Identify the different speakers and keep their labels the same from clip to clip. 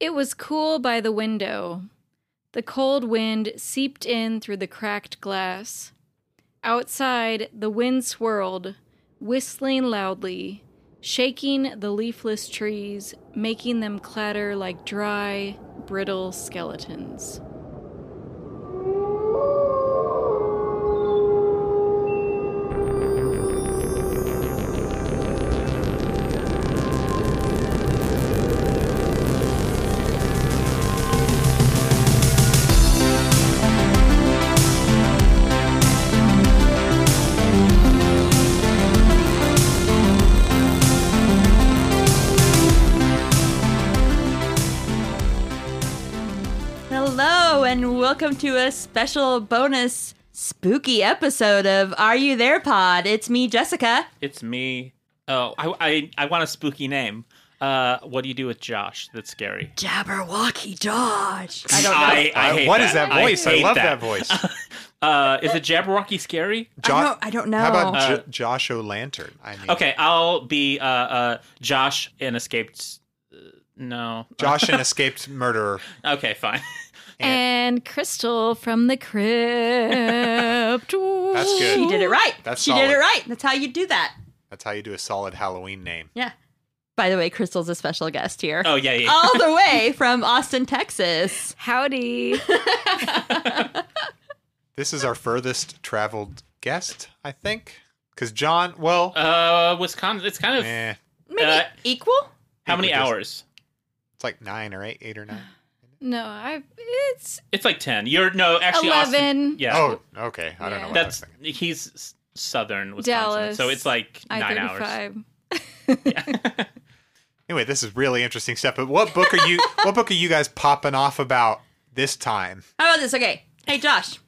Speaker 1: It was cool by the window. The cold wind seeped in through the cracked glass. Outside, the wind swirled, whistling loudly, shaking the leafless trees, making them clatter like dry, brittle skeletons.
Speaker 2: Hello, and welcome to a special bonus spooky episode of Are You There Pod. It's me, Jessica.
Speaker 3: It's me. Oh, I I, I want a spooky name. Uh, what do you do with Josh? That's scary.
Speaker 2: Jabberwocky Josh. I don't know.
Speaker 3: I, I,
Speaker 4: Uh,
Speaker 3: hate
Speaker 4: what is that
Speaker 3: I
Speaker 4: voice? I,
Speaker 3: hate
Speaker 4: love that, voice.
Speaker 3: Uh, is it Jabberwocky scary?
Speaker 4: Jo-
Speaker 2: don't- I don't
Speaker 4: How about
Speaker 2: know.
Speaker 4: J- Josh O'Lantern? I mean,
Speaker 3: Okay, I'll be uh, uh, Josh an escaped. uh, No.
Speaker 4: Josh, an escaped murderer.
Speaker 3: Okay, fine.
Speaker 1: And Crystal from the crypt.
Speaker 4: That's good.
Speaker 2: She did it right.
Speaker 4: That's
Speaker 2: she did it
Speaker 4: solid.
Speaker 2: right. That's how you do that.
Speaker 4: That's how you do a solid Halloween name.
Speaker 2: Yeah. By the way, Crystal's a special guest here.
Speaker 3: Oh yeah, yeah.
Speaker 2: All the way from Austin, Texas.
Speaker 1: Howdy.
Speaker 4: This is our furthest traveled guest, I think, because John.
Speaker 2: Oh.
Speaker 4: Well,
Speaker 3: Uh, Wisconsin. It's kind of
Speaker 4: eh,
Speaker 2: Maybe
Speaker 3: Uh,
Speaker 2: equal?
Speaker 3: how many
Speaker 4: we just-
Speaker 3: hours?
Speaker 4: it's like nine or eight, eight or nine.
Speaker 1: No, I it's
Speaker 3: It's like ten. You're no actually Austin-
Speaker 1: 11.
Speaker 3: yeah.
Speaker 4: Oh, okay. I don't know.
Speaker 1: Yeah.
Speaker 4: What I was
Speaker 3: that's
Speaker 4: thinking.
Speaker 3: he's s- southern Wisconsin,
Speaker 1: Dallas.
Speaker 3: so it's like nine hours.
Speaker 1: I-35.
Speaker 4: anyway. This is really interesting stuff. But what book are you? what book are you guys popping off about this time?
Speaker 2: How about this? Okay. Hey, Josh.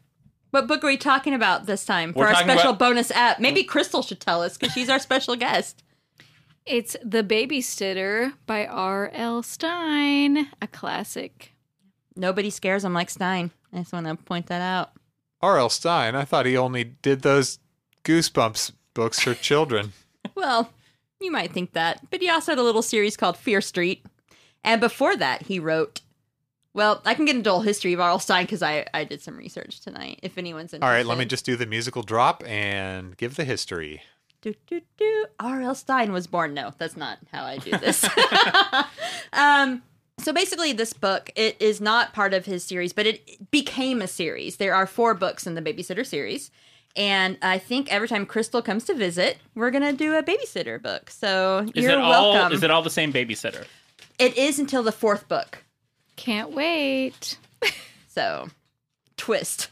Speaker 2: What book are we talking about this time for
Speaker 3: We're
Speaker 2: our
Speaker 3: talking
Speaker 2: special
Speaker 3: about-
Speaker 2: bonus app? Maybe Crystal should tell us because she's our special guest.
Speaker 1: It's The Babysitter by R.L. Stein, a classic.
Speaker 2: Nobody scares him like Stein. I just want to point that out.
Speaker 4: R.L. Stein. I thought he only did those Goosebumps books for children.
Speaker 2: Well, you might think that, but he also had a little series called Fear Street. And before that, he wrote. Well, I can get into a whole history of R.L. Stein because I, I did some research tonight. If anyone's interested.
Speaker 4: All right, let me just do the musical drop and give the history.
Speaker 2: Do, do, do. R.L. Stein was born. No, that's not how I do this. um, so basically, this book it is not part of his series, but it became a series. There are four books in the Babysitter series, and I think every time Crystal comes to visit, we're gonna do a babysitter book. So
Speaker 3: Is
Speaker 2: you're
Speaker 3: it all?
Speaker 2: welcome.
Speaker 3: Is it all the same babysitter?
Speaker 2: it is until the fourth book.
Speaker 1: Can't wait.
Speaker 2: So twist,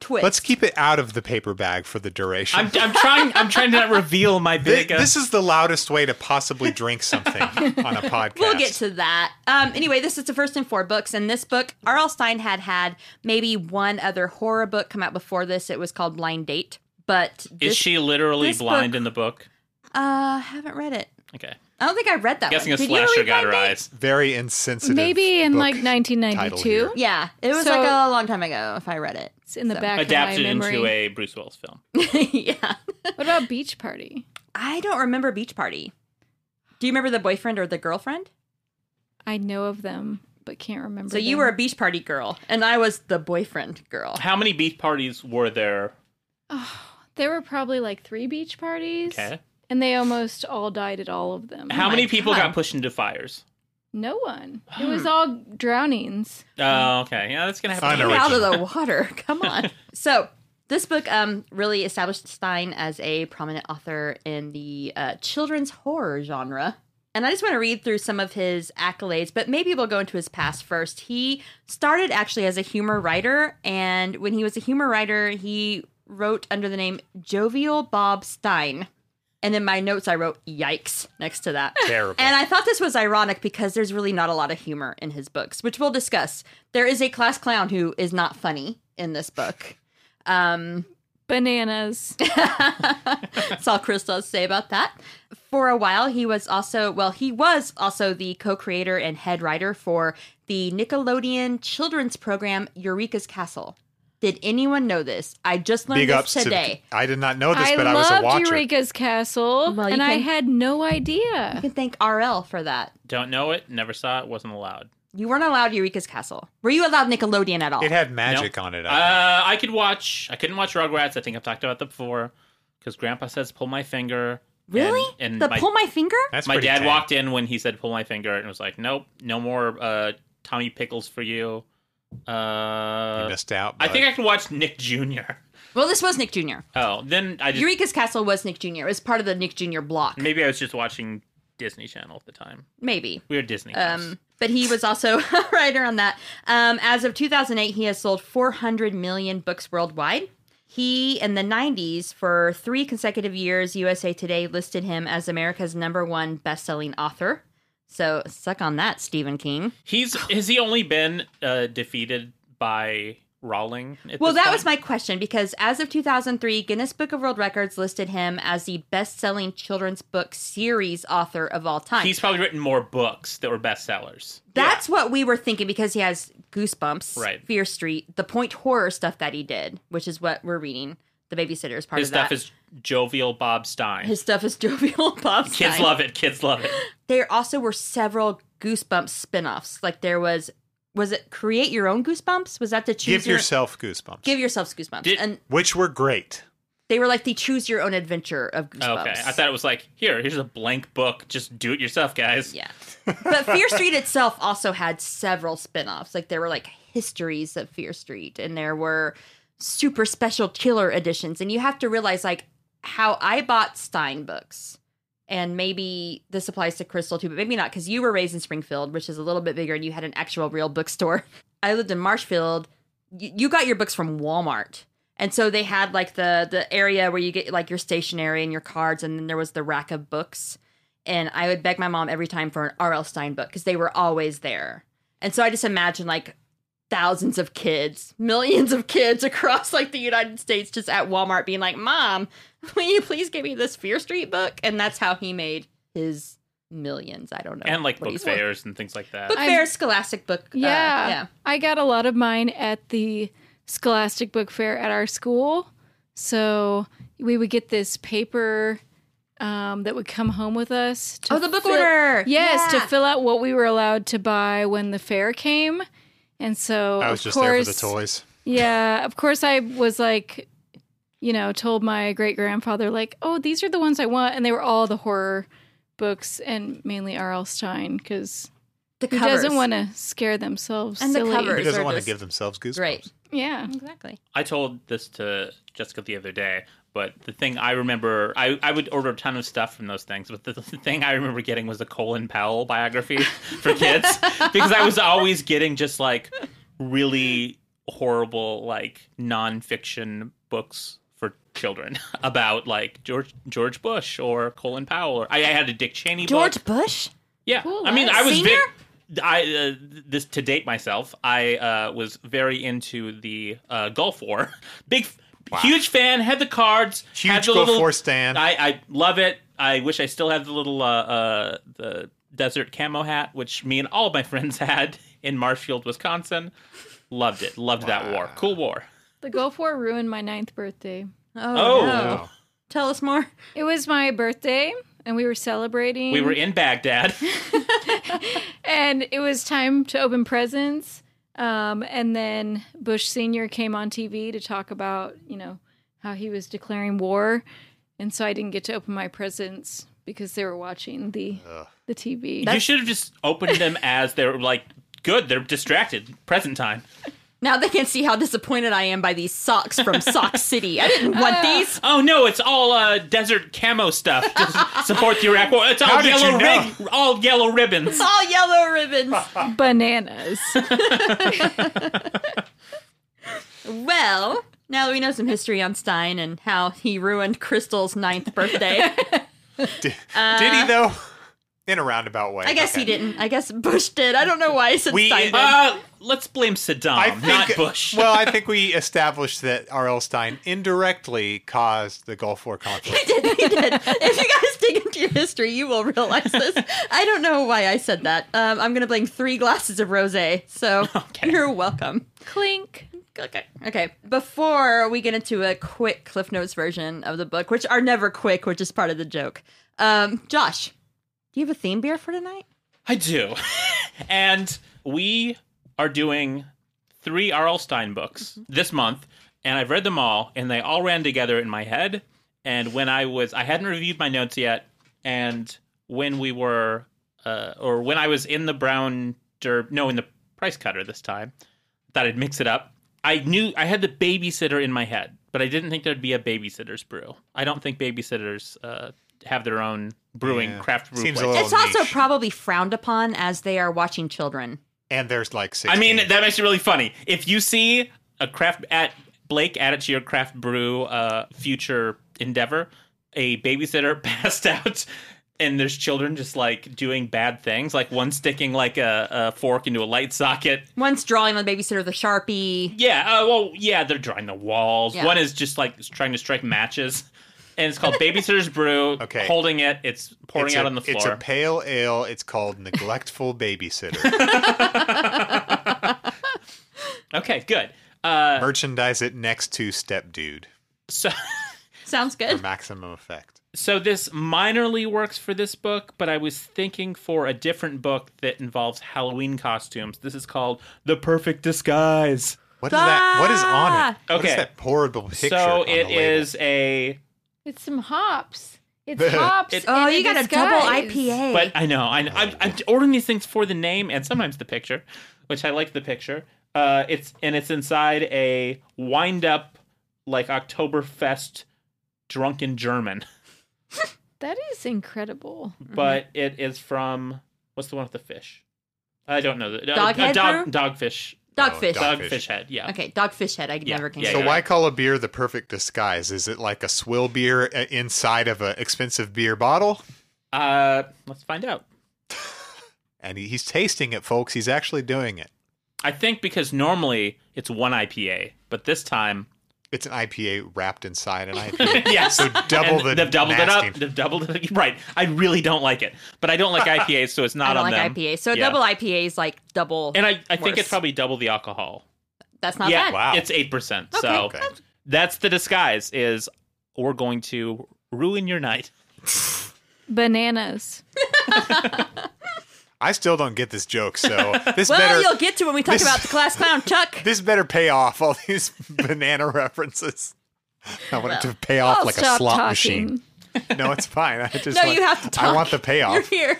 Speaker 2: twist.
Speaker 4: Let's keep it out of the paper bag for the duration.
Speaker 3: I'm, I'm trying. I'm trying to not reveal my
Speaker 4: Th-
Speaker 3: big. uh,
Speaker 4: this is the loudest way to possibly drink something on a podcast.
Speaker 2: We'll get to that. Um, anyway, this is the first in four books, and this book, R.L. Stein had had maybe one other horror book come out before this. It was called Blind Date, but this,
Speaker 3: is she literally
Speaker 2: this
Speaker 3: blind
Speaker 2: book-
Speaker 3: in the book?
Speaker 2: Uh, haven't read it.
Speaker 3: Okay.
Speaker 2: I don't think I read that.
Speaker 3: Guessing
Speaker 2: one.
Speaker 3: a
Speaker 2: Did you ever
Speaker 3: slasher
Speaker 2: read
Speaker 3: got
Speaker 2: Blind
Speaker 3: her
Speaker 2: Date?
Speaker 3: eyes.
Speaker 4: very insensitive.
Speaker 1: Maybe in
Speaker 4: book
Speaker 1: like
Speaker 4: title here.
Speaker 1: 1992.
Speaker 2: Yeah, it was
Speaker 1: So-
Speaker 2: like a long time ago. If I read it,
Speaker 1: It's in the
Speaker 2: So-
Speaker 1: back
Speaker 3: Adapted
Speaker 1: of my
Speaker 3: into
Speaker 1: memory.
Speaker 3: a Bruce Willis film.
Speaker 2: yeah,
Speaker 1: What about Beach Party?
Speaker 2: I don't remember Beach Party. Do you remember the boyfriend or the girlfriend?
Speaker 1: I know of them, but can't remember.
Speaker 2: So you
Speaker 1: them.
Speaker 2: were a beach party girl, and I was the boyfriend girl.
Speaker 3: How many beach parties were there?
Speaker 1: There were probably like three beach parties.
Speaker 3: Okay.
Speaker 1: And they almost all died at all of them.
Speaker 3: How
Speaker 2: my
Speaker 3: many people
Speaker 2: God.
Speaker 3: got pushed into fires?
Speaker 1: No one. It was all drownings.
Speaker 3: Oh,
Speaker 2: Hmm.
Speaker 3: okay. Yeah, that's gonna
Speaker 4: Fine,
Speaker 3: happen.
Speaker 4: all
Speaker 2: Get
Speaker 4: right.
Speaker 2: out of the water. Come on. so this book um, really established Stein as a prominent author in the uh, children's horror genre. And I just want to read through some of his accolades, but maybe we'll go into his past first. He started actually as a humor writer, and when he was a humor writer, he wrote under the name Jovial Bob Stein. And in my notes, I wrote yikes next to that.
Speaker 4: Terrible.
Speaker 2: And I thought this was ironic because there's really not a lot of humor in his books, which we'll discuss. There is a class clown who is not funny in this book. Um,
Speaker 1: Bananas.
Speaker 2: that's all Crystal has to say about that. For a while, he was also, well, he was also the co creator and head writer for the Nickelodeon children's program Eureka's Castle. Did anyone know this? I just learned
Speaker 4: Big
Speaker 2: this
Speaker 4: ups to the-
Speaker 2: today.
Speaker 4: I did not know this,
Speaker 1: I
Speaker 4: but I was a
Speaker 1: loved
Speaker 4: watcher.
Speaker 1: Eureka's Castle,
Speaker 2: Well, you
Speaker 1: and I
Speaker 2: can-
Speaker 1: had no idea.
Speaker 2: you can thank RL for that.
Speaker 3: Don't know it. Never saw it. Wasn't allowed.
Speaker 2: You weren't allowed Eureka's Castle. Were you allowed Nickelodeon at all?
Speaker 4: It had magic
Speaker 3: Nope.
Speaker 4: on it.
Speaker 3: Uh,
Speaker 4: I
Speaker 3: I could watch. I couldn't watch Rugrats. I think I've talked about that before, because Grandpa says pull my finger. and-
Speaker 2: really?
Speaker 3: And,
Speaker 2: the
Speaker 3: my,
Speaker 2: pull my finger?
Speaker 4: That's
Speaker 3: my
Speaker 4: pretty
Speaker 3: dad
Speaker 4: tame.
Speaker 3: walked in when he said pull my finger and was like, nope, no more uh, Tommy Pickles for you.
Speaker 4: You
Speaker 3: Uh,
Speaker 4: missed out.
Speaker 3: I
Speaker 4: bud.
Speaker 3: think I can watch Nick Jr.
Speaker 2: Well, this was Nick Jr.
Speaker 3: Oh, then I just
Speaker 2: Eureka's Castle was Nick Jr. It was part of the Nick Jr. block,
Speaker 3: maybe I was just watching Disney Channel at the time.
Speaker 2: maybe.
Speaker 3: We were Disney. house.
Speaker 2: Um, but he was also a writer on that. Um, as of 2008, he has sold 400 million books worldwide. He, in the 90s, for three consecutive years, USA Today listed him as America's number one best-selling author. So suck on that, Stephen King.
Speaker 3: He's has he only been uh, defeated by Rowling? at
Speaker 2: Well,
Speaker 3: this
Speaker 2: that
Speaker 3: point?
Speaker 2: was my question because as of 2003, Guinness Book of World Records listed him as the best-selling children's book series author of all time.
Speaker 3: He's probably written more books that were bestsellers.
Speaker 2: That's what we were thinking because he has Goosebumps,
Speaker 3: Right.
Speaker 2: Fear Street, the point horror stuff that he did, which is what we're reading. The babysitter is part
Speaker 3: His
Speaker 2: of that.
Speaker 3: stuff is jovial Bob Stein.
Speaker 2: His stuff is jovial pop.
Speaker 3: Kids love it. Kids love it.
Speaker 2: There also were several Goosebumps spin-offs. Like there was, was it create your own Goosebumps? Was that the choose
Speaker 4: give
Speaker 2: your-
Speaker 4: yourself goosebumps.
Speaker 2: give yourselves Goosebumps?
Speaker 3: Did-
Speaker 2: and
Speaker 4: which were great.
Speaker 2: they were like the choose your own adventure of Goosebumps.
Speaker 3: Okay, I thought it was like here. Here's a blank book. Just do it yourself, guys.
Speaker 2: Yeah. But Fear Street itself also had several spin-offs. Like there were like histories of Fear Street and there were super special killer editions. And you have to realize like how I bought Stein books. And maybe this applies to Crystal too, but maybe not because you were raised in Springfield, which is a little bit bigger, and you had an actual real bookstore. I lived in Marshfield. Y- you got your books from Walmart. And so they had like the the area where you get like your stationery and your cards, and then there was the rack of books and I would beg my mom every time for an R.L. Stein book because they were always there. And so I just imagine like thousands of kids, millions of kids across like the United States just at Walmart being like, "Mom, will you please give me this Fear Street book?" And that's how he made his millions. I don't know.
Speaker 3: And like
Speaker 2: what
Speaker 3: book
Speaker 2: he's worth.
Speaker 3: fairs and things like that.
Speaker 2: Book
Speaker 1: I'm-
Speaker 2: fairs, Scholastic book. uh,
Speaker 1: Yeah.
Speaker 2: yeah.
Speaker 1: I got a lot of mine at the Scholastic Book Fair at our school. So we would get this paper um, that would come home with us. To
Speaker 2: Oh, the book
Speaker 1: fill-
Speaker 2: order.
Speaker 1: Yes,
Speaker 2: Yeah.
Speaker 1: to fill out what we were allowed to buy when the fair came. And so,
Speaker 4: I was
Speaker 1: of
Speaker 4: just
Speaker 1: course,
Speaker 4: there for the toys.
Speaker 1: Yeah, of course, I was like, you know, told my great grandfather, like, oh, these are the ones I want. And they were all the horror books and mainly R.L. Stein because
Speaker 2: The
Speaker 1: who
Speaker 2: covers.
Speaker 1: doesn't want to scare themselves
Speaker 2: And the
Speaker 1: silly.
Speaker 4: Who
Speaker 2: covers. Those
Speaker 4: doesn't
Speaker 2: are
Speaker 4: want to
Speaker 2: just
Speaker 4: give themselves goosebumps?
Speaker 2: Right.
Speaker 1: Yeah.
Speaker 2: Exactly.
Speaker 3: I told this to Jessica the other day, but the thing I remember, I, I would order a ton of stuff from those things, but the, the thing I remember getting was a Colin Powell biography for kids because I was always getting just like really horrible, like nonfiction books for children about like George George Bush or Colin Powell. Or, I, I had a Dick Cheney book.
Speaker 2: George Bush.
Speaker 3: Yeah,
Speaker 1: Cool,
Speaker 3: I mean,
Speaker 1: nice.
Speaker 3: I was
Speaker 2: Senior?
Speaker 3: ve- I uh, this to date myself. I uh, was very into the uh, Gulf War. Big, huge fan. Had the cards. had
Speaker 4: Huge
Speaker 3: the
Speaker 4: go
Speaker 3: little,
Speaker 4: for stand.
Speaker 3: I, I love it. I wish I still had the little uh, uh, the desert camo hat, which me and all my friends had in Marshfield, Wisconsin. Loved it. Loved that war. Cool war.
Speaker 1: The Gulf War ruined my ninth birthday.
Speaker 2: Oh,
Speaker 3: Oh.
Speaker 2: no.
Speaker 4: Wow.
Speaker 2: tell us more.
Speaker 1: It was my birthday and we were celebrating.
Speaker 3: We were in Baghdad.
Speaker 1: and it was time to open presents. Um, and then Bush Sr. came on TV to talk about, you know, how he was declaring war. And so I didn't get to open my presents because they were watching the the TV.
Speaker 3: you should have just opened them as they're like good. They're distracted. Present time.
Speaker 2: Now they can see how disappointed I am by these socks from Sock City. I didn't want these.
Speaker 3: Oh no, it's all uh, desert camo stuff to support the Iraq War. It's all
Speaker 4: How did
Speaker 3: yellow,
Speaker 4: you know?
Speaker 3: rig- all yellow ribbons.
Speaker 2: all yellow ribbons.
Speaker 1: Bananas.
Speaker 2: well, now that we know some history on Stein and how he ruined Crystal's ninth birthday,
Speaker 4: Did, did he though? In a roundabout way.
Speaker 2: Oh. Uh, I guess he
Speaker 4: Okay.
Speaker 2: didn't. I guess Bush did. I don't know why I said
Speaker 4: We-
Speaker 2: Stein did.
Speaker 3: Uh, let's blame Saddam,
Speaker 4: I think,
Speaker 3: not Bush.
Speaker 4: well, I think we established that R.L. Stein indirectly caused the Gulf War conflict.
Speaker 2: he did. He did. If you guys dig into your history, you will realize this. I don't know why I said that. Um, I'm going to blame three glasses of rosé. So
Speaker 3: Okay.
Speaker 2: you're welcome.
Speaker 1: Clink.
Speaker 2: Okay. Okay. Before we get into a quick Cliff Notes version of the book, which are never quick, which is part of the joke. Um, Josh, do you have a theme beer for tonight?
Speaker 3: I do. and we are doing three R.L. Stein books this month, and I've read them all, and they all ran together in my head. And when I was, I hadn't reviewed my notes yet, and when we were, uh, or when I was in the Brown Derb, no, in the Price Cutter this time, thought I'd mix it up. I knew I had the babysitter in my head, but I didn't think there'd be a babysitter's brew. I don't think babysitters uh, have their own brewing
Speaker 4: Yeah.
Speaker 3: craft brew.
Speaker 4: Seems a
Speaker 3: place.
Speaker 4: little
Speaker 2: It's also
Speaker 4: niche.
Speaker 2: probably frowned upon as they are watching children.
Speaker 4: and there's like six.
Speaker 3: I mean, that makes it really funny. If you see a craft at Blake added to your craft brew uh, future endeavor, a babysitter passed out, and there's children just like doing bad things, like one sticking like a, a fork into a light socket.
Speaker 2: One's drawing on the babysitter with a sharpie.
Speaker 3: Yeah, uh, well, yeah, they're drawing the walls.
Speaker 2: Yeah.
Speaker 3: One is just like trying to strike matches, and it's called Babysitter's Brew.
Speaker 4: Okay.
Speaker 3: holding it, it's pouring
Speaker 4: it's
Speaker 3: out
Speaker 4: a,
Speaker 3: on the floor.
Speaker 4: It's a pale ale. It's called neglectful babysitter.
Speaker 3: okay, good. Uh,
Speaker 4: Merchandise it next to step dude
Speaker 3: so.
Speaker 2: Sounds
Speaker 4: for
Speaker 2: good.
Speaker 4: maximum effect.
Speaker 3: So this minorly works for this book, but I was thinking for a different book that involves Halloween costumes. This is called The Perfect Disguise.
Speaker 4: What is that? What is on it? What is
Speaker 3: Okay.
Speaker 4: that horrible picture?
Speaker 3: so
Speaker 4: on the
Speaker 3: it
Speaker 4: label?
Speaker 3: is a
Speaker 1: It's some hops. It's hops.
Speaker 3: It-
Speaker 2: Oh,
Speaker 1: in
Speaker 2: you got a double
Speaker 1: disguise.
Speaker 2: IPA.
Speaker 3: but I know, I know I'm, I'm ordering these things for the name and sometimes the picture, which I like the picture. Uh, it's and it's inside a wind up like Oktoberfest drunken German,
Speaker 1: That is incredible.
Speaker 3: but it is from what's the one with the fish? I don't know. the-
Speaker 2: Dog
Speaker 3: a
Speaker 2: head
Speaker 3: dog,
Speaker 2: brew?
Speaker 3: dogfish,
Speaker 2: dogfish.
Speaker 4: Oh, dog-
Speaker 3: dogfish,
Speaker 4: Dogfish.
Speaker 3: head. Yeah.
Speaker 2: okay, dogfish head. I
Speaker 3: Yeah,
Speaker 2: never can.
Speaker 3: yeah,
Speaker 4: So
Speaker 3: yeah.
Speaker 4: why call a beer the perfect disguise? Is it like a swill beer uh, inside of an expensive beer bottle?
Speaker 3: Uh, let's find out.
Speaker 4: And he- he's tasting it, folks. He's actually doing it.
Speaker 3: I think because normally it's one IPA, but this time,
Speaker 4: It's an IPA wrapped inside an IPA.
Speaker 3: yes,
Speaker 4: so double
Speaker 3: And
Speaker 4: the
Speaker 3: they've doubled it up.
Speaker 4: nasty-
Speaker 3: They've doubled it. Right. I really don't like it, but I don't like IPAs, so it's not
Speaker 2: I don't
Speaker 3: on
Speaker 2: like
Speaker 3: them.
Speaker 2: IPA. So a
Speaker 3: Yeah.
Speaker 2: double IPA is like double.
Speaker 3: And I, I think
Speaker 2: Worse.
Speaker 3: it's probably double the alcohol.
Speaker 2: that's not
Speaker 3: yeah,
Speaker 2: bad.
Speaker 4: Wow.
Speaker 3: it's eight percent. So
Speaker 2: Okay.
Speaker 3: that's the disguise. Is we're going to ruin your night.
Speaker 1: Bananas.
Speaker 4: I still don't get this joke, so this
Speaker 2: Well,
Speaker 4: better
Speaker 2: you'll get to when we talk
Speaker 4: this-
Speaker 2: about the class clown, Chuck.
Speaker 4: this better pay off all these banana references. I want it to pay off
Speaker 1: I'll
Speaker 4: like a
Speaker 1: stop
Speaker 4: slot
Speaker 1: talking.
Speaker 4: machine. No, it's fine. I just
Speaker 2: no,
Speaker 4: want,
Speaker 2: you have to talk.
Speaker 4: I want the
Speaker 2: You're
Speaker 4: payoff.
Speaker 2: here.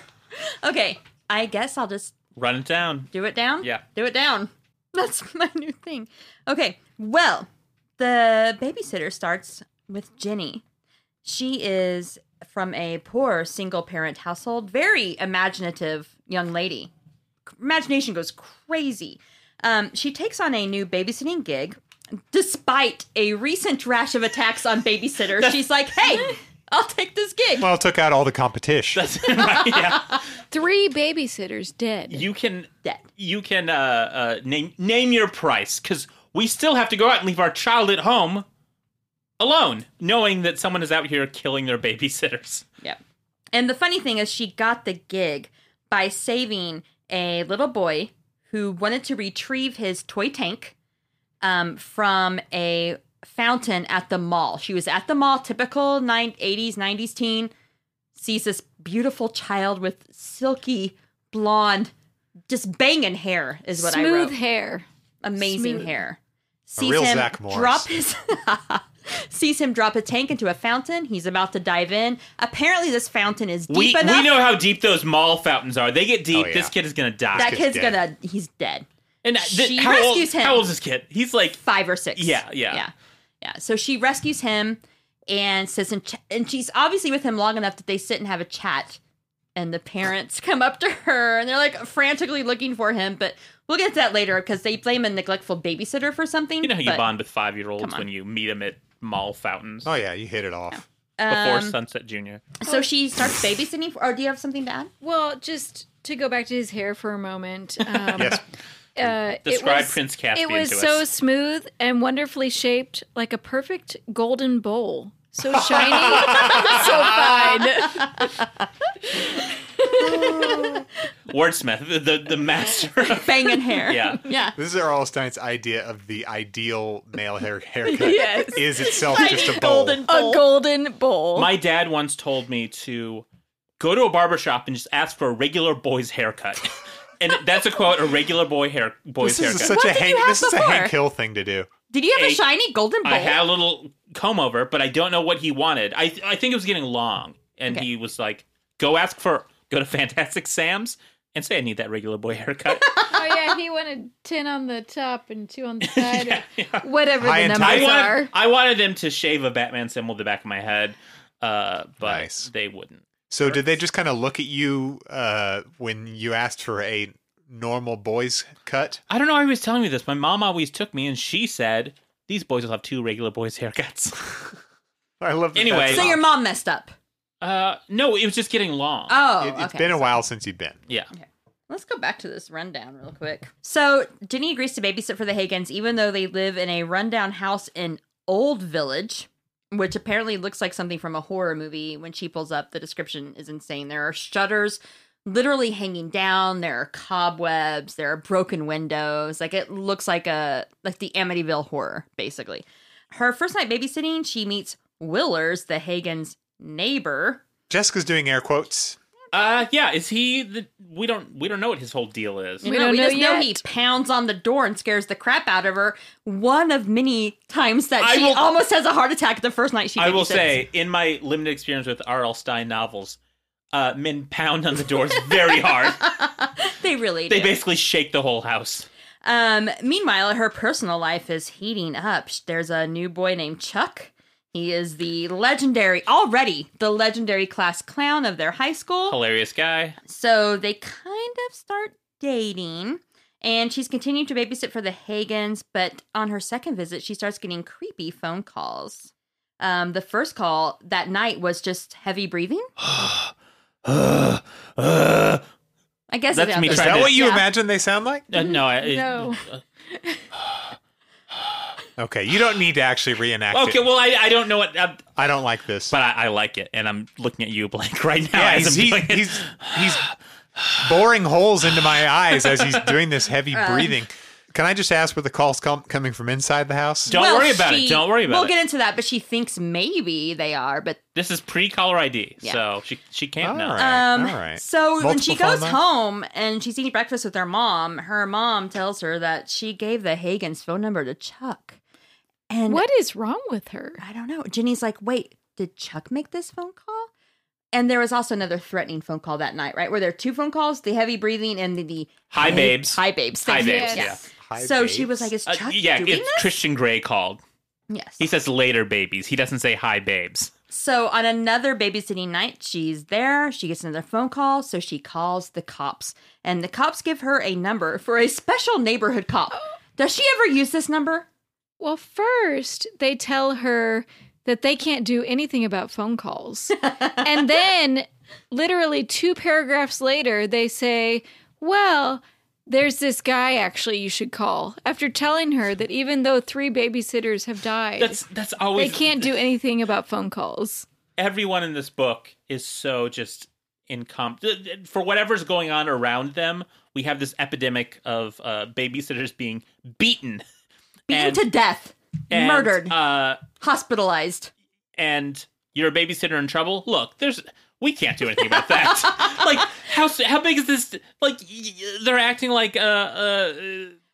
Speaker 2: Okay, I guess I'll just
Speaker 3: Run it down.
Speaker 2: do it down.
Speaker 3: Yeah.
Speaker 2: do it down. That's my new thing. Okay, well, the babysitter starts with Jenny. She is from a poor single parent household, very imaginative young lady. Imagination goes crazy. Um, she takes on a new babysitting gig despite a recent rash of attacks on babysitters. She's like, hey, I'll take this gig.
Speaker 4: Well, took out all the competition.
Speaker 3: That's right. Yeah.
Speaker 1: Three babysitters dead.
Speaker 3: You can
Speaker 2: Dead.
Speaker 3: you can uh, uh, name name your price because we still have to go out and leave our child at home alone, knowing that someone is out here killing their babysitters.
Speaker 2: Yep. And the funny thing is, she got the gig by saving a little boy who wanted to retrieve his toy tank um, from a fountain at the mall. She was at the mall, typical nine, 80s, 90s teen, sees this beautiful child with silky blonde, just banging hair, is what I wrote
Speaker 1: Smooth hair.
Speaker 2: amazing
Speaker 1: Smooth.
Speaker 2: hair. Sees
Speaker 4: real
Speaker 2: him
Speaker 4: Zach Morris.
Speaker 2: drop his sees him drop a tank into a fountain. He's about to dive in. Apparently, this fountain is deep
Speaker 3: We
Speaker 2: enough.
Speaker 3: we know how deep those mall fountains are. They get deep.
Speaker 4: Oh, yeah.
Speaker 3: This kid is gonna die.
Speaker 2: that kid's
Speaker 4: kid's dead.
Speaker 2: gonna he's dead.
Speaker 3: and uh,
Speaker 2: she
Speaker 3: how
Speaker 2: rescues
Speaker 3: old,
Speaker 2: him.
Speaker 3: How old is this kid? He's like
Speaker 2: Five or six.
Speaker 3: Yeah, yeah.
Speaker 2: yeah, yeah. So she rescues him and says, and, ch- and she's obviously with him long enough that they sit and have a chat. And the parents come up to her and they're like frantically looking for him. But we'll get to that later because they blame a neglectful babysitter for something.
Speaker 3: you know how you
Speaker 2: but,
Speaker 3: bond with five year olds
Speaker 2: on.
Speaker 3: when you meet them at mall fountains
Speaker 4: Oh yeah, you hit it off.
Speaker 3: before
Speaker 2: um,
Speaker 3: Sunset Junior.
Speaker 2: So she starts babysitting. For, or do you have something to add?
Speaker 1: Well, just to go back to his hair for a moment. Um,
Speaker 4: Yes,
Speaker 1: uh, it
Speaker 3: Describe
Speaker 1: was-
Speaker 3: Prince Caspian
Speaker 1: It was
Speaker 3: to
Speaker 1: so
Speaker 3: us.
Speaker 1: smooth and wonderfully shaped, like a perfect golden bowl. So shiny, so fine.
Speaker 3: Wordsmith, the the, the master. Of,
Speaker 2: banging hair.
Speaker 3: Yeah.
Speaker 2: Yeah.
Speaker 4: this is Earl Stein's idea of the ideal male hair haircut.
Speaker 1: Yes.
Speaker 4: is itself just a bowl.
Speaker 2: Golden
Speaker 1: A
Speaker 2: bowl.
Speaker 4: Oh.
Speaker 1: golden bowl.
Speaker 3: my dad once told me to go to a barber shop and just ask for a regular boy's haircut. and that's a quote, a regular boy hair boy's
Speaker 4: This is
Speaker 3: haircut.
Speaker 4: such
Speaker 2: What
Speaker 4: a
Speaker 2: did you
Speaker 4: Hank.
Speaker 2: have
Speaker 4: This is a
Speaker 2: before?
Speaker 4: Hank Hill thing to do.
Speaker 2: Did you have a
Speaker 3: A-
Speaker 2: shiny golden bowl?
Speaker 3: I had a little comb over, but I don't know what he wanted. I I think it was getting long, and
Speaker 2: Okay.
Speaker 3: he was like, "Go ask for go to Fantastic Sam's and say I need that regular boy haircut."
Speaker 1: Oh yeah, he wanted ten on the top and two on the side,
Speaker 3: Yeah, yeah.
Speaker 1: or whatever
Speaker 4: High
Speaker 1: the
Speaker 4: and
Speaker 1: numbers
Speaker 3: I
Speaker 4: tight.
Speaker 1: are.
Speaker 3: wanted I wanted him to shave a Batman symbol to the back of my head, uh, but
Speaker 4: Nice.
Speaker 3: they wouldn't.
Speaker 4: So did they just kind of look at you uh, when you asked for a normal boy's cut?
Speaker 3: I don't know why he was telling me this. My mom always took me, and she said these boys will have two regular boys haircuts.
Speaker 4: I love. That
Speaker 3: Anyway.
Speaker 4: that's
Speaker 2: so
Speaker 4: not-
Speaker 2: your mom messed up.
Speaker 3: uh, no, it was just getting long.
Speaker 2: Oh,
Speaker 4: It, has
Speaker 2: okay.
Speaker 4: been a while since you've been.
Speaker 3: yeah.
Speaker 2: Let's go back to this rundown real quick. So Jenny agrees to babysit for the Hagans, even though they live in a rundown house in Old Village, which apparently looks like something from a horror movie. When she pulls up, the description is insane. There are shutters literally hanging down. There are cobwebs. There are broken windows. Like it looks like a like the Amityville horror, basically. Her first night babysitting, she meets Willers, the Hagen's neighbor.
Speaker 4: Jessica's doing air quotes.
Speaker 3: Uh, yeah. Is he the? We don't. We don't know what his whole deal is.
Speaker 1: We don't know
Speaker 2: just know
Speaker 1: yet.
Speaker 2: he pounds on the door and scares the crap out of her. One of many times that
Speaker 3: I
Speaker 2: she
Speaker 3: will-
Speaker 2: almost has a heart attack the first night she.
Speaker 3: I will
Speaker 2: babysits.
Speaker 3: say, in my limited experience with R.L. Stein novels, uh, men pound on the doors very hard.
Speaker 2: they really
Speaker 3: they
Speaker 2: do.
Speaker 3: basically shake the whole house.
Speaker 2: um, meanwhile, her personal life is heating up. Sh- There's a new boy named Chuck. He is the legendary, already the legendary class clown of their high school.
Speaker 3: Hilarious guy.
Speaker 2: So they kind of start dating. And she's continued to babysit for the Hagans, but on her second visit, she starts getting creepy phone calls. Um, the first call that night was just heavy breathing. I guess
Speaker 3: That's
Speaker 2: it
Speaker 3: me
Speaker 4: Is
Speaker 3: Trying
Speaker 4: that
Speaker 3: Uh, to-
Speaker 4: what you
Speaker 2: Yeah.
Speaker 4: imagine they sound like?
Speaker 2: Mm-hmm.
Speaker 3: Uh, no, I, it-
Speaker 1: No.
Speaker 4: Okay, you don't need to actually reenact
Speaker 3: Okay,
Speaker 4: it.
Speaker 3: well, I, I don't know what, uh,
Speaker 4: I don't like this.
Speaker 3: but I, I like it, and I'm looking at you blank right now.
Speaker 4: yeah,
Speaker 3: as
Speaker 4: he's,
Speaker 3: I'm
Speaker 4: he,
Speaker 3: doing it.
Speaker 4: he's he's boring holes into my eyes as he's doing this heavy
Speaker 2: Um,
Speaker 4: breathing. Can I just ask were the calls com- coming from inside the house?
Speaker 3: Don't worry about it. Don't worry about
Speaker 2: we'll We'll
Speaker 3: it.
Speaker 2: get into that, but she thinks maybe they are. But
Speaker 3: This is pre-caller ID,
Speaker 2: Yeah.
Speaker 3: so she she can't
Speaker 4: All
Speaker 3: know. Uh,
Speaker 4: right.
Speaker 2: um,
Speaker 4: all right.
Speaker 2: so when
Speaker 4: Multiple
Speaker 2: she
Speaker 4: phone
Speaker 2: goes
Speaker 4: lines?
Speaker 2: home and she's eating breakfast with her mom, her mom tells her that she gave the Hagen's phone number to Chuck. And
Speaker 1: What is wrong with her?
Speaker 2: I don't know. Jenny's like, wait, did Chuck make this phone call? And there was also another threatening phone call that night, right? Where there are two phone calls, the heavy breathing and the, the
Speaker 3: Hi, babes.
Speaker 2: Hi babes.
Speaker 3: Hi,
Speaker 2: Thank you.
Speaker 3: babes.
Speaker 1: Yes.
Speaker 3: Yeah.
Speaker 4: Hi,
Speaker 2: so she
Speaker 4: babes.
Speaker 2: was like, is
Speaker 3: Uh,
Speaker 2: Chuck
Speaker 3: yeah,
Speaker 2: doing
Speaker 3: it's
Speaker 2: this?
Speaker 3: Christian Grey called.
Speaker 2: yes.
Speaker 3: He says later, babies. He doesn't say hi, babes.
Speaker 2: So on another babysitting night, she's there. She gets another phone call, so she calls the cops, and the cops give her a number for a special neighborhood cop. Does she ever use this number?
Speaker 1: Well, first they tell her that they can't do anything about phone calls. and then literally two paragraphs later they say, "Well, there's this guy actually you should call." After telling her that even though three babysitters have died,
Speaker 3: That's that's
Speaker 1: they
Speaker 3: always
Speaker 1: can't do anything about phone calls.
Speaker 3: everyone in this book is so just incompetent for whatever's going on around them. We have this epidemic of uh, babysitters being beaten,
Speaker 2: Beaten
Speaker 3: And-
Speaker 2: to death,
Speaker 3: and,
Speaker 2: murdered,
Speaker 3: uh,
Speaker 2: hospitalized.
Speaker 3: and you're a babysitter in trouble. Look, there's we can't do anything about that. like how s- how big is this? Like y- y- they're acting like uh uh.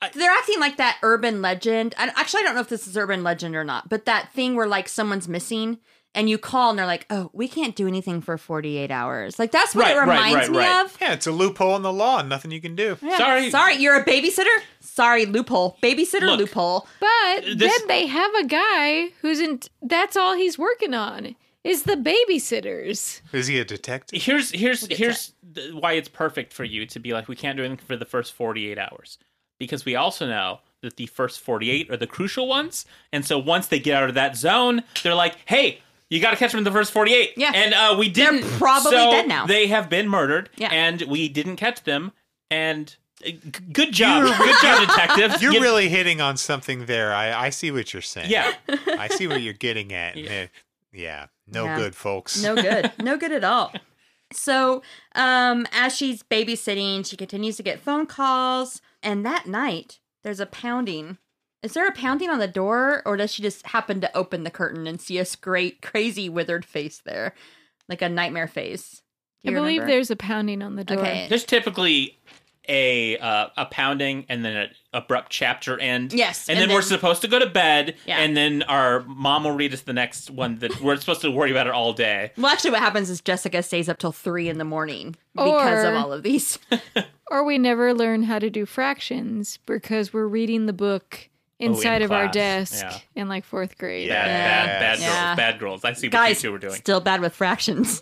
Speaker 3: uh,
Speaker 2: They're acting like that urban legend. And actually, I don't know if this is urban legend or not, but that thing where like someone's missing and you call and they're like, "Oh, we can't do anything for 48 hours." Like that's what
Speaker 3: Right,
Speaker 2: it
Speaker 3: right,
Speaker 2: reminds
Speaker 3: right,
Speaker 2: me
Speaker 3: right.
Speaker 2: of.
Speaker 4: Yeah, it's a loophole in the law and nothing you can do.
Speaker 2: Yeah.
Speaker 3: Sorry.
Speaker 2: sorry, you're a babysitter. Sorry, loophole, babysitter
Speaker 3: Look.
Speaker 2: loophole.
Speaker 1: But
Speaker 2: Uh,
Speaker 3: This-
Speaker 1: then they have a guy who's in that's all he's working on is the babysitters.
Speaker 4: Is he a detective?
Speaker 3: here's here's here's th- why it's perfect for you to be like we can't do anything for the first 48 hours because we also know that the first 48 are the crucial ones and so once they get out of that zone they're like hey you got to catch them in the first 48
Speaker 2: Yeah.
Speaker 3: and uh, we didn't
Speaker 2: probably
Speaker 3: so
Speaker 2: dead now.
Speaker 3: they have been murdered
Speaker 2: Yeah.
Speaker 3: and we didn't catch them and uh, g- good job good job detective
Speaker 4: You're
Speaker 3: You-
Speaker 4: really hitting on something there. I, I see what you're saying.
Speaker 3: yeah
Speaker 4: I see what you're getting at. Yeah, yeah no
Speaker 2: Yeah.
Speaker 4: good, folks.
Speaker 2: No good. No good at all. So, um, as she's babysitting, she continues to get phone calls. And that night, there's a pounding. Is there a pounding on the door, or does she just happen to open the curtain and see a great, crazy, withered face there? Like a nightmare face. Do you
Speaker 1: I believe
Speaker 2: remember?
Speaker 1: there's a pounding on the door.
Speaker 2: Okay.
Speaker 3: There's typically a uh, a pounding and then an abrupt chapter end.
Speaker 2: Yes,
Speaker 3: and,
Speaker 2: and
Speaker 3: then, we're
Speaker 2: then-
Speaker 3: supposed to go to bed.
Speaker 2: Yeah.
Speaker 3: and then our mom will read us the next one that we're supposed to worry about it all day.
Speaker 2: Well, actually, what happens is Jessica stays up till three in the morning because of
Speaker 1: Or-
Speaker 2: all of these.
Speaker 1: Or we never learn how to do fractions because we're reading the book
Speaker 4: Oh,
Speaker 3: in
Speaker 1: inside of our
Speaker 3: class.
Speaker 1: desk
Speaker 3: Yeah.
Speaker 1: in like fourth grade.
Speaker 3: Bad, bad, bad
Speaker 2: Yeah.
Speaker 3: girls, bad girls. I see what
Speaker 2: Guys,
Speaker 3: you two were doing.
Speaker 2: still bad with fractions.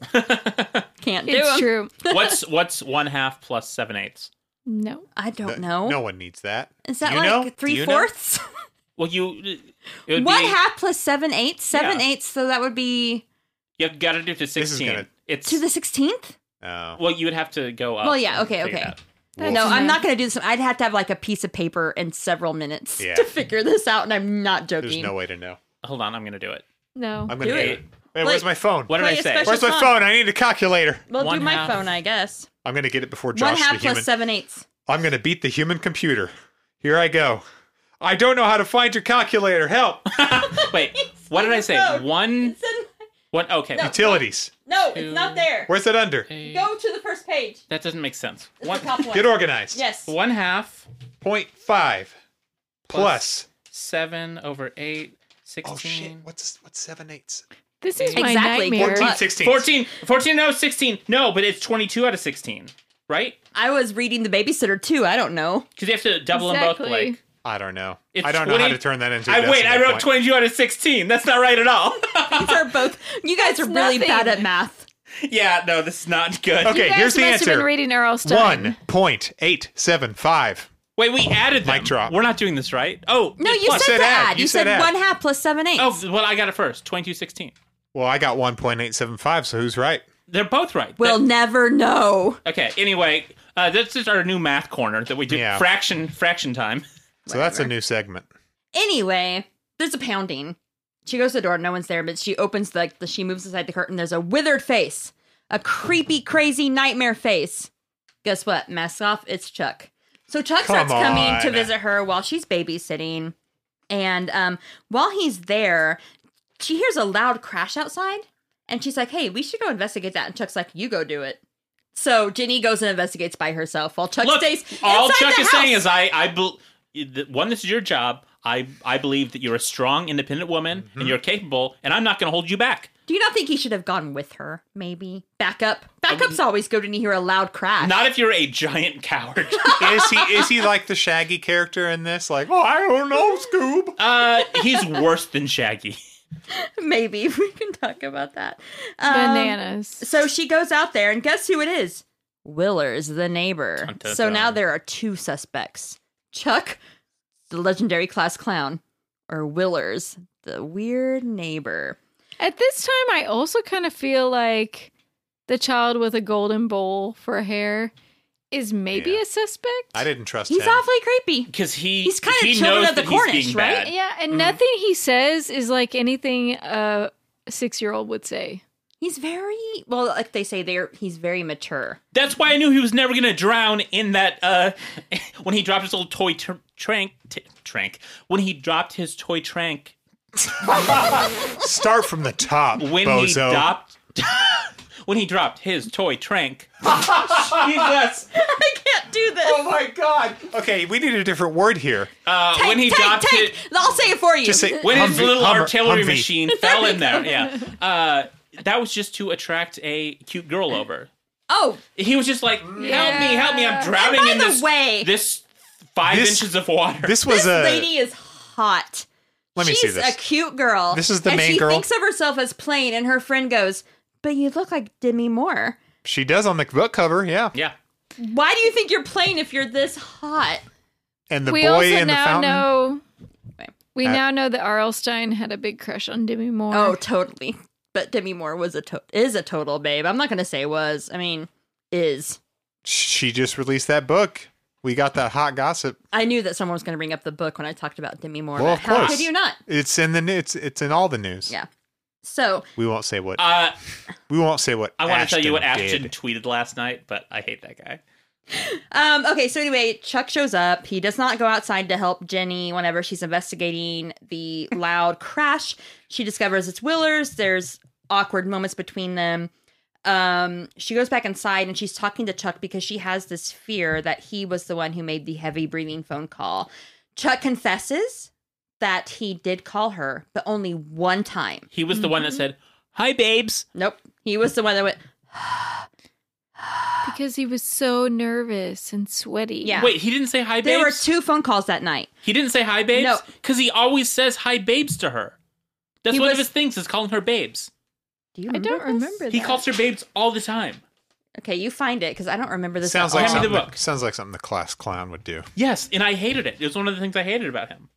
Speaker 2: Can't do
Speaker 1: It's
Speaker 2: them.
Speaker 1: true.
Speaker 3: what's what's one half plus seven eighths?
Speaker 1: No.
Speaker 2: I don't know.
Speaker 4: No one needs that.
Speaker 2: Is that
Speaker 4: You know?
Speaker 2: like
Speaker 4: Do
Speaker 2: three
Speaker 4: you know?
Speaker 2: fourths?
Speaker 3: Well, you it would
Speaker 2: One
Speaker 3: be,
Speaker 2: half plus seven eighths? Seven
Speaker 3: Yeah.
Speaker 2: eighths, so that would be
Speaker 3: you got to do it to
Speaker 4: is
Speaker 3: sixteen.
Speaker 4: gonna-
Speaker 3: it's
Speaker 2: to the 16th?
Speaker 4: No.
Speaker 3: well, you would have to go up.
Speaker 2: Well, yeah,
Speaker 3: and
Speaker 2: okay,
Speaker 3: figure it
Speaker 2: okay.
Speaker 3: out.
Speaker 1: That's
Speaker 2: no, I'm
Speaker 1: fine.
Speaker 2: not going to do this. I'd have to have like a piece of paper and several minutes
Speaker 4: Yeah.
Speaker 2: to figure this out, and I'm not joking.
Speaker 4: There's no way to know.
Speaker 3: Hold on, I'm gonna do it.
Speaker 1: No.
Speaker 4: I'm gonna
Speaker 2: Do
Speaker 4: do
Speaker 2: it.
Speaker 4: it. Wait, where's
Speaker 2: Like-
Speaker 4: my phone?
Speaker 3: What did
Speaker 2: Play
Speaker 3: I
Speaker 2: a
Speaker 3: say?
Speaker 2: special-
Speaker 4: where's my
Speaker 2: phone?
Speaker 4: phone? I need a calculator.
Speaker 2: Well,
Speaker 3: One
Speaker 2: do my
Speaker 3: half-
Speaker 2: phone, I guess.
Speaker 4: I'm gonna get it before
Speaker 2: One
Speaker 4: Josh the
Speaker 2: half
Speaker 4: human.
Speaker 2: plus seven eighths.
Speaker 4: I'm gonna beat the human computer. Here I go. I don't know how to find your calculator. Help!
Speaker 3: Wait, what did I say?
Speaker 2: No.
Speaker 3: One. What? Okay.
Speaker 4: Utilities.
Speaker 2: no,
Speaker 3: it's not
Speaker 2: there.
Speaker 4: Where's it under?
Speaker 2: Go to the first page.
Speaker 3: That doesn't make sense. One,
Speaker 4: Get organized.
Speaker 2: Yes.
Speaker 3: one half,
Speaker 4: Point five plus.
Speaker 3: seven over eight,
Speaker 4: Oh shit!
Speaker 3: 16.
Speaker 4: What's what's seven eighths?
Speaker 1: This is my
Speaker 2: Exactly.
Speaker 1: nightmare.
Speaker 4: 14,
Speaker 2: Look.
Speaker 4: 16.
Speaker 3: 14, 14, no, 16. No, but it's 22 out of 16, right?
Speaker 2: I was reading The Babysitter too. I don't know.
Speaker 3: Because you have to double them both.
Speaker 1: Exactly.
Speaker 3: Like,
Speaker 4: I don't know.
Speaker 3: It's
Speaker 4: I don't know how
Speaker 3: 20
Speaker 4: to turn that into. a
Speaker 3: I wait, I
Speaker 4: decimal
Speaker 3: wrote
Speaker 4: point.
Speaker 3: 22 out of 16. That's not right at all.
Speaker 2: These are both. You guys are really
Speaker 1: nothing.
Speaker 2: bad at math.
Speaker 3: yeah, no, this is not good.
Speaker 1: You
Speaker 4: Okay,
Speaker 1: guys
Speaker 4: here's the
Speaker 1: must have been
Speaker 4: answer.
Speaker 1: reading Earl Stein.
Speaker 4: One point eight seven five.
Speaker 3: Wait, we added them.
Speaker 4: Mic drop.
Speaker 3: We're not doing this right. Oh,
Speaker 2: No, you
Speaker 3: plus-
Speaker 2: said,
Speaker 4: said
Speaker 2: to
Speaker 4: add.
Speaker 2: add.
Speaker 4: You
Speaker 2: You,
Speaker 4: said
Speaker 2: said,
Speaker 4: add.
Speaker 2: one half plus seven eighths.
Speaker 3: Oh, well, I got it first. 22, 16.
Speaker 4: Well, I got one point eight seven five. So who's right?
Speaker 3: They're both right.
Speaker 2: we'll never know.
Speaker 3: Okay. Anyway, uh, this is our new math corner that we do
Speaker 4: Yeah.
Speaker 3: fraction fraction time.
Speaker 4: So that's a new segment.
Speaker 2: Anyway, there's a pounding. She goes to the door. No one's there, but she opens the, the. She moves aside the curtain. There's a withered face, a creepy, crazy nightmare face. Guess what? Mask off. It's Chuck. So Chuck
Speaker 4: Come
Speaker 2: starts coming to
Speaker 4: on.
Speaker 2: visit her while she's babysitting, and um, while he's there, she hears a loud crash outside, and she's like, "Hey, we should go investigate that." And Chuck's like, "You go do it." So Ginny goes and investigates by herself while Chuck
Speaker 3: Look,
Speaker 2: stays.
Speaker 3: all
Speaker 2: inside
Speaker 3: Chuck
Speaker 2: the
Speaker 3: is
Speaker 2: house.
Speaker 3: saying is I I bel the- one. This is your job. I I believe that you're a strong, independent woman, and you're capable, and I'm not going to hold you back.
Speaker 2: Do you not think he should have gone with her? Maybe back up. Backups always go to hear a loud crash.
Speaker 3: Not if you're a giant coward.
Speaker 4: is he is he like the Shaggy character in this? Like, oh, I don't know, Scoob.
Speaker 3: uh, he's worse than Shaggy.
Speaker 2: Maybe we can talk about that. Um,
Speaker 1: Bananas.
Speaker 2: So she goes out there, and guess who it is? Willers, the neighbor.
Speaker 3: Dun, dun,
Speaker 2: So now
Speaker 3: dun.
Speaker 2: there are two suspects: Chuck, the legendary class clown, or Willers, the weird neighbor.
Speaker 1: At this time, I also kind of feel like the child with a golden bowl for hair is maybe
Speaker 4: Yeah.
Speaker 1: a suspect.
Speaker 4: I didn't trust
Speaker 2: He's
Speaker 4: him.
Speaker 2: awfully creepy.
Speaker 3: Because he
Speaker 2: He's kinda
Speaker 3: he
Speaker 2: Children
Speaker 3: knows
Speaker 2: of the
Speaker 3: that he's
Speaker 2: Cornish,
Speaker 3: being
Speaker 2: right?
Speaker 3: bad.
Speaker 1: Yeah,
Speaker 4: Mm-hmm.
Speaker 1: and nothing he says is like anything a six year old would say.
Speaker 2: He's very well, like they say, there. He's very mature.
Speaker 3: That's why I knew he was never going to drown in that. Uh, when he dropped his little toy tr- trank, t- trank. When he dropped his toy trank
Speaker 4: Start from the top,
Speaker 3: when
Speaker 4: bozo.
Speaker 3: he dropped when he dropped his toy trank. Jesus.
Speaker 2: I can't do this.
Speaker 4: Oh my god. Okay, we need a different word here.
Speaker 3: Uh, when he dropped it
Speaker 2: I'll say it for you.
Speaker 4: Just say
Speaker 3: when his
Speaker 4: Humvee,
Speaker 3: little
Speaker 4: Hummer,
Speaker 3: artillery
Speaker 4: Humvee.
Speaker 3: machine fell in there. Yeah. Uh, that was just to attract a cute girl over.
Speaker 2: oh,
Speaker 3: He was just like, "Help me, help me! I'm drowning
Speaker 2: by
Speaker 3: in
Speaker 2: the
Speaker 3: this
Speaker 2: way-
Speaker 3: this five
Speaker 4: This-
Speaker 3: inches of water."
Speaker 4: This was
Speaker 2: this
Speaker 4: a.
Speaker 2: lady is hot.
Speaker 4: let me
Speaker 2: She's
Speaker 4: see this.
Speaker 2: a cute girl.
Speaker 4: This is the
Speaker 2: and
Speaker 4: main
Speaker 2: she
Speaker 4: girl?
Speaker 2: thinks of herself as plain, and her friend goes, "But you look like Demi Moore.
Speaker 4: she does on the book cover, yeah.
Speaker 3: yeah.
Speaker 2: Why do you think you're plain if you're this hot?"
Speaker 4: And the
Speaker 1: we
Speaker 4: boy
Speaker 1: also
Speaker 4: in the
Speaker 1: now
Speaker 4: fountain.
Speaker 1: know.
Speaker 2: Wait.
Speaker 1: We
Speaker 4: Uh,
Speaker 1: now know that Arlstein had a big crush on Demi Moore.
Speaker 2: Oh, totally. But Demi Moore was a to- is a total babe. I'm not gonna say was. I mean, is.
Speaker 4: She just released that book. We got that hot gossip.
Speaker 2: I knew that someone was gonna bring up the book when I talked about Demi Moore.
Speaker 4: Well,
Speaker 2: but
Speaker 4: of
Speaker 2: how
Speaker 4: course.
Speaker 2: could you not?
Speaker 4: It's in the news. It's, it's in all the news.
Speaker 2: Yeah. So
Speaker 4: We won't say what.
Speaker 3: Uh,
Speaker 4: we won't say what.
Speaker 3: I want to tell you what Ashton
Speaker 4: Ashton did.
Speaker 3: tweeted last night, but I hate that guy.
Speaker 2: Um, okay, so anyway, Chuck shows up. He does not go outside to help Jenny whenever she's investigating the loud crash. She discovers it's Willers. There's awkward moments between them. um, she goes back inside and she's talking to Chuck because she has this fear that he was the one who made the heavy breathing phone call. Chuck confesses that he did call her, but only one time.
Speaker 3: He was the one that said,
Speaker 2: Mm-hmm.
Speaker 3: "Hi, babes."
Speaker 2: Nope. He was the one that went,
Speaker 1: Because he was so nervous and sweaty.
Speaker 2: Yeah.
Speaker 3: Wait, he didn't say hi, babes.
Speaker 2: There were two phone calls that night.
Speaker 3: He didn't say hi, babes.
Speaker 2: No.
Speaker 3: because he always says hi, babes to her. That's
Speaker 2: He
Speaker 3: one
Speaker 2: was-
Speaker 3: of his things is calling her babes.
Speaker 2: Do you
Speaker 1: I
Speaker 2: remember
Speaker 1: don't
Speaker 2: this?
Speaker 1: remember that.
Speaker 3: He calls her babes all the time.
Speaker 2: Okay, you find it because I don't remember this.
Speaker 4: sounds
Speaker 2: at
Speaker 4: like
Speaker 3: Hand me
Speaker 2: all.
Speaker 3: the
Speaker 4: something.
Speaker 3: book.
Speaker 4: That, sounds like something the class clown would do.
Speaker 3: Yes, and I hated it. It was one of the things I hated about him.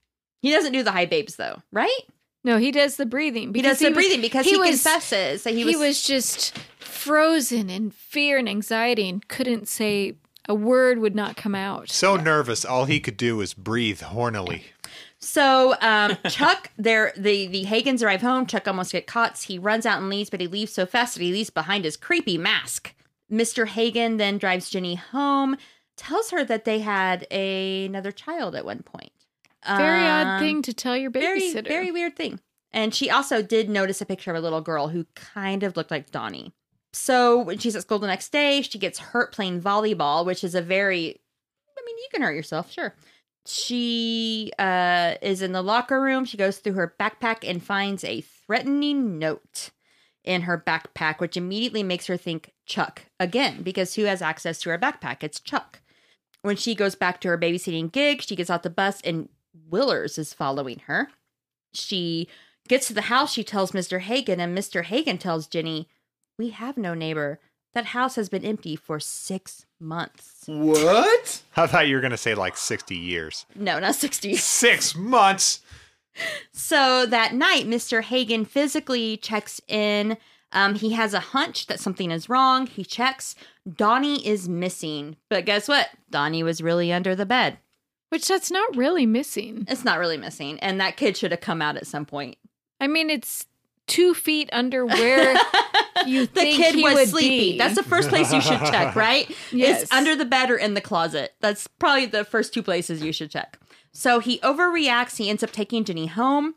Speaker 2: he doesn't do the high babes though, right?
Speaker 1: No, he does the breathing.
Speaker 2: He
Speaker 1: because
Speaker 2: does the
Speaker 1: was-
Speaker 2: breathing because he,
Speaker 1: was-
Speaker 2: confesses that
Speaker 1: He
Speaker 2: he
Speaker 1: was,
Speaker 2: was,
Speaker 1: just frozen in fear and anxiety and couldn't say a word would not come out.
Speaker 4: So nervous, all he could do was breathe hornily.
Speaker 2: So um, Chuck, there the the Hagens arrive home. Chuck almost get caught. He runs out and leaves, but he leaves so fast that he leaves behind his creepy mask. Mr. Hagen then drives Jenny home, tells her that they had a, another child at one point.
Speaker 1: Very
Speaker 2: Um,
Speaker 1: odd thing to tell your
Speaker 2: Very
Speaker 1: babysitter.
Speaker 2: very weird thing. And she also did notice a picture of a little girl who kind of looked like Donnie. So when she's at school the next day, she gets hurt playing volleyball, which is a very I mean, you can hurt yourself, sure. She uh, is in the locker room. She goes through her backpack and finds a threatening note in her backpack, which immediately makes her think Chuck again, because who has access to her backpack? It's Chuck. When she goes back to her babysitting gig, she gets off the bus and Willers is following her. She gets to the house. She tells Mr. Hagen, and Mr. Hagen tells Jenny, We have no neighbor. That house has been empty for six months.
Speaker 3: What?
Speaker 4: I thought you were going to say like 60 years.
Speaker 2: No, not 60.
Speaker 4: Six months.
Speaker 2: So that night, Mr. Hagen physically checks in. Um, he has a hunch that something is wrong. He checks. Donnie is missing. But guess what? Donnie was really under the bed.
Speaker 1: Which that's not really missing.
Speaker 2: It's not really missing. And that kid should have come out at some point.
Speaker 1: I mean, it's two feet under where you
Speaker 2: The
Speaker 1: think
Speaker 2: kid
Speaker 1: he
Speaker 2: was
Speaker 1: would
Speaker 2: sleepy.
Speaker 1: be.
Speaker 2: That's the first place you should check, right?
Speaker 1: Yes.
Speaker 2: It's under the bed or in the closet. That's probably the first two places you should check. So he overreacts. He ends up taking Jenny home.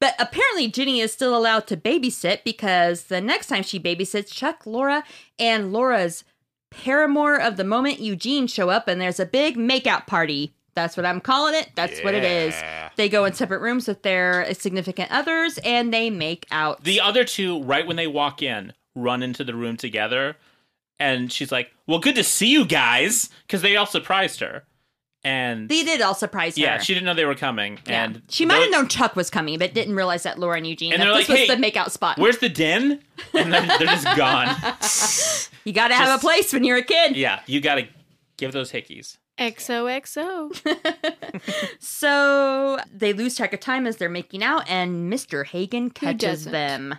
Speaker 2: But apparently, Jenny is still allowed to babysit because the next time she babysits, Chuck, Laura, and Laura's paramour of the moment, Eugene, show up and there's a big makeout party. That's what I'm calling it. That's what it is.
Speaker 4: Yeah.
Speaker 2: They go in separate rooms with their significant others and they make out.
Speaker 3: The other two, right when they walk in, run into the room together, and she's like, "Well, good to see you guys," because they all surprised her, and
Speaker 2: they did all surprise her.
Speaker 3: yeah, she didn't know they were coming,
Speaker 2: Yeah.
Speaker 3: and
Speaker 2: she might
Speaker 3: tho-
Speaker 2: have known Chuck was coming, but didn't realize that Laura and Eugene.
Speaker 3: And
Speaker 2: that
Speaker 3: they're
Speaker 2: this
Speaker 3: like,
Speaker 2: was
Speaker 3: "Hey,
Speaker 2: the makeout spot.
Speaker 3: Where's the den? And then they're just gone.
Speaker 2: You got to have a
Speaker 3: Just-
Speaker 2: place when you're a kid.
Speaker 3: Yeah, you gotta give those hickeys.
Speaker 1: XOXO.
Speaker 2: So they lose track of time as they're making out, and Mr. Hagen catches
Speaker 1: doesn't?
Speaker 2: them.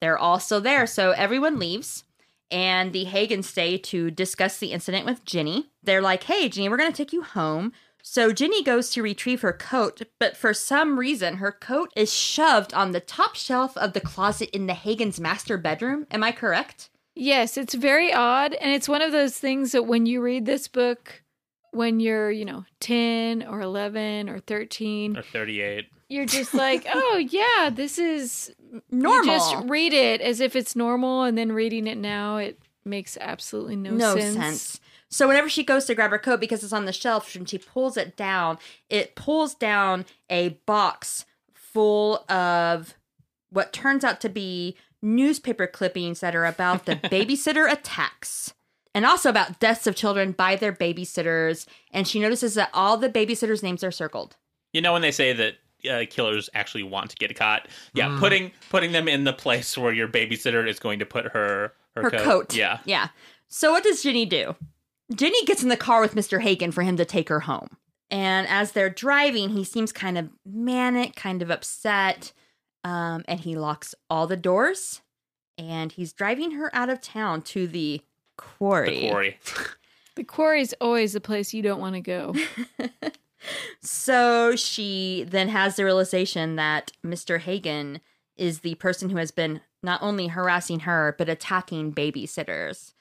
Speaker 2: They're all still there, so everyone leaves, and the Hagens stay to discuss the incident with Ginny. They're like, "Hey, Ginny, we're gonna take you home." So Ginny goes to retrieve her coat, but for some reason, her coat is shoved on the top shelf of the closet in the Hagen's master bedroom. Am I correct?
Speaker 1: yes, it's very odd. And it's one of those things that when you read this book, when you're, you know, 10 or 11 or 13,
Speaker 3: Or thirty-eight.
Speaker 1: you're just like, oh, yeah, this is
Speaker 2: Normal.
Speaker 1: You just read it as if it's normal, and then reading it now, it makes absolutely no,
Speaker 2: no sense. So whenever she goes to grab her coat because it's on the shelf, when she pulls it down, it pulls down a box full of what turns out to be newspaper clippings that are about the babysitter attacks and also about deaths of children by their babysitters. And she notices that all the babysitters' names are circled.
Speaker 3: You know when they say that uh, killers actually want to get caught? Yeah, putting putting them in the place where your babysitter is going to put her her,
Speaker 2: Her, coat.
Speaker 3: Yeah.
Speaker 2: Yeah. So what does Ginny do? Ginny gets in the car with Mr. Hagen for him to take her home. And as they're driving, he seems kind of manic, kind of upset. Um, and he locks all the doors and he's driving her out of town to the quarry.
Speaker 3: The quarry.
Speaker 1: The quarry is always the place you don't want to go.
Speaker 2: So she then has the realization that Mr. Hagen is the person who has been not only harassing her, but attacking babysitters.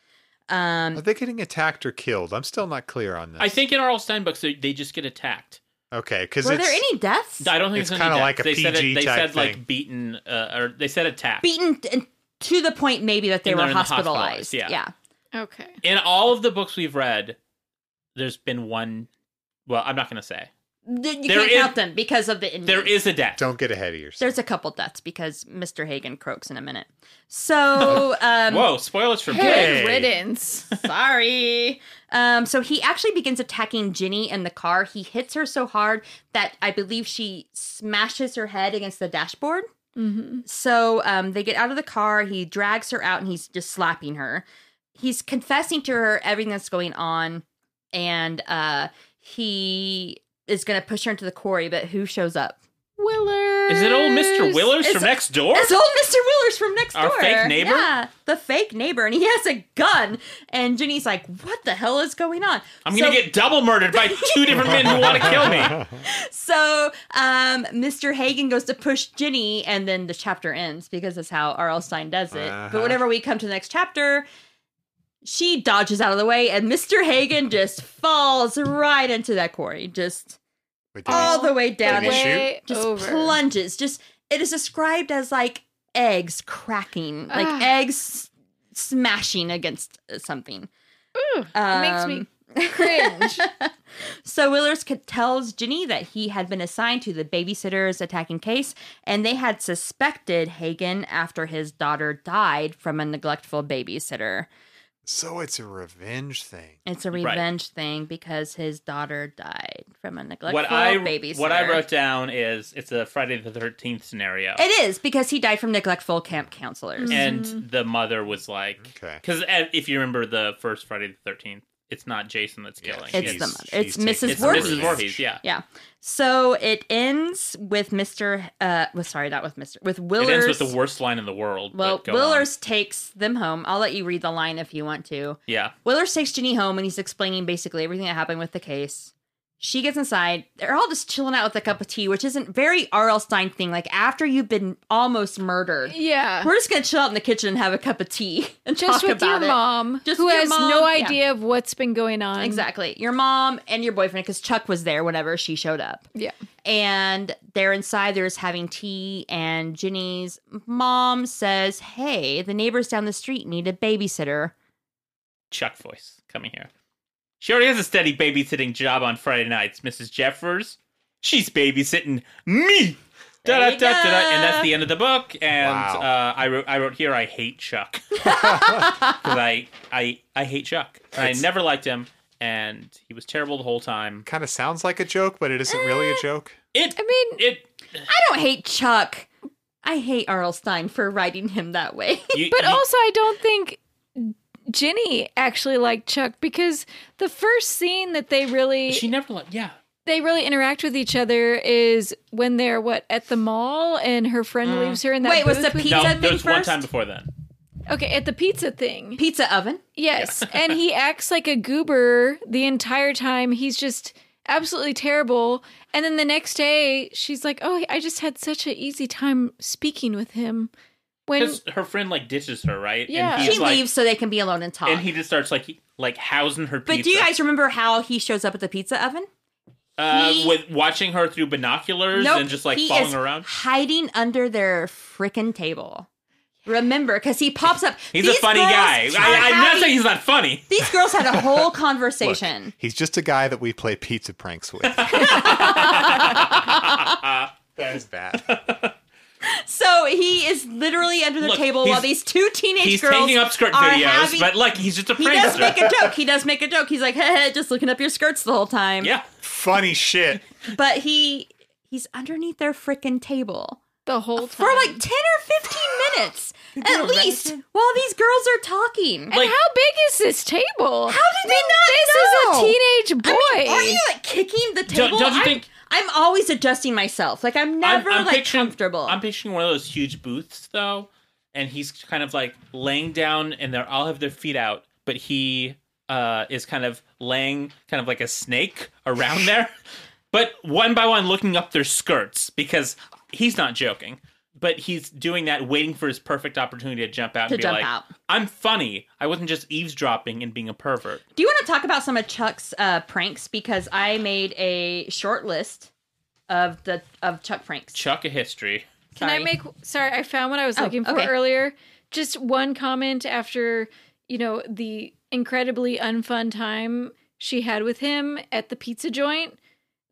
Speaker 2: Um,
Speaker 4: Are they getting attacked or killed? I'm still not clear on this.
Speaker 3: I think in Arl Stein books they, they just get attacked.
Speaker 4: okay, because
Speaker 2: were
Speaker 4: it's
Speaker 2: there any deaths?
Speaker 3: I don't think
Speaker 4: It's
Speaker 3: it's any
Speaker 4: kinda
Speaker 3: death.
Speaker 4: like a
Speaker 3: they said it-
Speaker 4: PG
Speaker 3: They
Speaker 4: type
Speaker 3: said like
Speaker 4: thing.
Speaker 3: beaten uh, or they said attacked.
Speaker 2: beaten and to the point maybe that they
Speaker 3: And
Speaker 2: were
Speaker 3: they're in the
Speaker 2: hospitalized.
Speaker 3: hospitalized, yeah.
Speaker 2: yeah.
Speaker 1: Okay.
Speaker 3: In all of the books we've read, there's been one. Well, I'm not going to say
Speaker 2: Th- You
Speaker 3: There
Speaker 2: can't
Speaker 3: is-
Speaker 2: count them because of the injuries.
Speaker 3: there is a death.
Speaker 4: Don't get ahead of yourself.
Speaker 2: There's a couple deaths because Mr. Hagen croaks in a minute. So, um,
Speaker 3: Whoa! Spoilers for Blade.
Speaker 4: Hey.
Speaker 1: Good riddance.
Speaker 2: sorry. Um, so he actually begins attacking Ginny in the car. He hits her so hard that I believe she smashes her head against the dashboard.
Speaker 1: hmm
Speaker 2: So um, they get out of the car. He drags her out and he's just slapping her. He's confessing to her everything that's going on. And uh, he is going to push her into the quarry. But who shows up?
Speaker 1: Willers.
Speaker 3: Is it old Mr. Willers
Speaker 2: It's-
Speaker 3: from next door?
Speaker 2: It's old Mr. Wheeler's from next
Speaker 3: Our
Speaker 2: door.
Speaker 3: fake neighbor?
Speaker 2: Yeah, the fake neighbor. And he has a gun. And Ginny's like, what the hell is going on?
Speaker 3: I'm gonna
Speaker 2: So-
Speaker 3: get double murdered by two different men who want to kill me.
Speaker 2: So um, Mr. Hagen goes to push Ginny, and then the chapter ends because that's how R.L. Stein does it.
Speaker 4: Uh-huh.
Speaker 2: But whenever we come to the next chapter, she dodges out of the way, and Mr. Hagen just falls right into that quarry, just
Speaker 4: Wait, did he-
Speaker 2: all the way down,
Speaker 4: Did he
Speaker 2: and
Speaker 4: shoot?
Speaker 1: Way
Speaker 2: just
Speaker 1: over.
Speaker 2: plunges. Just it is described as like eggs cracking, like
Speaker 1: Ah.
Speaker 2: eggs s- smashing against something.
Speaker 1: Ooh, it makes me
Speaker 2: Um,
Speaker 1: cringe.
Speaker 2: So Willers c- tells Ginny that he had been assigned to the babysitter's attacking case, and they had suspected Hagen after his daughter died from a neglectful babysitter.
Speaker 4: So it's a revenge thing.
Speaker 2: It's a
Speaker 3: Right.
Speaker 2: revenge thing because his daughter died from a neglectful
Speaker 3: What I
Speaker 2: babysitter.
Speaker 3: what I wrote down is it's a Friday the Thirteenth scenario,
Speaker 2: It is because he died from neglectful camp counselors.
Speaker 3: and
Speaker 2: Mm-hmm.
Speaker 3: the mother was like,
Speaker 4: Okay.
Speaker 3: because if you remember the first Friday the Thirteenth, it's not Jason that's
Speaker 4: Yeah,
Speaker 3: killing;
Speaker 2: It's
Speaker 4: she's-
Speaker 2: the mother. It's
Speaker 4: she's taking
Speaker 2: Mrs.
Speaker 3: it's
Speaker 2: Voorhees.
Speaker 3: Mrs. Voorhees. Yeah,
Speaker 2: Yeah. So it ends with Mr. Uh, well, sorry, not with Mr. With Willers.
Speaker 3: it ends with the worst line in the world.
Speaker 2: Well,
Speaker 3: but go on.
Speaker 2: Willers takes them home. I'll let you read the line if you want to.
Speaker 3: yeah,
Speaker 2: Willers takes Ginny home and he's explaining basically everything that happened with the case. She gets inside. They're all just chilling out with a cup of tea, which isn't very R.L. Stein thing. Like after you've been almost murdered,
Speaker 1: yeah.
Speaker 2: we're just gonna chill out in the kitchen and have a cup of tea and
Speaker 1: Just
Speaker 2: talk
Speaker 1: with your
Speaker 2: about it.
Speaker 1: mom,
Speaker 2: Just
Speaker 1: who
Speaker 2: your
Speaker 1: has
Speaker 2: mom,
Speaker 1: no
Speaker 2: yeah.
Speaker 1: idea of what's been going on.
Speaker 2: Exactly, your mom and your boyfriend, because Chuck was there whenever she showed up.
Speaker 1: Yeah.
Speaker 2: and they're inside they're just having tea and ginny's mom says hey the neighbors down the street need a babysitter
Speaker 3: Chuck voice coming here. She already has a steady babysitting job on Friday nights. Mrs. Jeffers, she's babysitting me.
Speaker 2: There
Speaker 3: Da, da,
Speaker 2: you
Speaker 3: da, da, da.
Speaker 2: go.
Speaker 3: And that's the end of the book. And
Speaker 4: Wow.
Speaker 3: uh, I wrote, I wrote here, I hate Chuck 'Cause I, I, I hate Chuck. I
Speaker 4: It's-
Speaker 3: never liked him, and he was terrible the whole time.
Speaker 4: Kind of sounds like a joke, but it isn't really
Speaker 2: Eh,
Speaker 4: a joke.
Speaker 3: It,
Speaker 1: I mean,
Speaker 3: it,
Speaker 2: i don't hate chuck i hate arl stein for writing him that way
Speaker 3: you,
Speaker 1: But
Speaker 3: you-
Speaker 1: also, I don't think Ginny actually liked Chuck because the first scene that they really
Speaker 3: she never liked. Yeah,
Speaker 1: they really interact with each other is when they're what at the mall and her friend leaves her in that.
Speaker 2: Mm. Wait, was
Speaker 1: booth
Speaker 2: the
Speaker 1: with-
Speaker 2: pizza-
Speaker 3: no,
Speaker 2: said
Speaker 3: there
Speaker 2: thing
Speaker 3: was one
Speaker 2: first?
Speaker 3: time before then.
Speaker 1: okay at the pizza thing?
Speaker 2: pizza oven
Speaker 1: Yes, and he acts like a goober the entire time. He's just absolutely terrible. And then the next day, she's like, "Oh, I just had such an easy time speaking with him." When
Speaker 3: Because her friend like ditches her, right?
Speaker 1: Yeah.
Speaker 3: and he's
Speaker 2: she
Speaker 3: like,
Speaker 2: leaves so they can be alone and talk
Speaker 3: and he just starts like like housing her.
Speaker 2: but
Speaker 3: pizza.
Speaker 2: do you guys remember how he shows up at the pizza oven
Speaker 3: uh,
Speaker 2: He-
Speaker 3: with watching her through binoculars and just like
Speaker 2: he
Speaker 3: following
Speaker 2: is
Speaker 3: her around.
Speaker 2: hiding under their freaking table remember because he pops up
Speaker 3: He's
Speaker 2: These
Speaker 3: a funny
Speaker 2: girls
Speaker 3: guy.
Speaker 2: are
Speaker 3: I, I'm not
Speaker 2: having-
Speaker 3: saying he's not funny.
Speaker 2: these girls had a whole
Speaker 4: Look,
Speaker 2: conversation
Speaker 4: he's just a guy that we play pizza pranks with. that is bad.
Speaker 2: So he is literally under the
Speaker 3: Look,
Speaker 2: table while these
Speaker 3: he's-
Speaker 2: two teenage
Speaker 3: He's
Speaker 2: girls
Speaker 3: taking up skirt
Speaker 2: are
Speaker 3: videos,
Speaker 2: having-
Speaker 3: but like he's just a
Speaker 2: he does make
Speaker 3: prankster.
Speaker 2: a joke. He does make a joke. He's like, "Hey, hey, just looking up your skirts the whole time."
Speaker 3: yeah,
Speaker 4: Funny shit.
Speaker 2: But he he's underneath their freaking table
Speaker 1: the whole time
Speaker 2: for like ten or fifteen minutes at least while these girls are talking.
Speaker 1: And
Speaker 3: Like-
Speaker 1: how big is this table?
Speaker 2: How did they not
Speaker 1: this
Speaker 2: know?
Speaker 1: is a teenage boy.
Speaker 2: I mean, aren't you like kicking the table?
Speaker 3: don't you
Speaker 2: I'm,
Speaker 3: think-
Speaker 2: I'm always adjusting myself. Like I'm
Speaker 3: I'm-
Speaker 2: never
Speaker 3: I'm,
Speaker 2: like
Speaker 3: picturing,
Speaker 2: comfortable.
Speaker 3: I'm picturing one of those huge booths though, and he's kind of like laying down, and they are all have their feet out, but he uh, is kind of laying, kind of like a snake around there, but one by one looking up their skirts because he's not joking. But he's doing that, waiting for his perfect opportunity to jump out
Speaker 2: To
Speaker 3: and be
Speaker 2: jump
Speaker 3: like,
Speaker 2: out.
Speaker 3: "I'm funny. I wasn't just eavesdropping and being a pervert."
Speaker 2: Do you want to talk about some of Chuck's uh, pranks? Because I made a short list of the of Chuck pranks.
Speaker 3: Chuck a history.
Speaker 1: Can I
Speaker 2: Sorry.
Speaker 1: make? Sorry, I found what I was
Speaker 2: Oh,
Speaker 1: looking for
Speaker 2: okay.
Speaker 1: earlier. just one comment after, you know, the incredibly unfun time she had with him at the pizza joint.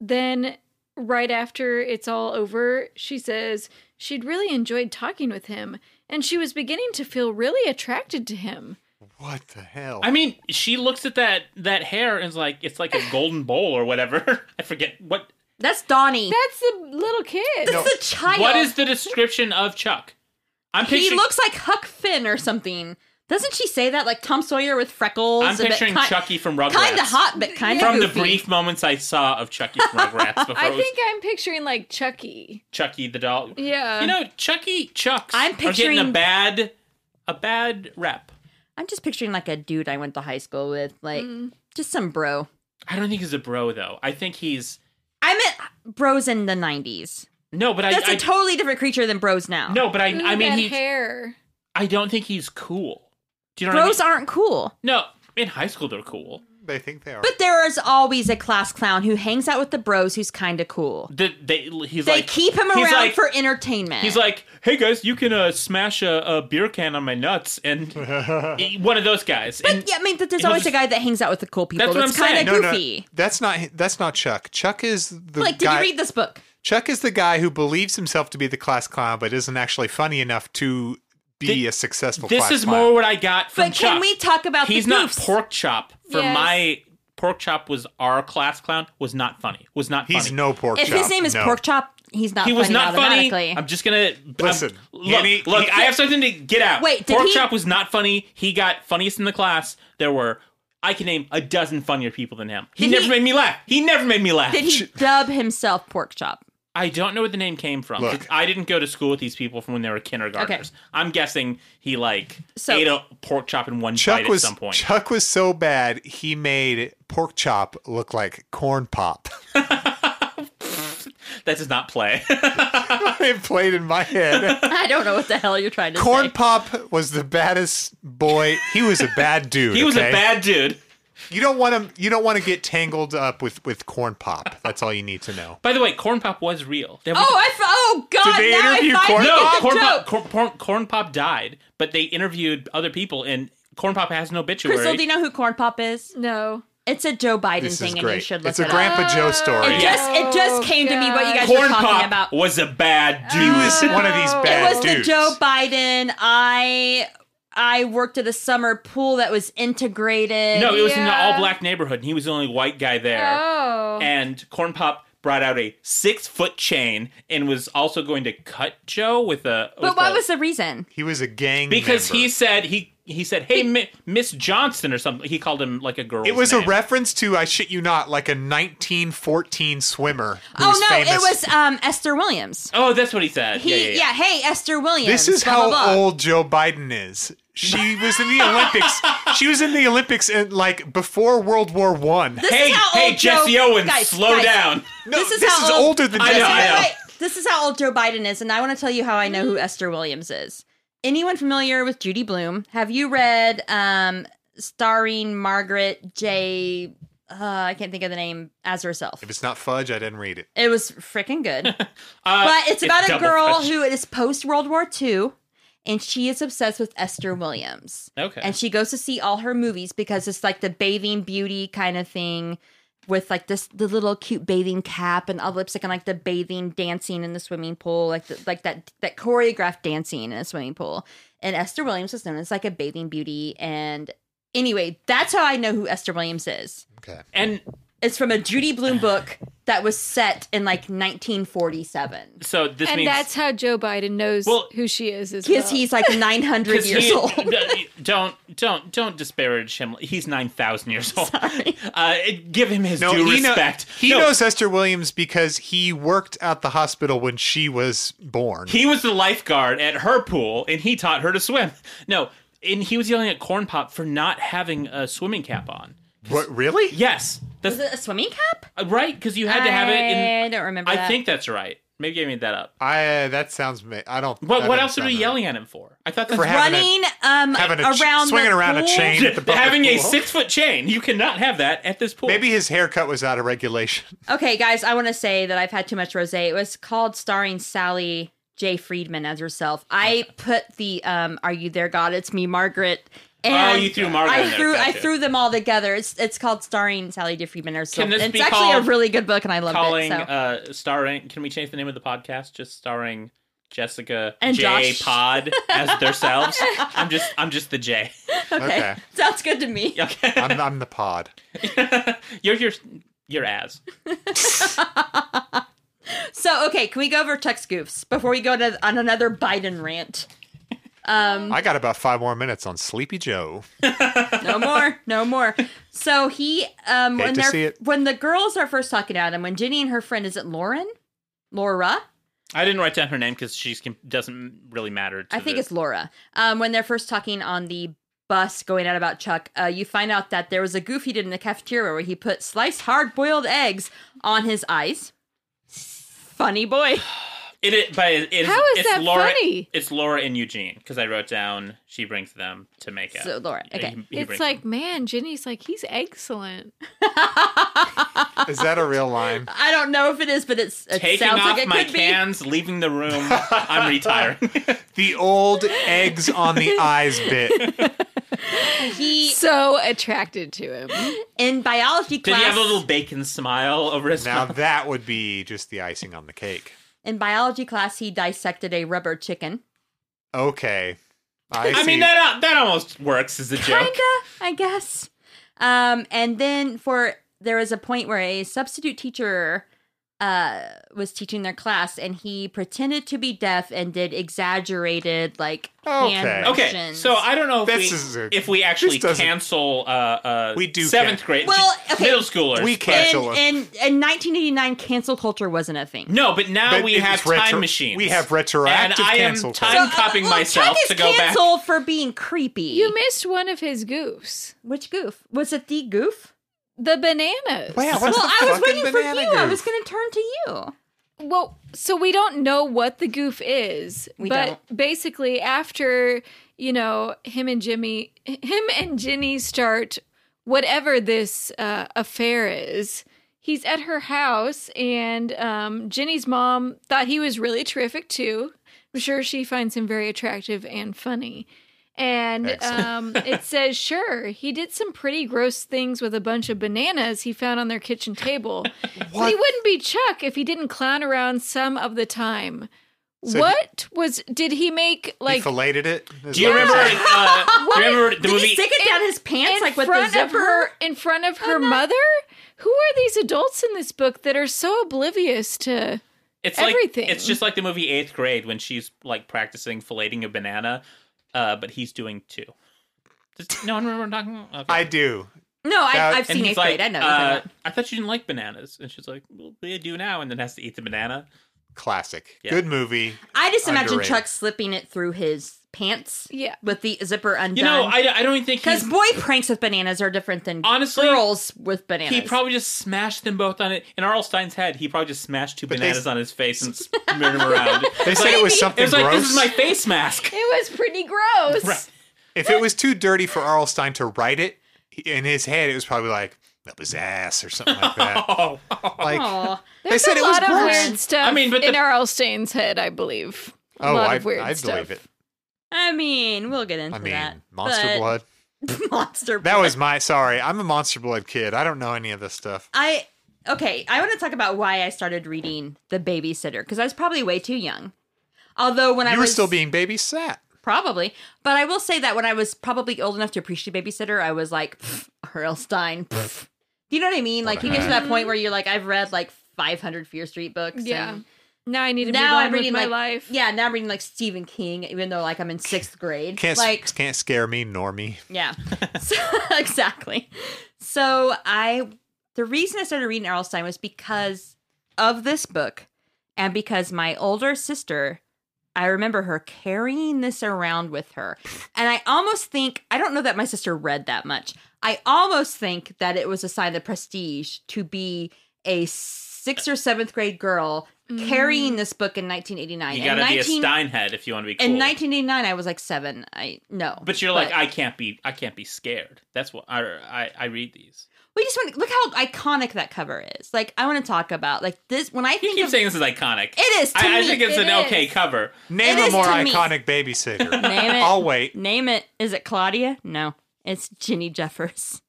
Speaker 1: Then, right after it's all over, she says she'd really enjoyed talking with him and she was beginning to feel really attracted to him.
Speaker 4: What the hell?
Speaker 3: I mean, she looks at that that hair and is like, it's like a golden bowl or whatever. I forget what
Speaker 2: That's Donnie.
Speaker 1: That's the little kid.
Speaker 2: That's a child.
Speaker 3: what is the description of Chuck. I'm
Speaker 2: he
Speaker 3: picturing.
Speaker 2: looks like Huck Finn or something. Doesn't she say that like Tom Sawyer with freckles?
Speaker 3: I'm
Speaker 2: a bit
Speaker 3: picturing
Speaker 2: ki-
Speaker 3: Chucky from Rugrats.
Speaker 2: Kind of hot, but kind of
Speaker 3: From the brief moments I saw of Chucky from Rugrats before
Speaker 1: I
Speaker 3: it was
Speaker 1: think I'm picturing like Chucky.
Speaker 3: Chucky the doll.
Speaker 1: Yeah.
Speaker 3: You know, Chucky Chucks
Speaker 2: I'm
Speaker 3: are getting
Speaker 2: picturing-
Speaker 3: a bad a bad rep.
Speaker 2: I'm just picturing like a dude I went to high school with, like just some bro.
Speaker 3: I don't think he's a bro though. I think he's
Speaker 2: I meant bros in the '90s.
Speaker 3: no, but I,
Speaker 2: That's a
Speaker 3: I
Speaker 2: totally different creature than bros now.
Speaker 3: no, but I
Speaker 1: Ooh,
Speaker 3: I mean
Speaker 1: that
Speaker 3: he
Speaker 1: hair.
Speaker 3: I don't think he's cool. Do you know
Speaker 2: bros
Speaker 3: what
Speaker 2: aren't cool.
Speaker 3: I mean? No, in high school they're cool.
Speaker 4: they think they are.
Speaker 2: But there is always a class clown who hangs out with the bros who's kind of cool.
Speaker 3: The, they he's
Speaker 2: They
Speaker 3: like
Speaker 2: keep him
Speaker 3: he's
Speaker 2: around
Speaker 3: like-
Speaker 2: for entertainment.
Speaker 3: He's like, "Hey guys, you can uh, smash a, a beer can on my nuts," and he- one of those guys.
Speaker 2: but
Speaker 3: and
Speaker 2: yeah, I mean, there's
Speaker 3: he'll
Speaker 2: always
Speaker 3: just-
Speaker 2: a guy that hangs out with the cool people.
Speaker 3: That's what I'm
Speaker 2: kind
Speaker 3: saying.
Speaker 2: of
Speaker 4: no, no,
Speaker 2: goofy.
Speaker 4: that's not that's not Chuck. Chuck is the
Speaker 2: Like, did
Speaker 4: guy.
Speaker 2: you read this book?
Speaker 4: Chuck is the guy who believes himself to be the class clown, but isn't actually funny enough to be
Speaker 3: Thi-
Speaker 4: a successful.
Speaker 3: this
Speaker 4: class
Speaker 3: is
Speaker 4: clown.
Speaker 3: more what I got from.
Speaker 2: But can
Speaker 3: Chuck.
Speaker 2: we talk about the
Speaker 3: He's not
Speaker 2: goofs?
Speaker 3: pork chop for
Speaker 1: Yes.
Speaker 3: my pork chop was our class clown was not funny. Was not.
Speaker 4: He's
Speaker 3: funny.
Speaker 4: no pork
Speaker 2: If
Speaker 4: chop.
Speaker 2: his name is
Speaker 4: no.
Speaker 2: Pork Chop, he's not.
Speaker 3: He was
Speaker 2: funny
Speaker 3: not funny.
Speaker 2: automatically.
Speaker 3: I'm just gonna I'm-
Speaker 4: Listen,
Speaker 3: look,
Speaker 4: he-
Speaker 3: look.
Speaker 4: he-
Speaker 3: I have something to get out.
Speaker 2: Wait, did
Speaker 3: pork
Speaker 2: he-
Speaker 3: chop was not funny. He got funniest in the class. There were. I can name a dozen funnier people than him. He
Speaker 2: Did
Speaker 3: never
Speaker 2: he-
Speaker 3: made me laugh. He never made me laugh.
Speaker 2: Did he dub himself Pork Chop?
Speaker 3: I don't know where the name came from.
Speaker 4: Look.
Speaker 3: 'cause I didn't go to school with these people from when they were kindergartners. I'm guessing he like
Speaker 2: So-
Speaker 3: ate a pork chop in one
Speaker 4: Chuck
Speaker 3: bite
Speaker 4: was
Speaker 3: at some point.
Speaker 4: Chuck was so bad he made pork chop look like corn pop.
Speaker 3: That does not play.
Speaker 4: it played in my head.
Speaker 2: I don't know what the hell you're trying to
Speaker 4: Corn
Speaker 2: say.
Speaker 4: Pop was the baddest boy. He was a bad dude.
Speaker 3: he was
Speaker 4: okay?
Speaker 3: a bad dude.
Speaker 4: You don't want to. You don't want to get tangled up with with Corn Pop. That's all you need to know.
Speaker 3: By the way, corn pop was real. Then we
Speaker 2: Oh, I f- oh god!
Speaker 4: Did they
Speaker 2: now
Speaker 4: interview
Speaker 2: I finally
Speaker 4: Corn
Speaker 2: get
Speaker 3: no,
Speaker 2: the
Speaker 3: corn
Speaker 2: joke.
Speaker 3: pop, corn, corn, corn pop died, but they interviewed other people, and corn pop has an obituary.
Speaker 2: Crystal, do you know who Corn Pop is?
Speaker 1: No.
Speaker 2: It's a Joe Biden
Speaker 4: This is
Speaker 2: thing, and you
Speaker 4: great.
Speaker 2: should look
Speaker 4: It's
Speaker 2: it
Speaker 4: a
Speaker 2: up.
Speaker 4: Grandpa Joe story.
Speaker 2: It just it just came to me what you guys were
Speaker 3: corn
Speaker 2: talking
Speaker 3: pop
Speaker 2: about. Oh,
Speaker 3: was a bad dude.
Speaker 4: he was one of these
Speaker 1: It
Speaker 4: bad
Speaker 2: it was
Speaker 4: dudes.
Speaker 2: the Joe Biden. I I worked at a summer pool that was integrated.
Speaker 3: no, it was in an
Speaker 1: Yeah.
Speaker 3: all black neighborhood, and he was the only white guy there.
Speaker 1: Oh.
Speaker 3: and Corn Pop brought out a six foot chain and was also going to cut Joe with a.
Speaker 2: but
Speaker 3: with
Speaker 2: what
Speaker 3: a-
Speaker 2: was the reason?
Speaker 4: He was a gang.
Speaker 3: because
Speaker 4: member.
Speaker 3: he said he he said hey Mi- Miss Johnson or something. He called him like a girl.
Speaker 4: It was a reference to I shit you not, like a 1914 swimmer. Who
Speaker 2: Oh
Speaker 4: was
Speaker 2: no,
Speaker 4: famous.
Speaker 2: it was um, Esther Williams.
Speaker 3: Oh, that's what he said.
Speaker 2: He,
Speaker 3: yeah, yeah, yeah.
Speaker 2: hey, Esther Williams.
Speaker 4: This is
Speaker 2: blah,
Speaker 4: how
Speaker 2: blah, blah.
Speaker 4: old Joe Biden is. She was in the Olympics. she was in the Olympics in like before World War One.
Speaker 2: This
Speaker 3: Hey,
Speaker 2: is how
Speaker 3: hey,
Speaker 2: old
Speaker 3: Jesse
Speaker 2: Joe,
Speaker 3: Owens,
Speaker 2: guys,
Speaker 3: slow
Speaker 2: guys,
Speaker 3: down.
Speaker 4: No,
Speaker 2: this is how old-
Speaker 4: older than
Speaker 3: I
Speaker 4: Jesse.
Speaker 3: know, I know.
Speaker 2: Wait, this is how old Joe Biden is, and I want to tell you how I know who Esther Williams is. Anyone familiar with Judy Bloom? Have you read um, starring Margaret J. Uh, I can't think of the name as herself.
Speaker 4: If it's not fudge, I didn't read it.
Speaker 2: It was freaking good.
Speaker 3: Uh,
Speaker 2: But it's about a
Speaker 3: double
Speaker 2: girl
Speaker 3: fudge.
Speaker 2: who is post World War II, and she is obsessed with Esther Williams.
Speaker 3: Okay.
Speaker 2: And she goes to see all her movies because it's like the bathing beauty kind of thing with like this the little cute bathing cap and all the lipstick and like the bathing dancing in the swimming pool like the, like that that choreographed dancing in a swimming pool and Esther Williams was known as like a bathing beauty and anyway that's how I know who Esther Williams is
Speaker 4: Okay.
Speaker 3: and
Speaker 2: it's from a Judy Blume book that was set in like 1947
Speaker 3: so this
Speaker 1: and
Speaker 3: means
Speaker 1: that's how Joe Biden knows
Speaker 3: Well,
Speaker 1: who she is as
Speaker 2: because
Speaker 1: well.
Speaker 2: he's like 900
Speaker 3: 'cause
Speaker 2: years
Speaker 3: he-
Speaker 2: old.
Speaker 3: d- don't don't don't disparage him. He's nine thousand years old. Uh, give him his due
Speaker 4: he kno-
Speaker 3: respect.
Speaker 4: he
Speaker 3: No,
Speaker 4: knows Esther Williams because he worked at the hospital when she was born.
Speaker 3: He was the lifeguard at her pool, and he taught her to swim. No, and he was yelling at Corn Pop for not having a swimming cap on.
Speaker 4: what, really?
Speaker 3: Yes, that's
Speaker 2: Is it a swimming cap?
Speaker 3: uh, right because you had to have it.
Speaker 2: I
Speaker 3: in...
Speaker 2: don't remember.
Speaker 3: I
Speaker 2: that.
Speaker 3: think that's right. Maybe I made that up.
Speaker 4: I that sounds. ma- I don't.
Speaker 3: What
Speaker 4: that
Speaker 3: What
Speaker 4: doesn't
Speaker 3: else are we
Speaker 4: sound right.
Speaker 3: yelling at him for? I thought that's
Speaker 4: For having
Speaker 2: running um
Speaker 4: having a ch-
Speaker 2: around
Speaker 4: swinging
Speaker 2: the
Speaker 4: around a
Speaker 2: pool.
Speaker 4: chain. at the public
Speaker 3: having a
Speaker 4: pool.
Speaker 3: six foot chain. You cannot have that at this pool.
Speaker 4: Maybe his haircut was out of regulation.
Speaker 2: Okay, guys, I want to say that I've had too much rosé. It was called starring Sally Jay Friedman as herself. I put the um, "Are you there, God? It's me, Margaret."
Speaker 3: Oh, you threw Margaret
Speaker 2: I
Speaker 3: in there,
Speaker 2: threw I
Speaker 3: gotcha.
Speaker 2: threw them all together. It's it's called starring Sally J. Friedman herself.
Speaker 3: Can this
Speaker 2: it's
Speaker 3: be
Speaker 2: actually a
Speaker 3: called
Speaker 2: really good book, and I love
Speaker 3: calling
Speaker 2: it. So.
Speaker 3: uh starring can we change the name of the podcast just starring jessica
Speaker 2: And
Speaker 3: j
Speaker 2: Josh.
Speaker 3: pod as themselves i'm just i'm just the j
Speaker 2: okay.
Speaker 4: okay.
Speaker 2: sounds good to me.
Speaker 3: okay
Speaker 4: I'm, I'm the pod.
Speaker 3: you're your your ass
Speaker 2: So okay, can we go over Tex Goofs before we go to on another Biden rant? Um,
Speaker 4: I got about five more minutes on Sleepy Joe.
Speaker 2: no more, no more. So he, um,
Speaker 4: Hate
Speaker 2: when
Speaker 4: to
Speaker 2: they're
Speaker 4: see it.
Speaker 2: when the girls are first talking at him, when Ginny and her friend is it Lauren, Laura,
Speaker 3: i didn't write down her name because she doesn't really matter to
Speaker 2: I think
Speaker 3: the-
Speaker 2: it's Laura. Um, when they're first talking on the bus going out about Chuck, uh, you find out that there was a goof he did in the cafeteria where he put sliced hard boiled eggs on his eyes. Funny boy.
Speaker 3: it, it but it, it
Speaker 1: How is
Speaker 3: it's
Speaker 1: that
Speaker 3: laura,
Speaker 1: funny?
Speaker 3: it's laura and eugene because i wrote down she brings them to make out
Speaker 2: So Laura,
Speaker 3: He-
Speaker 2: okay.
Speaker 3: he
Speaker 1: it's
Speaker 3: brings
Speaker 1: like, man, Jenny's like, he's excellent.
Speaker 4: Is that a real line?
Speaker 2: I don't know if it is, but it's it
Speaker 3: Taking
Speaker 2: sounds
Speaker 3: off
Speaker 2: like it
Speaker 3: my
Speaker 2: could
Speaker 3: cans, leaving the room. I'm retiring.
Speaker 4: The old eggs on the eyes bit.
Speaker 2: be. He
Speaker 1: So attracted to him.
Speaker 2: in biology
Speaker 3: Did
Speaker 2: class.
Speaker 3: he have a little bacon smile over his
Speaker 4: Now
Speaker 3: mouth?
Speaker 4: that would be just the icing on the cake.
Speaker 2: In biology class, he dissected a rubber chicken.
Speaker 4: Okay. I,
Speaker 3: I
Speaker 4: see.
Speaker 3: mean, that uh, that almost works as a joke.
Speaker 2: Kinda, I guess. Um, and then for there was a point where a substitute teacher uh was teaching their class and he pretended to be deaf and did exaggerated like hand
Speaker 4: Okay.
Speaker 3: Okay,
Speaker 2: motions.
Speaker 3: so I don't know if
Speaker 4: This
Speaker 3: we,
Speaker 4: is a-
Speaker 3: if we actually
Speaker 4: this doesn't-
Speaker 3: cancel uh, uh,
Speaker 4: We do
Speaker 3: seventh
Speaker 4: can-
Speaker 3: grade
Speaker 2: Well, okay.
Speaker 3: middle schoolers.
Speaker 4: We
Speaker 3: but-
Speaker 4: can-
Speaker 2: in,
Speaker 4: Angela.
Speaker 2: in, in 1989 cancel culture wasn't a thing.
Speaker 3: No, but now
Speaker 4: But
Speaker 3: we
Speaker 4: it's
Speaker 3: have
Speaker 4: retro-
Speaker 3: time machines.
Speaker 4: we have retroactive
Speaker 3: and I am
Speaker 4: cancel
Speaker 3: time
Speaker 4: culture.
Speaker 3: copying
Speaker 2: uh, well,
Speaker 3: myself
Speaker 2: Chuck is
Speaker 3: to go back.
Speaker 2: canceled for being creepy.
Speaker 1: You missed one of his goofs.
Speaker 2: Which goof? Was it the goof?
Speaker 1: The bananas.
Speaker 4: Wow,
Speaker 2: Well,
Speaker 4: what's the
Speaker 2: I was
Speaker 4: fucking
Speaker 2: waiting for
Speaker 4: banana
Speaker 2: you. I
Speaker 4: goof?
Speaker 2: was going to turn to you.
Speaker 1: Well, so we don't know what the goof is,
Speaker 2: We
Speaker 1: but basically, after you know him and Jimmy, him and Ginny start whatever this uh, affair is. He's at her house, and um, Ginny's mom thought he was really terrific too. I'm sure she finds him very attractive and funny. And um, it says, sure, he did some pretty gross things with a bunch of bananas he found on their kitchen table. But he
Speaker 4: What?
Speaker 1: wouldn't be Chuck if he didn't clown around some of the time.
Speaker 4: So
Speaker 1: what was did he make
Speaker 4: He
Speaker 1: like
Speaker 4: filleted it. Is
Speaker 3: Do you
Speaker 4: what you're
Speaker 3: remember?
Speaker 4: saying?
Speaker 3: Uh, do you remember the
Speaker 2: Did
Speaker 3: movie?
Speaker 2: he stick it
Speaker 1: in-
Speaker 2: down his pants
Speaker 1: in
Speaker 2: like with the
Speaker 1: front of
Speaker 2: zipper?
Speaker 1: her in front of her mother? Who are these adults in this book that are so oblivious to
Speaker 3: It's
Speaker 1: Everything.
Speaker 3: Like, it's just like the movie Eighth Grade when she's like practicing filleting a banana, uh, but he's doing two. Does no one remember talking? Okay.
Speaker 4: I do.
Speaker 2: No, I,
Speaker 4: That-
Speaker 2: I've
Speaker 3: And
Speaker 2: seen
Speaker 3: he's
Speaker 2: eighth
Speaker 3: like,
Speaker 2: grade. I know.
Speaker 3: Uh, I thought you didn't like bananas, and she's like, "Well, they do now," and then has to eat the banana.
Speaker 4: Classic.
Speaker 3: Yeah.
Speaker 4: Good movie.
Speaker 2: I just imagine
Speaker 4: underrated.
Speaker 2: Chuck slipping it through his pants.
Speaker 1: Yeah.
Speaker 2: With the zipper undone.
Speaker 3: You know, I, I don't even think
Speaker 2: because
Speaker 3: he's
Speaker 2: boy pranks with bananas are different than
Speaker 3: Honestly,
Speaker 2: girls with bananas.
Speaker 3: he probably just smashed them both on it. In Arl Stein's head, he probably just smashed two
Speaker 4: But they-
Speaker 3: bananas on his face and smeared them around.
Speaker 4: They said it was something
Speaker 3: It was like
Speaker 4: gross.
Speaker 3: this is my face mask.
Speaker 1: It was pretty gross.
Speaker 3: Right.
Speaker 4: if it was too dirty for Arlstein to write it he- in his head, it was probably like up his ass or something like that.
Speaker 3: Oh,
Speaker 4: Like
Speaker 2: Aw.
Speaker 4: they said,
Speaker 1: a
Speaker 4: it was
Speaker 1: lot of
Speaker 4: gross.
Speaker 1: weird stuff
Speaker 3: I mean, but
Speaker 1: in
Speaker 3: the-
Speaker 1: our Elstein's head, I believe. A
Speaker 4: Oh,
Speaker 1: lot
Speaker 4: I,
Speaker 1: of weird
Speaker 4: I
Speaker 1: stuff.
Speaker 4: believe it.
Speaker 2: I mean, we'll get into
Speaker 4: I mean,
Speaker 2: that.
Speaker 4: Monster
Speaker 2: but-
Speaker 4: Blood.
Speaker 2: monster.
Speaker 4: That
Speaker 2: blood.
Speaker 4: was my sorry. I'm a Monster Blood kid. I don't know any of this stuff.
Speaker 2: I. Okay, I want to talk about why I started reading The Babysitter because I was probably way too young. Although when I
Speaker 4: You were
Speaker 2: was
Speaker 4: still being babysat.
Speaker 2: Probably. But I will say that when I was probably old enough to appreciate Babysitter, I was like, "Pff, R.L. Stein. pff." Do you know what I mean? Like, you get to that point where you're like, I've read like 500 Fear Street books.
Speaker 1: Yeah.
Speaker 2: and
Speaker 1: Now I need to
Speaker 2: now
Speaker 1: move on
Speaker 2: I'm
Speaker 1: with
Speaker 2: reading
Speaker 1: my
Speaker 2: like,
Speaker 1: life.
Speaker 2: Yeah, now I'm reading like Stephen King, even though like I'm in sixth grade.
Speaker 4: Can't s-
Speaker 2: like,
Speaker 4: can't scare me nor me.
Speaker 2: yeah, so, exactly. So I, the reason I started reading Errol Stein was because of this book, and because my older sister, I remember her carrying this around with her, and I almost think I don't know that my sister read that much. I almost think that it was a sign of prestige to be a sixth or seventh grade girl carrying this book in 1989.
Speaker 3: You
Speaker 2: In
Speaker 3: gotta be
Speaker 2: 19
Speaker 3: a Steinhead if you want to be cool.
Speaker 2: In 1989, I was like seven. I no.
Speaker 3: but you're like, I can't be, I can't be scared. That's what I, I, I read these.
Speaker 2: we just want to look how iconic that cover is. Like, I want to talk about like this when I
Speaker 3: You
Speaker 2: think
Speaker 3: keep
Speaker 2: of
Speaker 3: saying this is iconic.
Speaker 2: it is to
Speaker 3: I, I
Speaker 2: me.
Speaker 3: think it's
Speaker 1: it
Speaker 3: an okay
Speaker 1: is.
Speaker 3: cover.
Speaker 4: Name
Speaker 2: It
Speaker 4: a
Speaker 2: is
Speaker 4: more
Speaker 2: to me.
Speaker 4: iconic babysitter.
Speaker 2: Name it.
Speaker 4: I'll wait.
Speaker 2: Name it. Is it Claudia? No, it's Ginny Jeffers.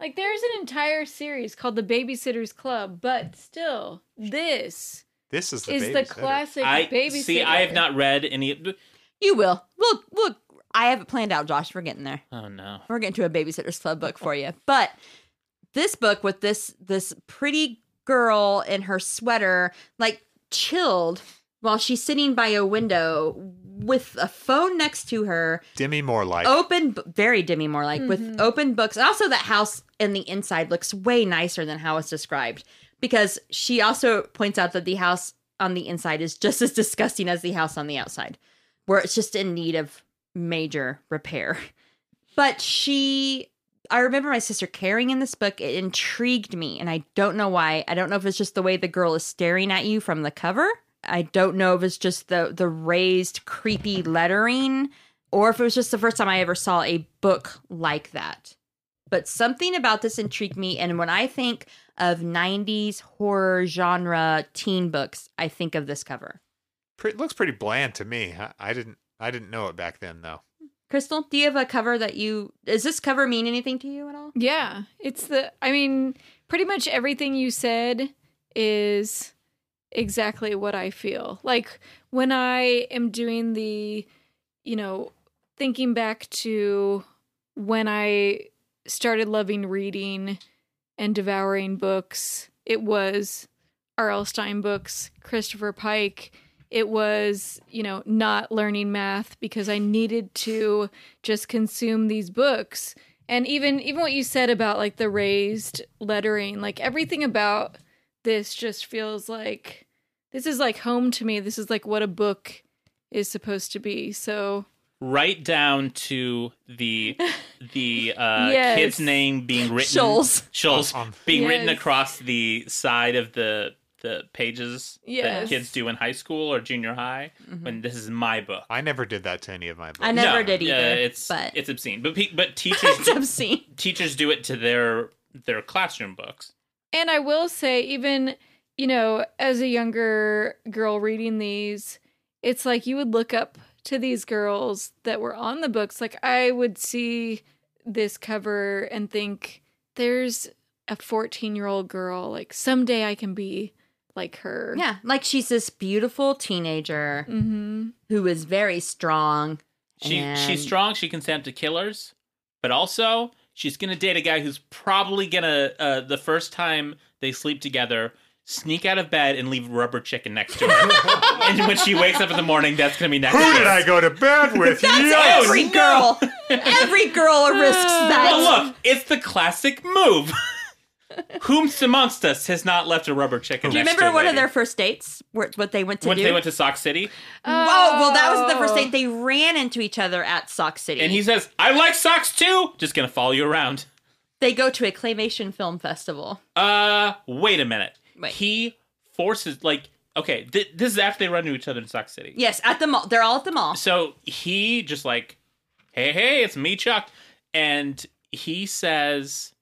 Speaker 1: Like there's an entire series called The Babysitter's Club, but still, this
Speaker 4: This is the
Speaker 1: is the
Speaker 4: babysitter.
Speaker 1: classic
Speaker 3: I
Speaker 1: babysitter.
Speaker 3: see. I have not read any.
Speaker 2: You will. Look, look. I have it planned out, Josh. We're getting there.
Speaker 3: Oh no.
Speaker 2: We're getting to a babysitters club book for you. But this book with this this pretty girl in her sweater, like chilled while she's sitting by a window with a phone next to her
Speaker 4: Demi Moore like.
Speaker 2: open b- very demi moore like with open books and also that house and the inside looks way nicer than how it's described because she also points out that the house on the inside is just as disgusting as the house on the outside where it's just in need of major repair but she i remember my sister carrying in this book it intrigued me and i don't know why i don't know if it's just the way the girl is staring at you from the cover i don't know if it's just the the raised creepy lettering or if it was just the first time i ever saw a book like that but something about this intrigued me and when i think of 90s horror genre teen books i think of this cover
Speaker 4: Pre- looks pretty bland to me. I, I didn't. I didn't know it back then though.
Speaker 2: crystal do you have a cover that you does this cover mean anything to you at all
Speaker 1: Yeah, it's the. I mean, pretty much everything you said is exactly what I feel. Like when I am doing the, you know, thinking back to when I started loving reading and devouring books, it was R.L. Stein books, Christopher Pike. It was, you know, not learning math because I needed to just consume these books. And even even what you said about like the raised lettering, like everything about this just feels like this is like home to me. This is like what a book is supposed to be. So
Speaker 3: Right down to the the uh,
Speaker 1: Yes.
Speaker 3: kid's name being written.
Speaker 2: Shoals.
Speaker 3: Shoals
Speaker 4: Um,
Speaker 3: being written
Speaker 1: Yes.
Speaker 3: across the side of the the pages that
Speaker 1: Yes. Mm-hmm.
Speaker 3: kids do in high school or junior high. When this is my book.
Speaker 4: I never did that to any of my books.
Speaker 2: I never
Speaker 3: No,
Speaker 2: did either.
Speaker 3: Yeah, it's
Speaker 2: but
Speaker 3: it's obscene. But pe- but
Speaker 2: it's
Speaker 3: teachers
Speaker 2: obscene.
Speaker 3: teachers do it to their their classroom books.
Speaker 1: And I will say, even, you know, as a younger girl reading these, it's like you would look up to these girls that were on the books. Like I would see this cover and think, there's a 14 year old girl. Like someday I can be like her.
Speaker 2: Yeah, like she's this beautiful teenager
Speaker 1: Mm-hmm.
Speaker 2: who is very strong.
Speaker 3: She
Speaker 2: and-
Speaker 3: she's strong. She can stand up to killers, but also she's gonna date a guy who's probably gonna uh, the first time they sleep together sneak out of bed and leave rubber chicken next to her. and when she wakes up in the morning, that's gonna be next.
Speaker 4: Who
Speaker 3: to
Speaker 4: did
Speaker 3: her.
Speaker 4: I go to bed with?
Speaker 2: That's
Speaker 4: Yes!
Speaker 2: every girl. every girl risks that.
Speaker 3: Well, look, it's the classic move. Whomst amongst us has not left a rubber chicken?
Speaker 2: Do you
Speaker 3: next
Speaker 2: remember
Speaker 3: to a
Speaker 2: one of
Speaker 3: lady?
Speaker 2: their first dates? Where, what they went to
Speaker 3: when
Speaker 2: do?
Speaker 3: they went to Sock City?
Speaker 2: Whoa! Well, that was
Speaker 1: Oh.
Speaker 2: the first date. They ran into each other at Sock City,
Speaker 3: And he says, I like socks too. Just gonna follow you around.
Speaker 2: they go to a claymation film festival.
Speaker 3: Uh, wait a minute.
Speaker 2: Wait.
Speaker 3: He forces, like, okay, th- this is after they run into each other in Sock City.
Speaker 2: Yes, at the mall. They're all at the mall.
Speaker 3: So he just like, hey, hey, it's me, Chuck. And he says,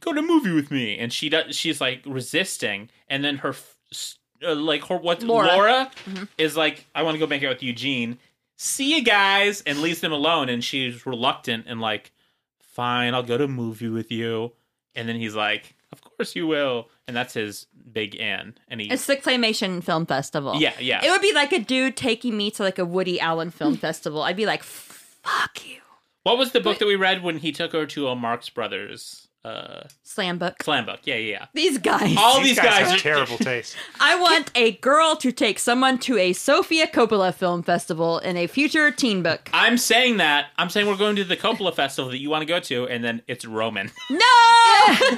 Speaker 3: go to a movie with me. And she does, she's like resisting. And then her, f- s- uh, like, her, what,
Speaker 2: Laura.
Speaker 3: Laura, is like, I want to go make out with Eugene. See you guys. And leaves them alone. And she's reluctant and like, fine, I'll go to a movie with you. And then he's like, of course you will. And that's his big N. And he,
Speaker 2: It's the claymation film festival.
Speaker 3: yeah, yeah.
Speaker 2: it would be like a dude taking me to like a Woody Allen film festival. I'd be like, "Fuck you,
Speaker 3: What was the book that we read when he took her to a Marx Brothers uh,
Speaker 2: slam book."
Speaker 3: slam book? Yeah, yeah, yeah.
Speaker 2: These guys.
Speaker 3: All
Speaker 4: These
Speaker 3: these, guys,
Speaker 4: have
Speaker 3: are
Speaker 4: terrible taste.
Speaker 2: I want a girl to take someone to a Sofia Coppola film festival in a future teen book.
Speaker 3: I'm saying that. I'm saying we're going to the Coppola Festival that you want to go to, and then it's Roman.
Speaker 2: No!
Speaker 3: we're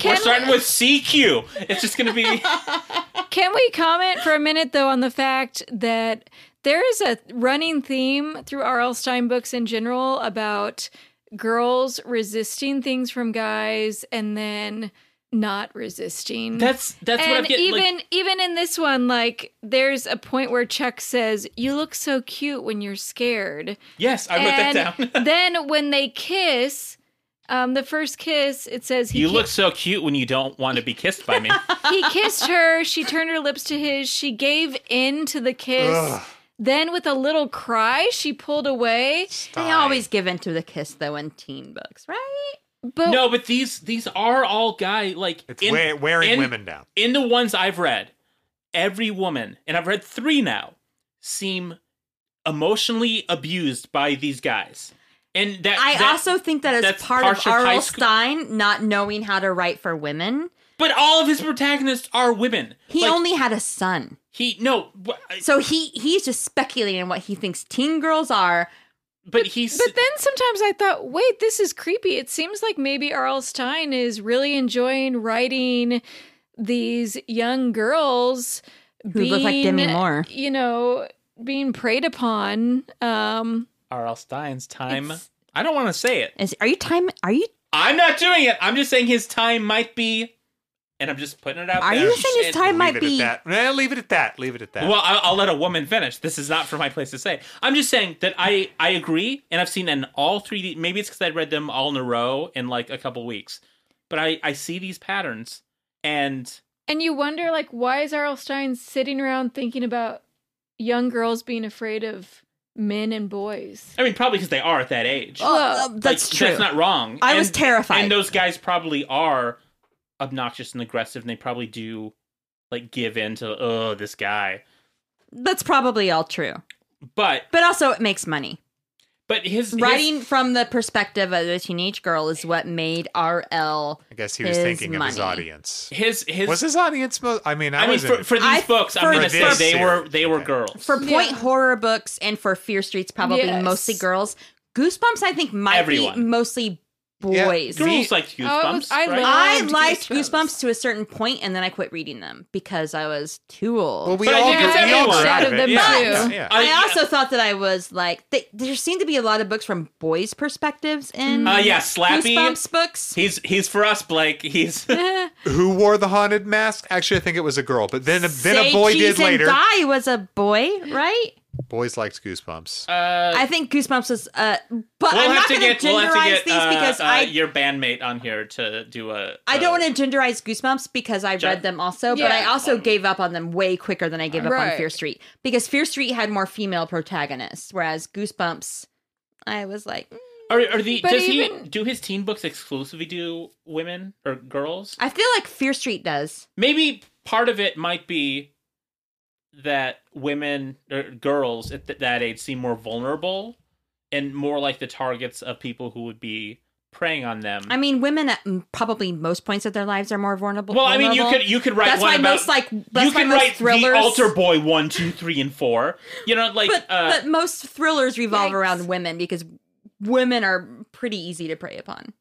Speaker 1: Can,
Speaker 3: starting with CQ. It's just going to be.
Speaker 1: can we comment for a minute, though, on the fact that there is a running theme through R.L. Stein books in general about girls resisting things from guys and then not resisting.
Speaker 3: That's that's what I'm
Speaker 1: and
Speaker 3: getting. like-
Speaker 1: even even in this one, like there's a point where Chuck says, "You look so cute when you're scared."
Speaker 3: yes, I wrote that down.
Speaker 1: and then when they kiss, um, the first kiss, it says he
Speaker 3: you
Speaker 1: ki-
Speaker 3: look so cute when you don't want to be kissed by me.
Speaker 1: he kissed her. She turned her lips to his. She gave in to the kiss.
Speaker 4: Ugh.
Speaker 1: Then, with a little cry, she pulled away.
Speaker 2: They always give in to the kiss though in teen books, right?
Speaker 1: But
Speaker 3: no, but these these are all guy like
Speaker 4: It's
Speaker 3: in-
Speaker 4: we- wearing
Speaker 3: in-
Speaker 4: women down.
Speaker 3: in the ones I've read, every woman, and I've read three now, seem emotionally abused by these guys. And that
Speaker 2: I
Speaker 3: that-
Speaker 2: also think that as
Speaker 3: that's
Speaker 2: part
Speaker 3: part
Speaker 2: of
Speaker 3: of high
Speaker 2: R.L.
Speaker 3: school-
Speaker 2: Stein not knowing how to write for women,
Speaker 3: but all of his protagonists are women.
Speaker 2: he
Speaker 3: Like,
Speaker 2: only had a son.
Speaker 3: he no, but-
Speaker 2: So he he's just speculating what he thinks teen girls are.
Speaker 3: but he's
Speaker 1: But then sometimes I thought, wait, this is creepy. It seems like maybe R.L. Stein is really enjoying writing these young girls
Speaker 2: Who look like Demi Moore.
Speaker 1: You know, being preyed upon. Um,
Speaker 3: R.L. Stein's time.
Speaker 2: It's-
Speaker 3: I don't want to say it.
Speaker 2: Is are you time are you
Speaker 3: I'm not doing it. I'm just saying his time might be, and I'm just putting it out
Speaker 2: are
Speaker 3: there.
Speaker 2: you saying his
Speaker 3: And-
Speaker 2: time
Speaker 4: leave
Speaker 2: might
Speaker 4: it
Speaker 2: be
Speaker 4: at that. Nah, leave it at that. Leave it at that.
Speaker 3: Well, I'll, I'll let a woman finish. This is not for my place to say. I'm just saying that I I agree, and I've seen in all three. D- Maybe it's because I read them all in a row in like a couple weeks, but I I see these patterns, and
Speaker 1: and you wonder, like, why is R.L. Stein sitting around thinking about young girls being afraid of men and boys?
Speaker 3: I mean probably because they are at that age.
Speaker 2: Oh,
Speaker 1: Well,
Speaker 2: uh, that's
Speaker 3: Like,
Speaker 2: true.
Speaker 3: That's not wrong.
Speaker 2: I was
Speaker 3: And-
Speaker 2: terrified.
Speaker 3: And those guys probably are obnoxious and aggressive, and they probably do like give in to oh this guy.
Speaker 2: that's probably all true.
Speaker 3: But
Speaker 2: But also it makes money.
Speaker 3: but his his-
Speaker 2: Writing from the perspective of a teenage girl is what made RL
Speaker 4: I guess he was
Speaker 2: His
Speaker 4: thinking of his
Speaker 2: money.
Speaker 4: audience.
Speaker 3: his his.
Speaker 4: Was his audience? Mo- I mean, I,
Speaker 3: I mean,
Speaker 4: wasn't.
Speaker 3: for, for these
Speaker 2: I-
Speaker 3: books, I'm
Speaker 2: for
Speaker 3: gonna say
Speaker 2: this
Speaker 3: they were
Speaker 4: series.
Speaker 3: they were
Speaker 4: Okay.
Speaker 3: girls.
Speaker 2: for point
Speaker 1: Yeah.
Speaker 2: horror books and for Fear Streets probably
Speaker 1: Yes.
Speaker 2: mostly girls. Goosebumps I think might be
Speaker 3: Everyone.
Speaker 2: mostly
Speaker 4: Yeah.
Speaker 2: boys.
Speaker 3: Girls like goosebumps.
Speaker 1: Oh, it was- I
Speaker 3: right?
Speaker 1: love-
Speaker 2: I
Speaker 1: loved
Speaker 2: liked
Speaker 1: Goosebumps.
Speaker 2: Goosebumps. to a certain point, and then I quit reading them because I was too old.
Speaker 4: well, we
Speaker 3: But I
Speaker 4: all
Speaker 3: think
Speaker 4: grew,
Speaker 3: it's
Speaker 4: we all
Speaker 3: everyone.
Speaker 4: grew out
Speaker 1: Out
Speaker 4: of it.
Speaker 1: of
Speaker 4: Yeah,
Speaker 1: them
Speaker 4: yeah,
Speaker 1: too.
Speaker 4: yeah.
Speaker 2: I
Speaker 3: yeah.
Speaker 2: also thought that I was like, they, there seemed to be a lot of books from boys' perspectives in
Speaker 3: Uh, yeah, Slappy.
Speaker 2: Goosebumps books.
Speaker 3: He's he's for us, Blake. He's
Speaker 1: Uh,
Speaker 4: Who wore the haunted mask? Actually, I think it was a girl, but then then a boy
Speaker 2: Say
Speaker 4: did
Speaker 2: Cheese and
Speaker 4: later.
Speaker 2: Die was a boy, right?
Speaker 4: Boys liked goosebumps.
Speaker 3: uh,
Speaker 2: I think Goosebumps was. Uh, but
Speaker 3: we'll
Speaker 2: I'm
Speaker 3: have
Speaker 2: not
Speaker 3: to
Speaker 2: going to
Speaker 3: get we'll have to
Speaker 2: genderize
Speaker 3: get
Speaker 2: these
Speaker 3: uh,
Speaker 2: because
Speaker 3: uh,
Speaker 2: I
Speaker 3: your bandmate on here to do a.
Speaker 2: I don't
Speaker 3: a-
Speaker 2: want to genderize Goosebumps because I
Speaker 3: Gen-
Speaker 2: read them also, but I
Speaker 1: Yeah.
Speaker 2: also gave up on them way quicker than I gave up on
Speaker 1: Right.
Speaker 2: Fear Street because Fear Street had more female protagonists, whereas Goosebumps, I was like, mm.
Speaker 3: Are, are the
Speaker 1: But
Speaker 3: does he
Speaker 1: even-
Speaker 3: do his teen books exclusively do women or girls?
Speaker 2: I feel like Fear Street does.
Speaker 3: Maybe part of it might be that women or girls at th- that age seem more vulnerable and more like the targets of people who would be preying on them.
Speaker 2: I mean, women at mm, probably most points of their lives are more vulnerable.
Speaker 3: well, I mean, you
Speaker 2: vulnerable.
Speaker 3: could you could write
Speaker 2: that's
Speaker 3: one
Speaker 2: why
Speaker 3: about
Speaker 2: most like
Speaker 3: you
Speaker 2: that's why
Speaker 3: could
Speaker 2: most
Speaker 3: write the
Speaker 2: thrillers.
Speaker 3: altar boy one, two, three, and four. You know, like
Speaker 2: but,
Speaker 3: uh,
Speaker 2: but most thrillers revolve
Speaker 1: Yikes.
Speaker 2: around women because women are pretty easy to prey upon.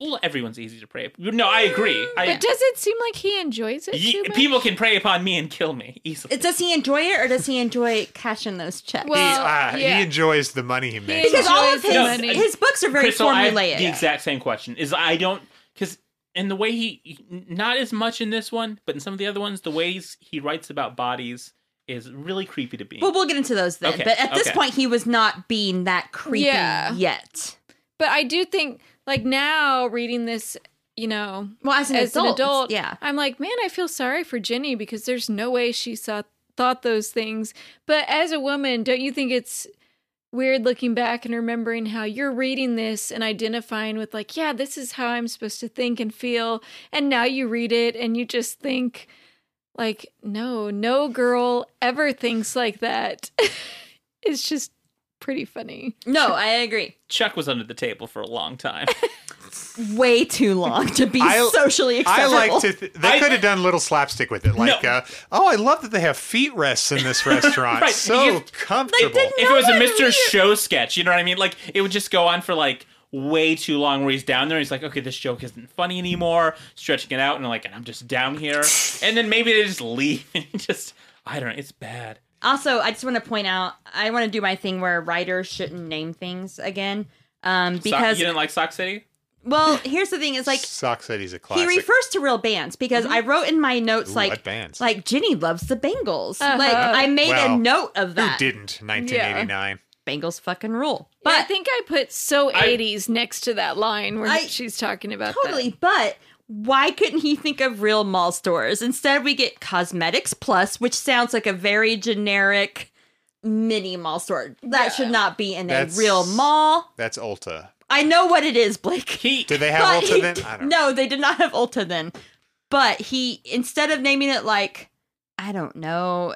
Speaker 3: well, everyone's easy to prey. upon. No, I agree. I,
Speaker 1: But does it seem like he enjoys it?
Speaker 3: Ye-
Speaker 1: too much?
Speaker 3: people can prey upon me and kill me easily.
Speaker 2: It, does he enjoy it or does he enjoy cashing those checks?
Speaker 1: Well,
Speaker 4: he, uh,
Speaker 1: yeah.
Speaker 4: he enjoys the money he makes.
Speaker 2: Oh, because all of his
Speaker 1: enjoys
Speaker 3: the money.
Speaker 2: his books are very
Speaker 3: Crystal, I have
Speaker 2: formulaic.
Speaker 3: the exact same question is I don't because in the way he not as much in this one, but in some of the other ones, the ways he writes about bodies is really creepy to me.
Speaker 2: Well, we'll get into those then.
Speaker 3: Okay,
Speaker 2: But at this
Speaker 3: okay.
Speaker 2: point, he was not being that creepy
Speaker 1: Yeah.
Speaker 2: yet.
Speaker 1: But I do think, like now reading this, you know,
Speaker 2: Well, as an
Speaker 1: as
Speaker 2: adult,
Speaker 1: an adult,
Speaker 2: yeah.
Speaker 1: I'm like, man, I feel sorry for Jenny because there's no way she saw thought those things. But as a woman, don't you think it's weird looking back and remembering how you're reading this and identifying with like, yeah, this is how I'm supposed to think and feel, and now you read it and you just think. Like, no, no girl ever thinks like that. it's just pretty funny.
Speaker 2: No, I agree.
Speaker 3: Chuck was under the table for a long time.
Speaker 2: Way too long to be
Speaker 4: I-
Speaker 2: socially
Speaker 4: I
Speaker 2: acceptable.
Speaker 4: like to. Th- they
Speaker 3: I-
Speaker 4: could have done a little slapstick with it, like, uh, "Oh, I love that they have feet rests in this restaurant.
Speaker 3: Right,
Speaker 4: So
Speaker 3: you-
Speaker 4: comfortable."
Speaker 2: didn't-
Speaker 3: if
Speaker 2: No
Speaker 3: it was a
Speaker 2: one
Speaker 3: Mr.
Speaker 2: really-
Speaker 3: Show sketch, you know what I mean? Like it would just go on for like way too long where he's down there he's like okay this joke isn't funny anymore stretching it out and like i'm just down here and then maybe they just leave and he just i don't know it's bad
Speaker 2: Also, I just want to point out, I want to do my thing where writers shouldn't name things again. Um,
Speaker 3: So-
Speaker 2: because
Speaker 3: you didn't like sock city
Speaker 2: Well, here's the thing: is like
Speaker 4: Sock City's a
Speaker 2: he
Speaker 4: classic.
Speaker 2: refers to real bands because I wrote in my notes
Speaker 4: Ooh,
Speaker 2: like
Speaker 4: what bands?
Speaker 2: like Ginny loves the Bangles.
Speaker 1: Uh-huh.
Speaker 2: Like I made
Speaker 4: Well,
Speaker 2: a note of
Speaker 4: Who
Speaker 2: that.
Speaker 4: didn't? 1989.
Speaker 2: Bangles fucking rule.
Speaker 1: But I
Speaker 2: But
Speaker 1: think I put so
Speaker 3: I-
Speaker 1: 80s next to that line where
Speaker 2: I-
Speaker 1: she's talking about
Speaker 2: totally. But why couldn't he think of real mall stores? Instead, we get Cosmetics Plus, which sounds like a very generic mini mall store. That should not be in
Speaker 4: That's-
Speaker 2: a real mall.
Speaker 4: That's Ulta.
Speaker 2: I know what it is, Blake.
Speaker 3: He
Speaker 4: Did they have
Speaker 2: But
Speaker 4: Ulta
Speaker 2: he-
Speaker 4: then? I don't know.
Speaker 2: no, they did not have Ulta then. But he instead of naming it like I don't know,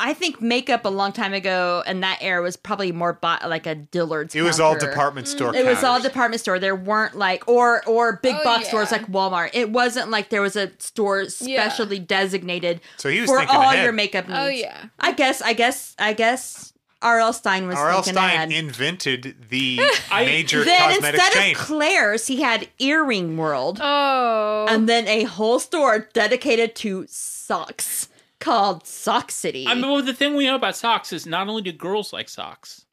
Speaker 2: I think makeup a long time ago in that era was probably more bought like a Dillard's.
Speaker 4: It was all
Speaker 2: counter.
Speaker 4: department store.
Speaker 2: It was all
Speaker 4: counters.
Speaker 2: department store. There weren't like or or big
Speaker 1: Oh,
Speaker 2: box
Speaker 1: yeah.
Speaker 2: stores like Walmart. It wasn't like there was a store
Speaker 1: Yeah.
Speaker 2: specially designated
Speaker 4: So he was
Speaker 2: for
Speaker 4: thinking
Speaker 2: all
Speaker 4: ahead.
Speaker 2: your makeup
Speaker 1: that.
Speaker 2: needs.
Speaker 1: Oh, yeah.
Speaker 2: I guess. I guess. I guess. R.L. Stein was
Speaker 4: R.L.
Speaker 2: thinking
Speaker 4: Stein
Speaker 2: ahead.
Speaker 4: invented the
Speaker 3: I-
Speaker 4: major
Speaker 2: then
Speaker 4: cosmetic
Speaker 2: instead
Speaker 4: chain.
Speaker 2: of Claire's, he had Earring World.
Speaker 1: Oh.
Speaker 2: and then a whole store dedicated to socks called Sock City.
Speaker 3: I mean, well, the thing we know about socks is not only do girls like socks,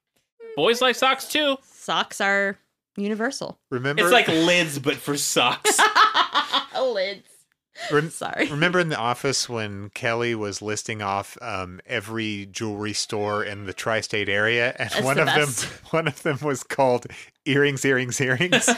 Speaker 3: boys like socks too.
Speaker 2: socks are universal.
Speaker 4: remember,
Speaker 3: It's like lids, but for socks.
Speaker 2: Lids.
Speaker 4: rem-
Speaker 2: Sorry.
Speaker 4: remember in the office when Kelly was listing off um, every jewelry store in the tri-state area, and
Speaker 2: That's
Speaker 4: one
Speaker 2: the
Speaker 4: of
Speaker 2: best.
Speaker 4: them, one of them was called earrings, earrings, earrings.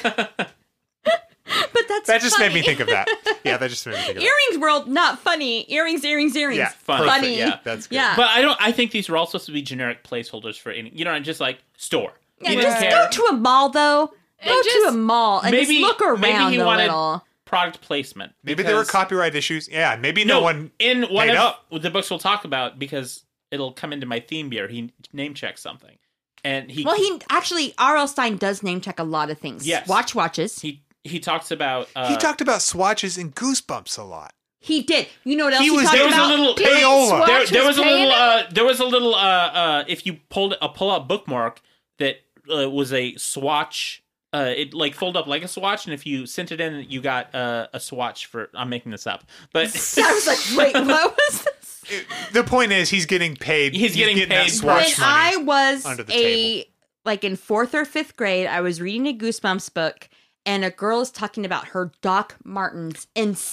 Speaker 2: But that's
Speaker 4: That just made me
Speaker 2: funny.
Speaker 4: think of that. Yeah, that just made me think of that.
Speaker 2: Earrings World, not funny. Earrings, earrings, earrings.
Speaker 4: Yeah,
Speaker 3: Funny.
Speaker 4: perfect.
Speaker 2: Funny.
Speaker 3: yeah.
Speaker 4: That's good.
Speaker 2: Yeah.
Speaker 3: But I don't. I think these were all supposed to be generic placeholders for any. You know, just like store.
Speaker 2: Yeah,
Speaker 3: He didn't
Speaker 2: just
Speaker 3: care.
Speaker 2: go to a mall though.
Speaker 1: And
Speaker 2: Go to
Speaker 1: just-
Speaker 2: a mall and just
Speaker 3: Maybe-
Speaker 2: look around
Speaker 3: maybe he
Speaker 2: a
Speaker 3: wanted-
Speaker 2: little.
Speaker 3: product placement.
Speaker 4: Maybe there were
Speaker 3: because-
Speaker 4: copyright issues. Yeah, maybe no,
Speaker 3: No,
Speaker 4: one.
Speaker 3: in one
Speaker 4: paid
Speaker 3: of
Speaker 4: up.
Speaker 3: the books we'll talk about because it'll come into my theme here. He name checks something, and he
Speaker 2: Well, he actually R.L. Stein does name check a lot of things.
Speaker 3: Yes.
Speaker 2: Watch watches. He,
Speaker 3: he he talks about uh,
Speaker 4: he talked about swatches and goosebumps a lot.
Speaker 2: did. You know what else
Speaker 4: He
Speaker 2: he,
Speaker 4: was-
Speaker 2: talked
Speaker 3: there was
Speaker 2: about?
Speaker 3: a little
Speaker 1: Did
Speaker 3: there,
Speaker 4: Payola.
Speaker 1: swatch
Speaker 3: there- there
Speaker 1: his
Speaker 3: was a little
Speaker 1: payola?
Speaker 3: uh, there was a little uh, uh, if you pulled a pull out bookmark that uh, was a swatch. Uh, it like fold up like a swatch, and if you sent it in, you got uh, a swatch for. I'm making this up, but
Speaker 2: I was like, wait, what was this?
Speaker 4: It- the point is, he's getting paid.
Speaker 3: He's getting
Speaker 4: that
Speaker 3: paid.
Speaker 2: when
Speaker 4: swatch money.
Speaker 2: I was
Speaker 4: under the
Speaker 2: a like in fourth or fifth grade, I was reading a Goosebumps book, and a girl is talking about her Doc Martens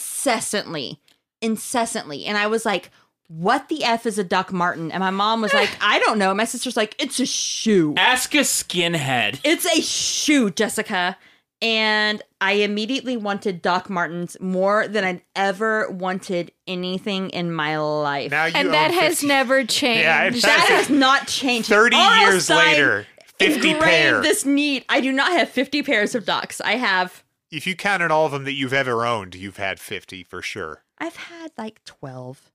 Speaker 2: incessantly, incessantly, and I was like. What the F is a Doc Martin? And my mom was like, I don't know. My sister's like, it's a shoe.
Speaker 3: ask a skinhead.
Speaker 2: It's a shoe, Jessica. And I immediately wanted Doc Martens more than I'd ever wanted anything in my life.
Speaker 4: now you own
Speaker 1: and that has
Speaker 4: 50
Speaker 1: never changed.
Speaker 4: Yeah, in
Speaker 2: that
Speaker 4: fact,
Speaker 2: has not changed.
Speaker 4: 30
Speaker 2: R.L.
Speaker 4: years
Speaker 2: Stine
Speaker 4: later, 50
Speaker 2: engraved
Speaker 4: pair.
Speaker 2: this need. I do not have 50 pairs of docs. I have
Speaker 4: if you counted all of them that you've ever owned, you've had 50 for sure.
Speaker 2: I've had like 12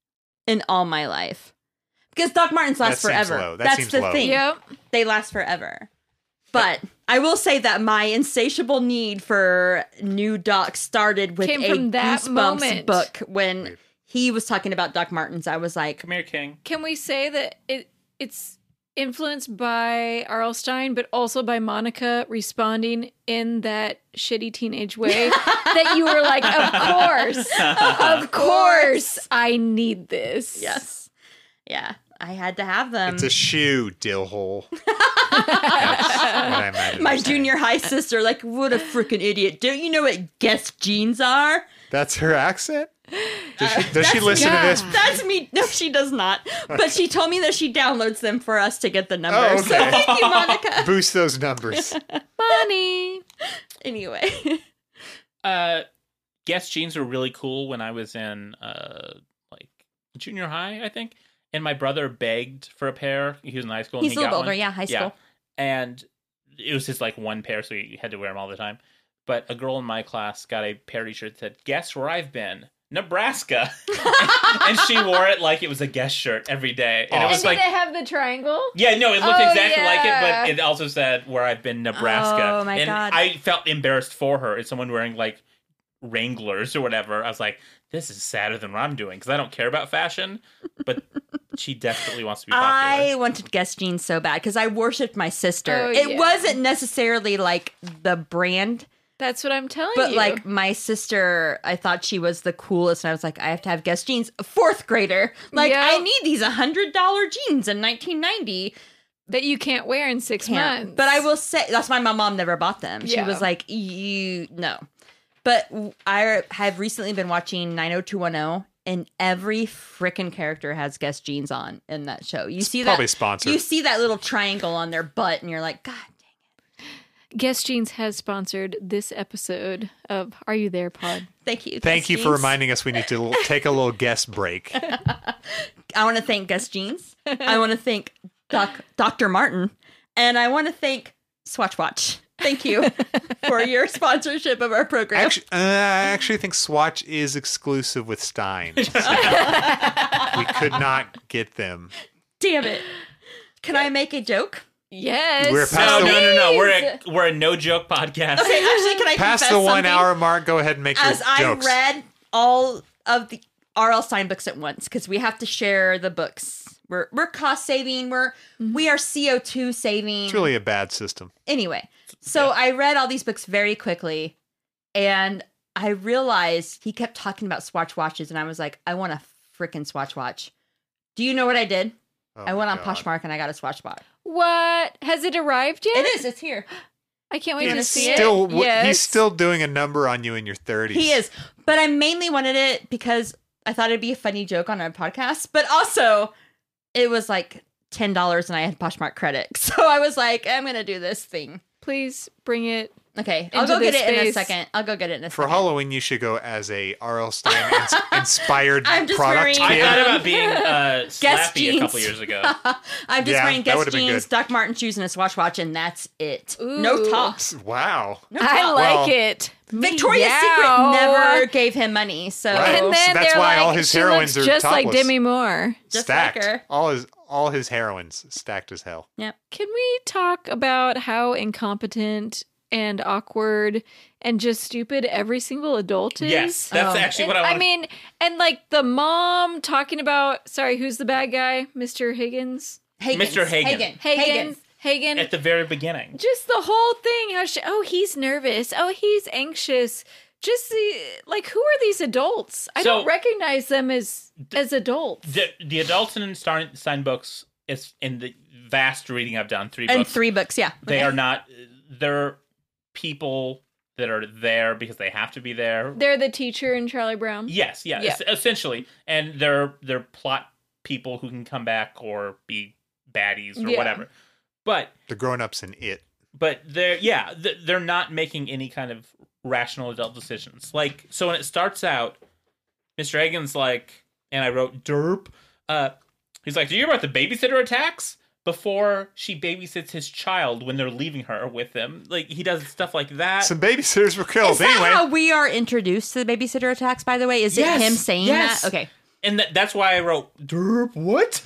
Speaker 2: in all my life. Because Doc Martens last
Speaker 4: That seems
Speaker 2: forever.
Speaker 4: low. That
Speaker 2: That's
Speaker 4: seems
Speaker 2: the
Speaker 4: low.
Speaker 2: thing.
Speaker 1: Yep.
Speaker 2: They last forever. But I will say that my insatiable need for new docs started with
Speaker 1: Came
Speaker 2: a
Speaker 1: from that
Speaker 2: Goosebumps
Speaker 1: moment.
Speaker 2: book when he was talking about Doc Martens. I was like,
Speaker 3: Come here, King.
Speaker 1: Can we say that it it's influenced by R.L. Stein, but also by Monica responding in that shitty teenage way that you were like, of course, of course, I need this.
Speaker 2: yes. Yeah, I had to have them.
Speaker 4: it's a shoe, dill hole. That's what I imagine
Speaker 2: My
Speaker 4: you're saying.
Speaker 2: junior high sister, like, what a freaking idiot. Don't you know what Guess jeans are?
Speaker 4: That's her accent? Does she, does she
Speaker 2: Uh, that's-
Speaker 4: listen
Speaker 1: yeah.
Speaker 4: to this?
Speaker 2: That's me. No, she does not. But she told me that she downloads them for us to get the number.
Speaker 4: Oh,
Speaker 2: So
Speaker 4: okay.
Speaker 2: thank you, Monica.
Speaker 4: Boost those numbers.
Speaker 1: Bonnie.
Speaker 2: Anyway,
Speaker 3: uh guess jeans were really cool when I was in uh like junior high, I think. And my brother begged for a pair. He was in high school.
Speaker 2: he's
Speaker 3: and
Speaker 2: a
Speaker 3: he
Speaker 2: little older.
Speaker 3: got one.
Speaker 2: Yeah, high
Speaker 3: Yeah.
Speaker 2: school.
Speaker 3: And it was just like one pair, so he had to wear them all the time. But a girl in my class got a parody shirt that said, "Guess where I've been." Nebraska, and she wore it like it was a guest shirt every day, and it was
Speaker 4: Awesome.
Speaker 3: like,
Speaker 1: it have the triangle?
Speaker 3: yeah, no, it looked
Speaker 1: Oh,
Speaker 3: exactly
Speaker 1: yeah.
Speaker 3: like it, but it also said where I've been, Nebraska.
Speaker 2: Oh, my
Speaker 3: and
Speaker 2: God.
Speaker 3: I felt embarrassed for her. It's someone wearing like Wranglers or whatever. I was like, this is sadder than what I'm doing because I don't care about fashion, but she desperately wants to be
Speaker 2: I
Speaker 3: popular.
Speaker 2: wanted Guess jeans so bad because I worshipped my sister.
Speaker 1: Oh,
Speaker 2: it
Speaker 1: yeah.
Speaker 2: wasn't necessarily like the brand,
Speaker 1: That's what I'm telling
Speaker 2: but
Speaker 1: you.
Speaker 2: like my sister, I thought she was the coolest, and I was like, I have to have Guess jeans. A fourth grader, like
Speaker 1: Yep.
Speaker 2: I need these hundred dollar jeans in 1990.
Speaker 1: that you can't wear in 6
Speaker 2: can't.
Speaker 1: months.
Speaker 2: But I will say that's why my mom never bought them. She
Speaker 1: Yeah.
Speaker 2: was like, "You no." But w- I have recently been watching 90210 and every freaking character has guest jeans on in that show. You see that
Speaker 4: probably sponsored.
Speaker 2: You see that little triangle on their butt and you're like, "God dang."
Speaker 1: Guest Jeans has sponsored this episode of Are You There Pod.
Speaker 2: Thank you.
Speaker 4: Thank
Speaker 2: Guess
Speaker 4: you for
Speaker 2: Jeans.
Speaker 4: reminding us we need to l- take a little guest break.
Speaker 2: I want to thank Guest Jeans. I want to thank Doc Dr. Martin and I want to thank Swatch Watch. Thank you for your sponsorship of our program.
Speaker 4: Actually, uh, I actually think Swatch is exclusive with Stein. so we could not get them.
Speaker 2: Damn it. Can I make a joke?
Speaker 1: Yes.
Speaker 4: We're
Speaker 3: No,
Speaker 4: past
Speaker 3: no, no,
Speaker 4: the,
Speaker 3: no. We're a, we're a no joke podcast.
Speaker 2: Okay, actually, can I
Speaker 4: past
Speaker 2: confess
Speaker 4: the one
Speaker 2: something?
Speaker 4: hour mark. Go ahead and make
Speaker 2: As
Speaker 4: your
Speaker 2: I
Speaker 4: jokes.
Speaker 2: read all of the R.L. Stein books at once because we have to share the books. We're we're cost saving. We're we are CO two saving.
Speaker 4: it's really a bad system.
Speaker 2: anyway, so I read all these books very quickly, and I realized he kept talking about Swatch watches, and I was like, I want a freaking Swatch watch. Do you know what I did?
Speaker 4: Oh
Speaker 2: I
Speaker 4: my
Speaker 2: went on
Speaker 4: God.
Speaker 2: Poshmark and I got a Swatch watch.
Speaker 1: What? Has it arrived yet?
Speaker 2: It is. It's here.
Speaker 1: I can't wait
Speaker 2: He's
Speaker 1: to
Speaker 2: wanna
Speaker 4: He's
Speaker 1: see
Speaker 4: still,
Speaker 1: it.
Speaker 4: w-
Speaker 1: yes.
Speaker 4: He's still doing a number on you in your 30s.
Speaker 2: He is. But I mainly wanted it because I thought it'd be a funny joke on our podcast. But also, it was like ten dollars, and I had Poshmark credit, so I was like, I'm gonna do this thing.
Speaker 1: Please bring it.
Speaker 2: Okay, I'll
Speaker 1: Into
Speaker 2: go get
Speaker 1: this
Speaker 2: it in a
Speaker 1: space.
Speaker 2: second. I'll go get it in a
Speaker 4: For
Speaker 2: second.
Speaker 4: Halloween, you should go as a R.L. Stein ins- inspired
Speaker 2: I'm just
Speaker 4: product
Speaker 2: wearing-
Speaker 3: I
Speaker 4: kid.
Speaker 3: thought about being uh,
Speaker 2: Guest
Speaker 3: slappy a couple
Speaker 2: jeans.
Speaker 3: years ago.
Speaker 2: I'm just
Speaker 4: Yeah,
Speaker 2: wearing
Speaker 4: that
Speaker 2: Guess
Speaker 4: would've been
Speaker 2: jeans,
Speaker 4: good.
Speaker 2: Doc Marten shoes, and a Swatch watch, and that's it. No
Speaker 1: Ooh.
Speaker 2: tops.
Speaker 4: Wow.
Speaker 2: No tops.
Speaker 1: I like
Speaker 4: Well,
Speaker 1: it.
Speaker 2: Victoria's
Speaker 1: Meow.
Speaker 2: Secret never gave him money, so
Speaker 4: Right.
Speaker 1: Oh. And
Speaker 4: So
Speaker 1: then
Speaker 4: that's
Speaker 1: they're
Speaker 4: why
Speaker 1: like,
Speaker 4: all his
Speaker 1: she
Speaker 4: heroines
Speaker 1: looks
Speaker 4: are
Speaker 1: just like
Speaker 4: topless.
Speaker 1: Demi Moore.
Speaker 2: just
Speaker 4: stacked.
Speaker 2: like her.
Speaker 4: All his all his heroines stacked as hell.
Speaker 1: Can we talk about how incompetent and awkward and just stupid every single adult is?
Speaker 3: Yes, that's
Speaker 2: Oh.
Speaker 3: actually
Speaker 1: And-
Speaker 3: what I want.
Speaker 1: mean, and like the mom talking about, sorry, who's the bad guy? Mr. Higgins?
Speaker 2: Higgins.
Speaker 3: Mr. Hagen.
Speaker 1: Hagen. Hagen.
Speaker 3: at the very beginning.
Speaker 1: just the whole thing. How she, oh, he's nervous. Oh, he's anxious. Just the, like, who are these adults? I
Speaker 3: So-
Speaker 1: don't recognize them as as adults.
Speaker 3: The, the adults in Stein, Stein books is in the vast reading I've done three
Speaker 2: And
Speaker 3: books.
Speaker 2: three books, yeah.
Speaker 3: they are not. They're people that are there because they have to be there.
Speaker 1: They're the teacher and Charlie Brown.
Speaker 3: yes, yeah,
Speaker 1: Yeah.
Speaker 3: es- essentially, and they're they're plot people who can come back or be baddies or
Speaker 1: Yeah.
Speaker 3: whatever. But
Speaker 4: The grown ups in it.
Speaker 3: but they're yeah th- they're not making any kind of rational adult decisions like so when it starts out mr Egan's like and i wrote derp uh he's like do you hear about the babysitter attacks before she babysits his child when they're leaving her with him like he does stuff like that
Speaker 4: Some babysitters were
Speaker 3: Oh,
Speaker 4: killed.
Speaker 2: Uh, Is that
Speaker 4: anyway,
Speaker 2: how we are introduced to the babysitter attacks? By the way, is
Speaker 3: Yes,
Speaker 2: it him saying
Speaker 3: yes.
Speaker 2: that? Okay,
Speaker 3: and th- that's why I wrote derp. What?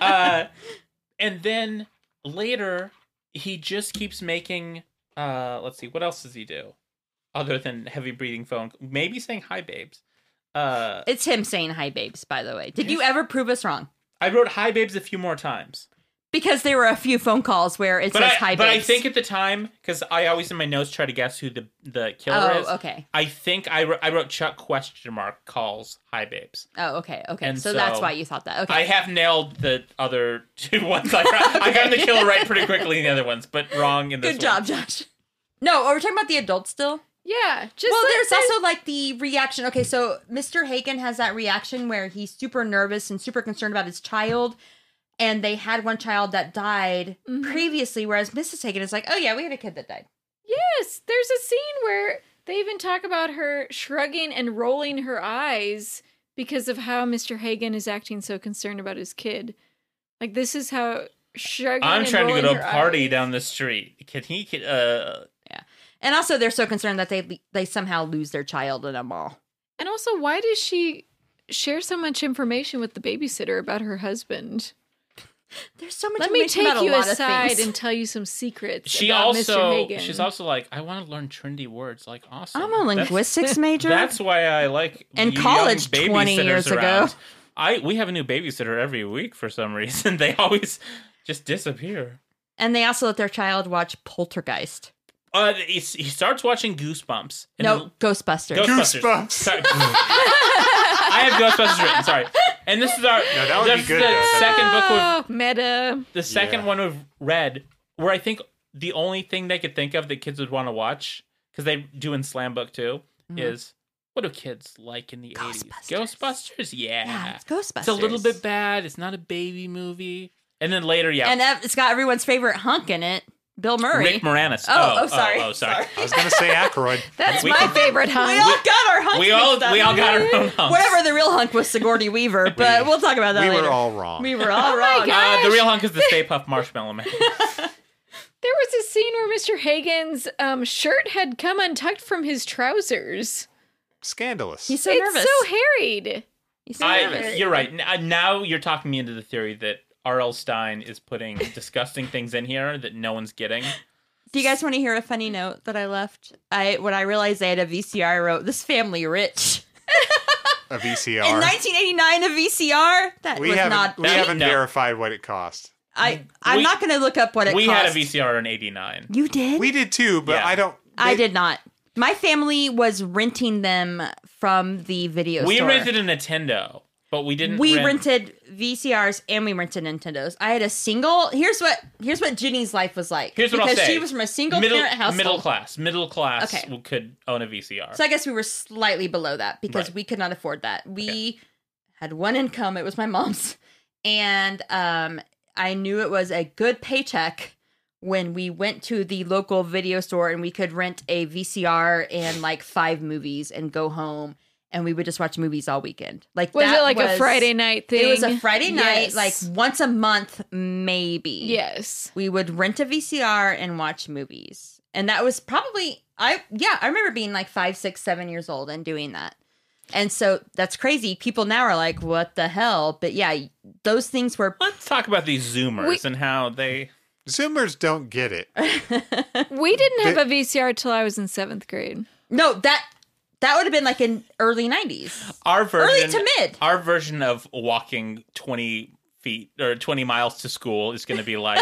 Speaker 3: uh, and then later, he just keeps making. Uh, let's see, what else does he do other than heavy breathing phone? Maybe saying hi, babes. Uh,
Speaker 2: it's him saying hi, babes. By the way, did you ever prove us wrong?
Speaker 3: I wrote hi, babes a few more times,
Speaker 2: Because there were a few phone calls where it
Speaker 3: but I,
Speaker 2: says hi,
Speaker 3: but I
Speaker 2: babes.
Speaker 3: think at the time because I always in my notes try to guess who the the killer is.
Speaker 2: oh, okay.
Speaker 3: I think I, wr- I wrote Chuck question mark calls hi, babes.
Speaker 2: Oh, okay, okay.
Speaker 3: And
Speaker 2: so,
Speaker 3: so-
Speaker 2: that's why you thought that. Okay,
Speaker 3: I have nailed the other two ones. I, got- I got the killer right pretty quickly in the other ones, but wrong in this
Speaker 2: good
Speaker 3: one.
Speaker 2: job, Josh. No, are we talking about the adults still?
Speaker 1: Yeah, just
Speaker 2: well,
Speaker 1: like
Speaker 2: there's also like the reaction. Okay, so Mr. Hagen has that reaction where he's super nervous and super concerned about his child. And they had one child that died previously, whereas Mrs. Hagen is like, oh, yeah, we had a kid that died.
Speaker 1: Yes, there's a scene where they even talk about her shrugging and rolling her eyes because of how Mr. Hagen is acting so concerned about his kid. Like this is how shrugging.
Speaker 3: I'm
Speaker 1: and
Speaker 3: trying to go
Speaker 1: rolling
Speaker 3: to a
Speaker 1: her
Speaker 3: party
Speaker 1: eyes-
Speaker 3: down the street. Can he? Can, uh,
Speaker 2: And also, they're so concerned that they they somehow lose their child in a mall.
Speaker 1: And also, why does she share so much information with the babysitter about her husband?
Speaker 2: There's so much.
Speaker 1: Let me
Speaker 2: information
Speaker 1: take
Speaker 2: about
Speaker 1: you
Speaker 2: a lot of
Speaker 1: aside
Speaker 2: things.
Speaker 1: and tell you some secrets.
Speaker 3: she
Speaker 1: about Mr.
Speaker 3: also.
Speaker 1: Hagen.
Speaker 3: She's also like, I want to learn trendy words. Like awesome.
Speaker 2: I'm a
Speaker 3: That's-
Speaker 2: linguistics major.
Speaker 3: That's, why I like
Speaker 2: In
Speaker 3: you
Speaker 2: college
Speaker 3: young
Speaker 2: 20
Speaker 3: babysitters
Speaker 2: years ago.
Speaker 3: around. I we have a new babysitter every week for some reason. They always just disappear.
Speaker 2: and they also let their child watch Poltergeist.
Speaker 3: Uh, he, he starts watching Goosebumps. and
Speaker 2: No, Ghostbusters.
Speaker 3: then-
Speaker 4: Goosebumps.
Speaker 3: Sorry. I have Ghostbusters written. Sorry. And this is our
Speaker 4: No, that would be
Speaker 3: that's
Speaker 4: good,
Speaker 3: the
Speaker 4: though.
Speaker 3: second book we've
Speaker 1: Oh, meta.
Speaker 3: the second
Speaker 4: Yeah.
Speaker 3: one we've read where I think the only thing they could think of that kids would want to watch because they do in Slam Book too is what do kids like in the eighties?
Speaker 2: Mm-hmm. Ghostbusters.
Speaker 3: Ghostbusters, yeah.
Speaker 2: Yeah, it's Ghostbusters.
Speaker 3: It's a little bit bad. It's not a baby movie. And then later, yeah,
Speaker 2: And that- it's got everyone's favorite hunk in it, Bill Murray.
Speaker 3: Rick Moranis.
Speaker 2: Oh, oh, sorry.
Speaker 3: Oh, sorry.
Speaker 4: I was going to say Aykroyd.
Speaker 1: That's
Speaker 3: We-
Speaker 1: my favorite, huh?
Speaker 2: We all got our hunks.
Speaker 3: We all
Speaker 2: mixed up.
Speaker 3: we all got our own hunks.
Speaker 2: Whatever the real hunk was Sigourney Weaver, but we'll talk about that
Speaker 4: We
Speaker 2: later.
Speaker 4: were all wrong.
Speaker 2: we were all
Speaker 1: my
Speaker 2: wrong.
Speaker 1: God.
Speaker 3: Uh, the real hunk is the Stay Puff Marshmallow Man.
Speaker 1: There was a scene where Mr. Hagen's um, shirt had come untucked from his trousers.
Speaker 4: Scandalous.
Speaker 2: He's so
Speaker 1: it's
Speaker 2: nervous.
Speaker 1: so harried.
Speaker 2: He's so
Speaker 3: I,
Speaker 2: nervous.
Speaker 3: you're right. N- uh, Now you're talking me into the theory that R.L. Stein is putting disgusting things in here that no one's getting.
Speaker 2: Do you guys want to hear a funny note that I left? I when I realized I had a VCR, I wrote this family rich.
Speaker 4: a
Speaker 2: In
Speaker 4: VCR.
Speaker 2: 1989, a VCR that
Speaker 4: E We
Speaker 2: was
Speaker 4: haven't,
Speaker 2: not.
Speaker 4: we
Speaker 3: cheap.
Speaker 4: haven't
Speaker 3: No.
Speaker 4: verified what it cost.
Speaker 2: I I'm
Speaker 3: We-
Speaker 2: not going to look up what it
Speaker 3: we
Speaker 2: cost.
Speaker 3: had a VCR in '89.
Speaker 2: You did?
Speaker 4: We did too, but
Speaker 3: Yeah.
Speaker 4: I don't.
Speaker 2: I
Speaker 4: they-
Speaker 2: did not. My family was renting them from the video
Speaker 3: We
Speaker 2: store.
Speaker 3: rented a Nintendo, but we didn't.
Speaker 2: we
Speaker 3: rent-
Speaker 2: rented VCRs and we rented Nintendos. I had a single. Here's what here's what Ginny's life was like.
Speaker 3: Here's what
Speaker 2: because
Speaker 3: I'll say.
Speaker 2: she was from a single
Speaker 3: middle,
Speaker 2: parent household.
Speaker 3: Middle class, middle class
Speaker 2: Okay.
Speaker 3: w- could own a VCR.
Speaker 2: So I guess we were slightly below that because
Speaker 3: Right.
Speaker 2: we could not afford that. We had one income, it was my mom's. And um I knew it was a good paycheck when we went to the local video store and we could rent a VCR and like five movies and go home and we would just watch movies all weekend. Like
Speaker 1: Was
Speaker 2: that
Speaker 1: it like a
Speaker 2: was-
Speaker 1: Friday night thing?
Speaker 2: It was a Friday night,
Speaker 1: Yes.
Speaker 2: like once a month maybe
Speaker 1: yes.
Speaker 2: we would rent a VCR and watch movies. And that was probably I yeah, I remember being like five, six, seven years old and doing that. And so that's crazy. People now are like, what the hell? But yeah, those things were
Speaker 3: Let's talk about these Zoomers
Speaker 1: We-
Speaker 3: and how they.
Speaker 4: Zoomers don't get it.
Speaker 1: We didn't have
Speaker 4: The-
Speaker 1: a VCR till I was in seventh grade.
Speaker 2: no, that that would have been like in early nineties.
Speaker 3: Our version
Speaker 2: to mid.
Speaker 3: Our version of walking twenty feet or twenty miles to school is going to be like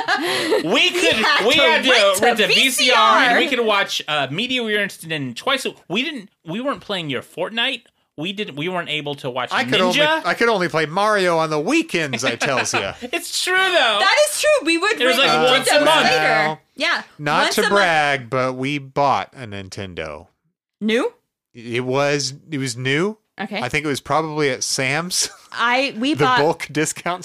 Speaker 3: we could
Speaker 2: had
Speaker 3: we
Speaker 2: to
Speaker 3: had to
Speaker 2: rent
Speaker 3: rent,
Speaker 2: a
Speaker 3: a VCR, and
Speaker 2: VCR.
Speaker 3: we could watch uh, media we were interested in twice. a- We didn't. We weren't playing your Fortnite. We didn't. We weren't able to watch
Speaker 4: I
Speaker 3: Ninja.
Speaker 4: could only I could only play Mario on the weekends. I tells you.
Speaker 3: it's true though.
Speaker 2: That is true. We would
Speaker 3: It was
Speaker 2: rent
Speaker 3: like
Speaker 2: Nintendos
Speaker 3: once a month.
Speaker 2: later.
Speaker 4: Wow.
Speaker 2: Yeah.
Speaker 4: Not
Speaker 2: once a
Speaker 4: to
Speaker 2: month.
Speaker 4: brag, but we bought a Nintendo.
Speaker 2: New?
Speaker 4: It was it was new.
Speaker 2: Okay.
Speaker 4: I think it was probably at Sam's,
Speaker 2: I we
Speaker 4: the
Speaker 2: bought
Speaker 4: bulk discount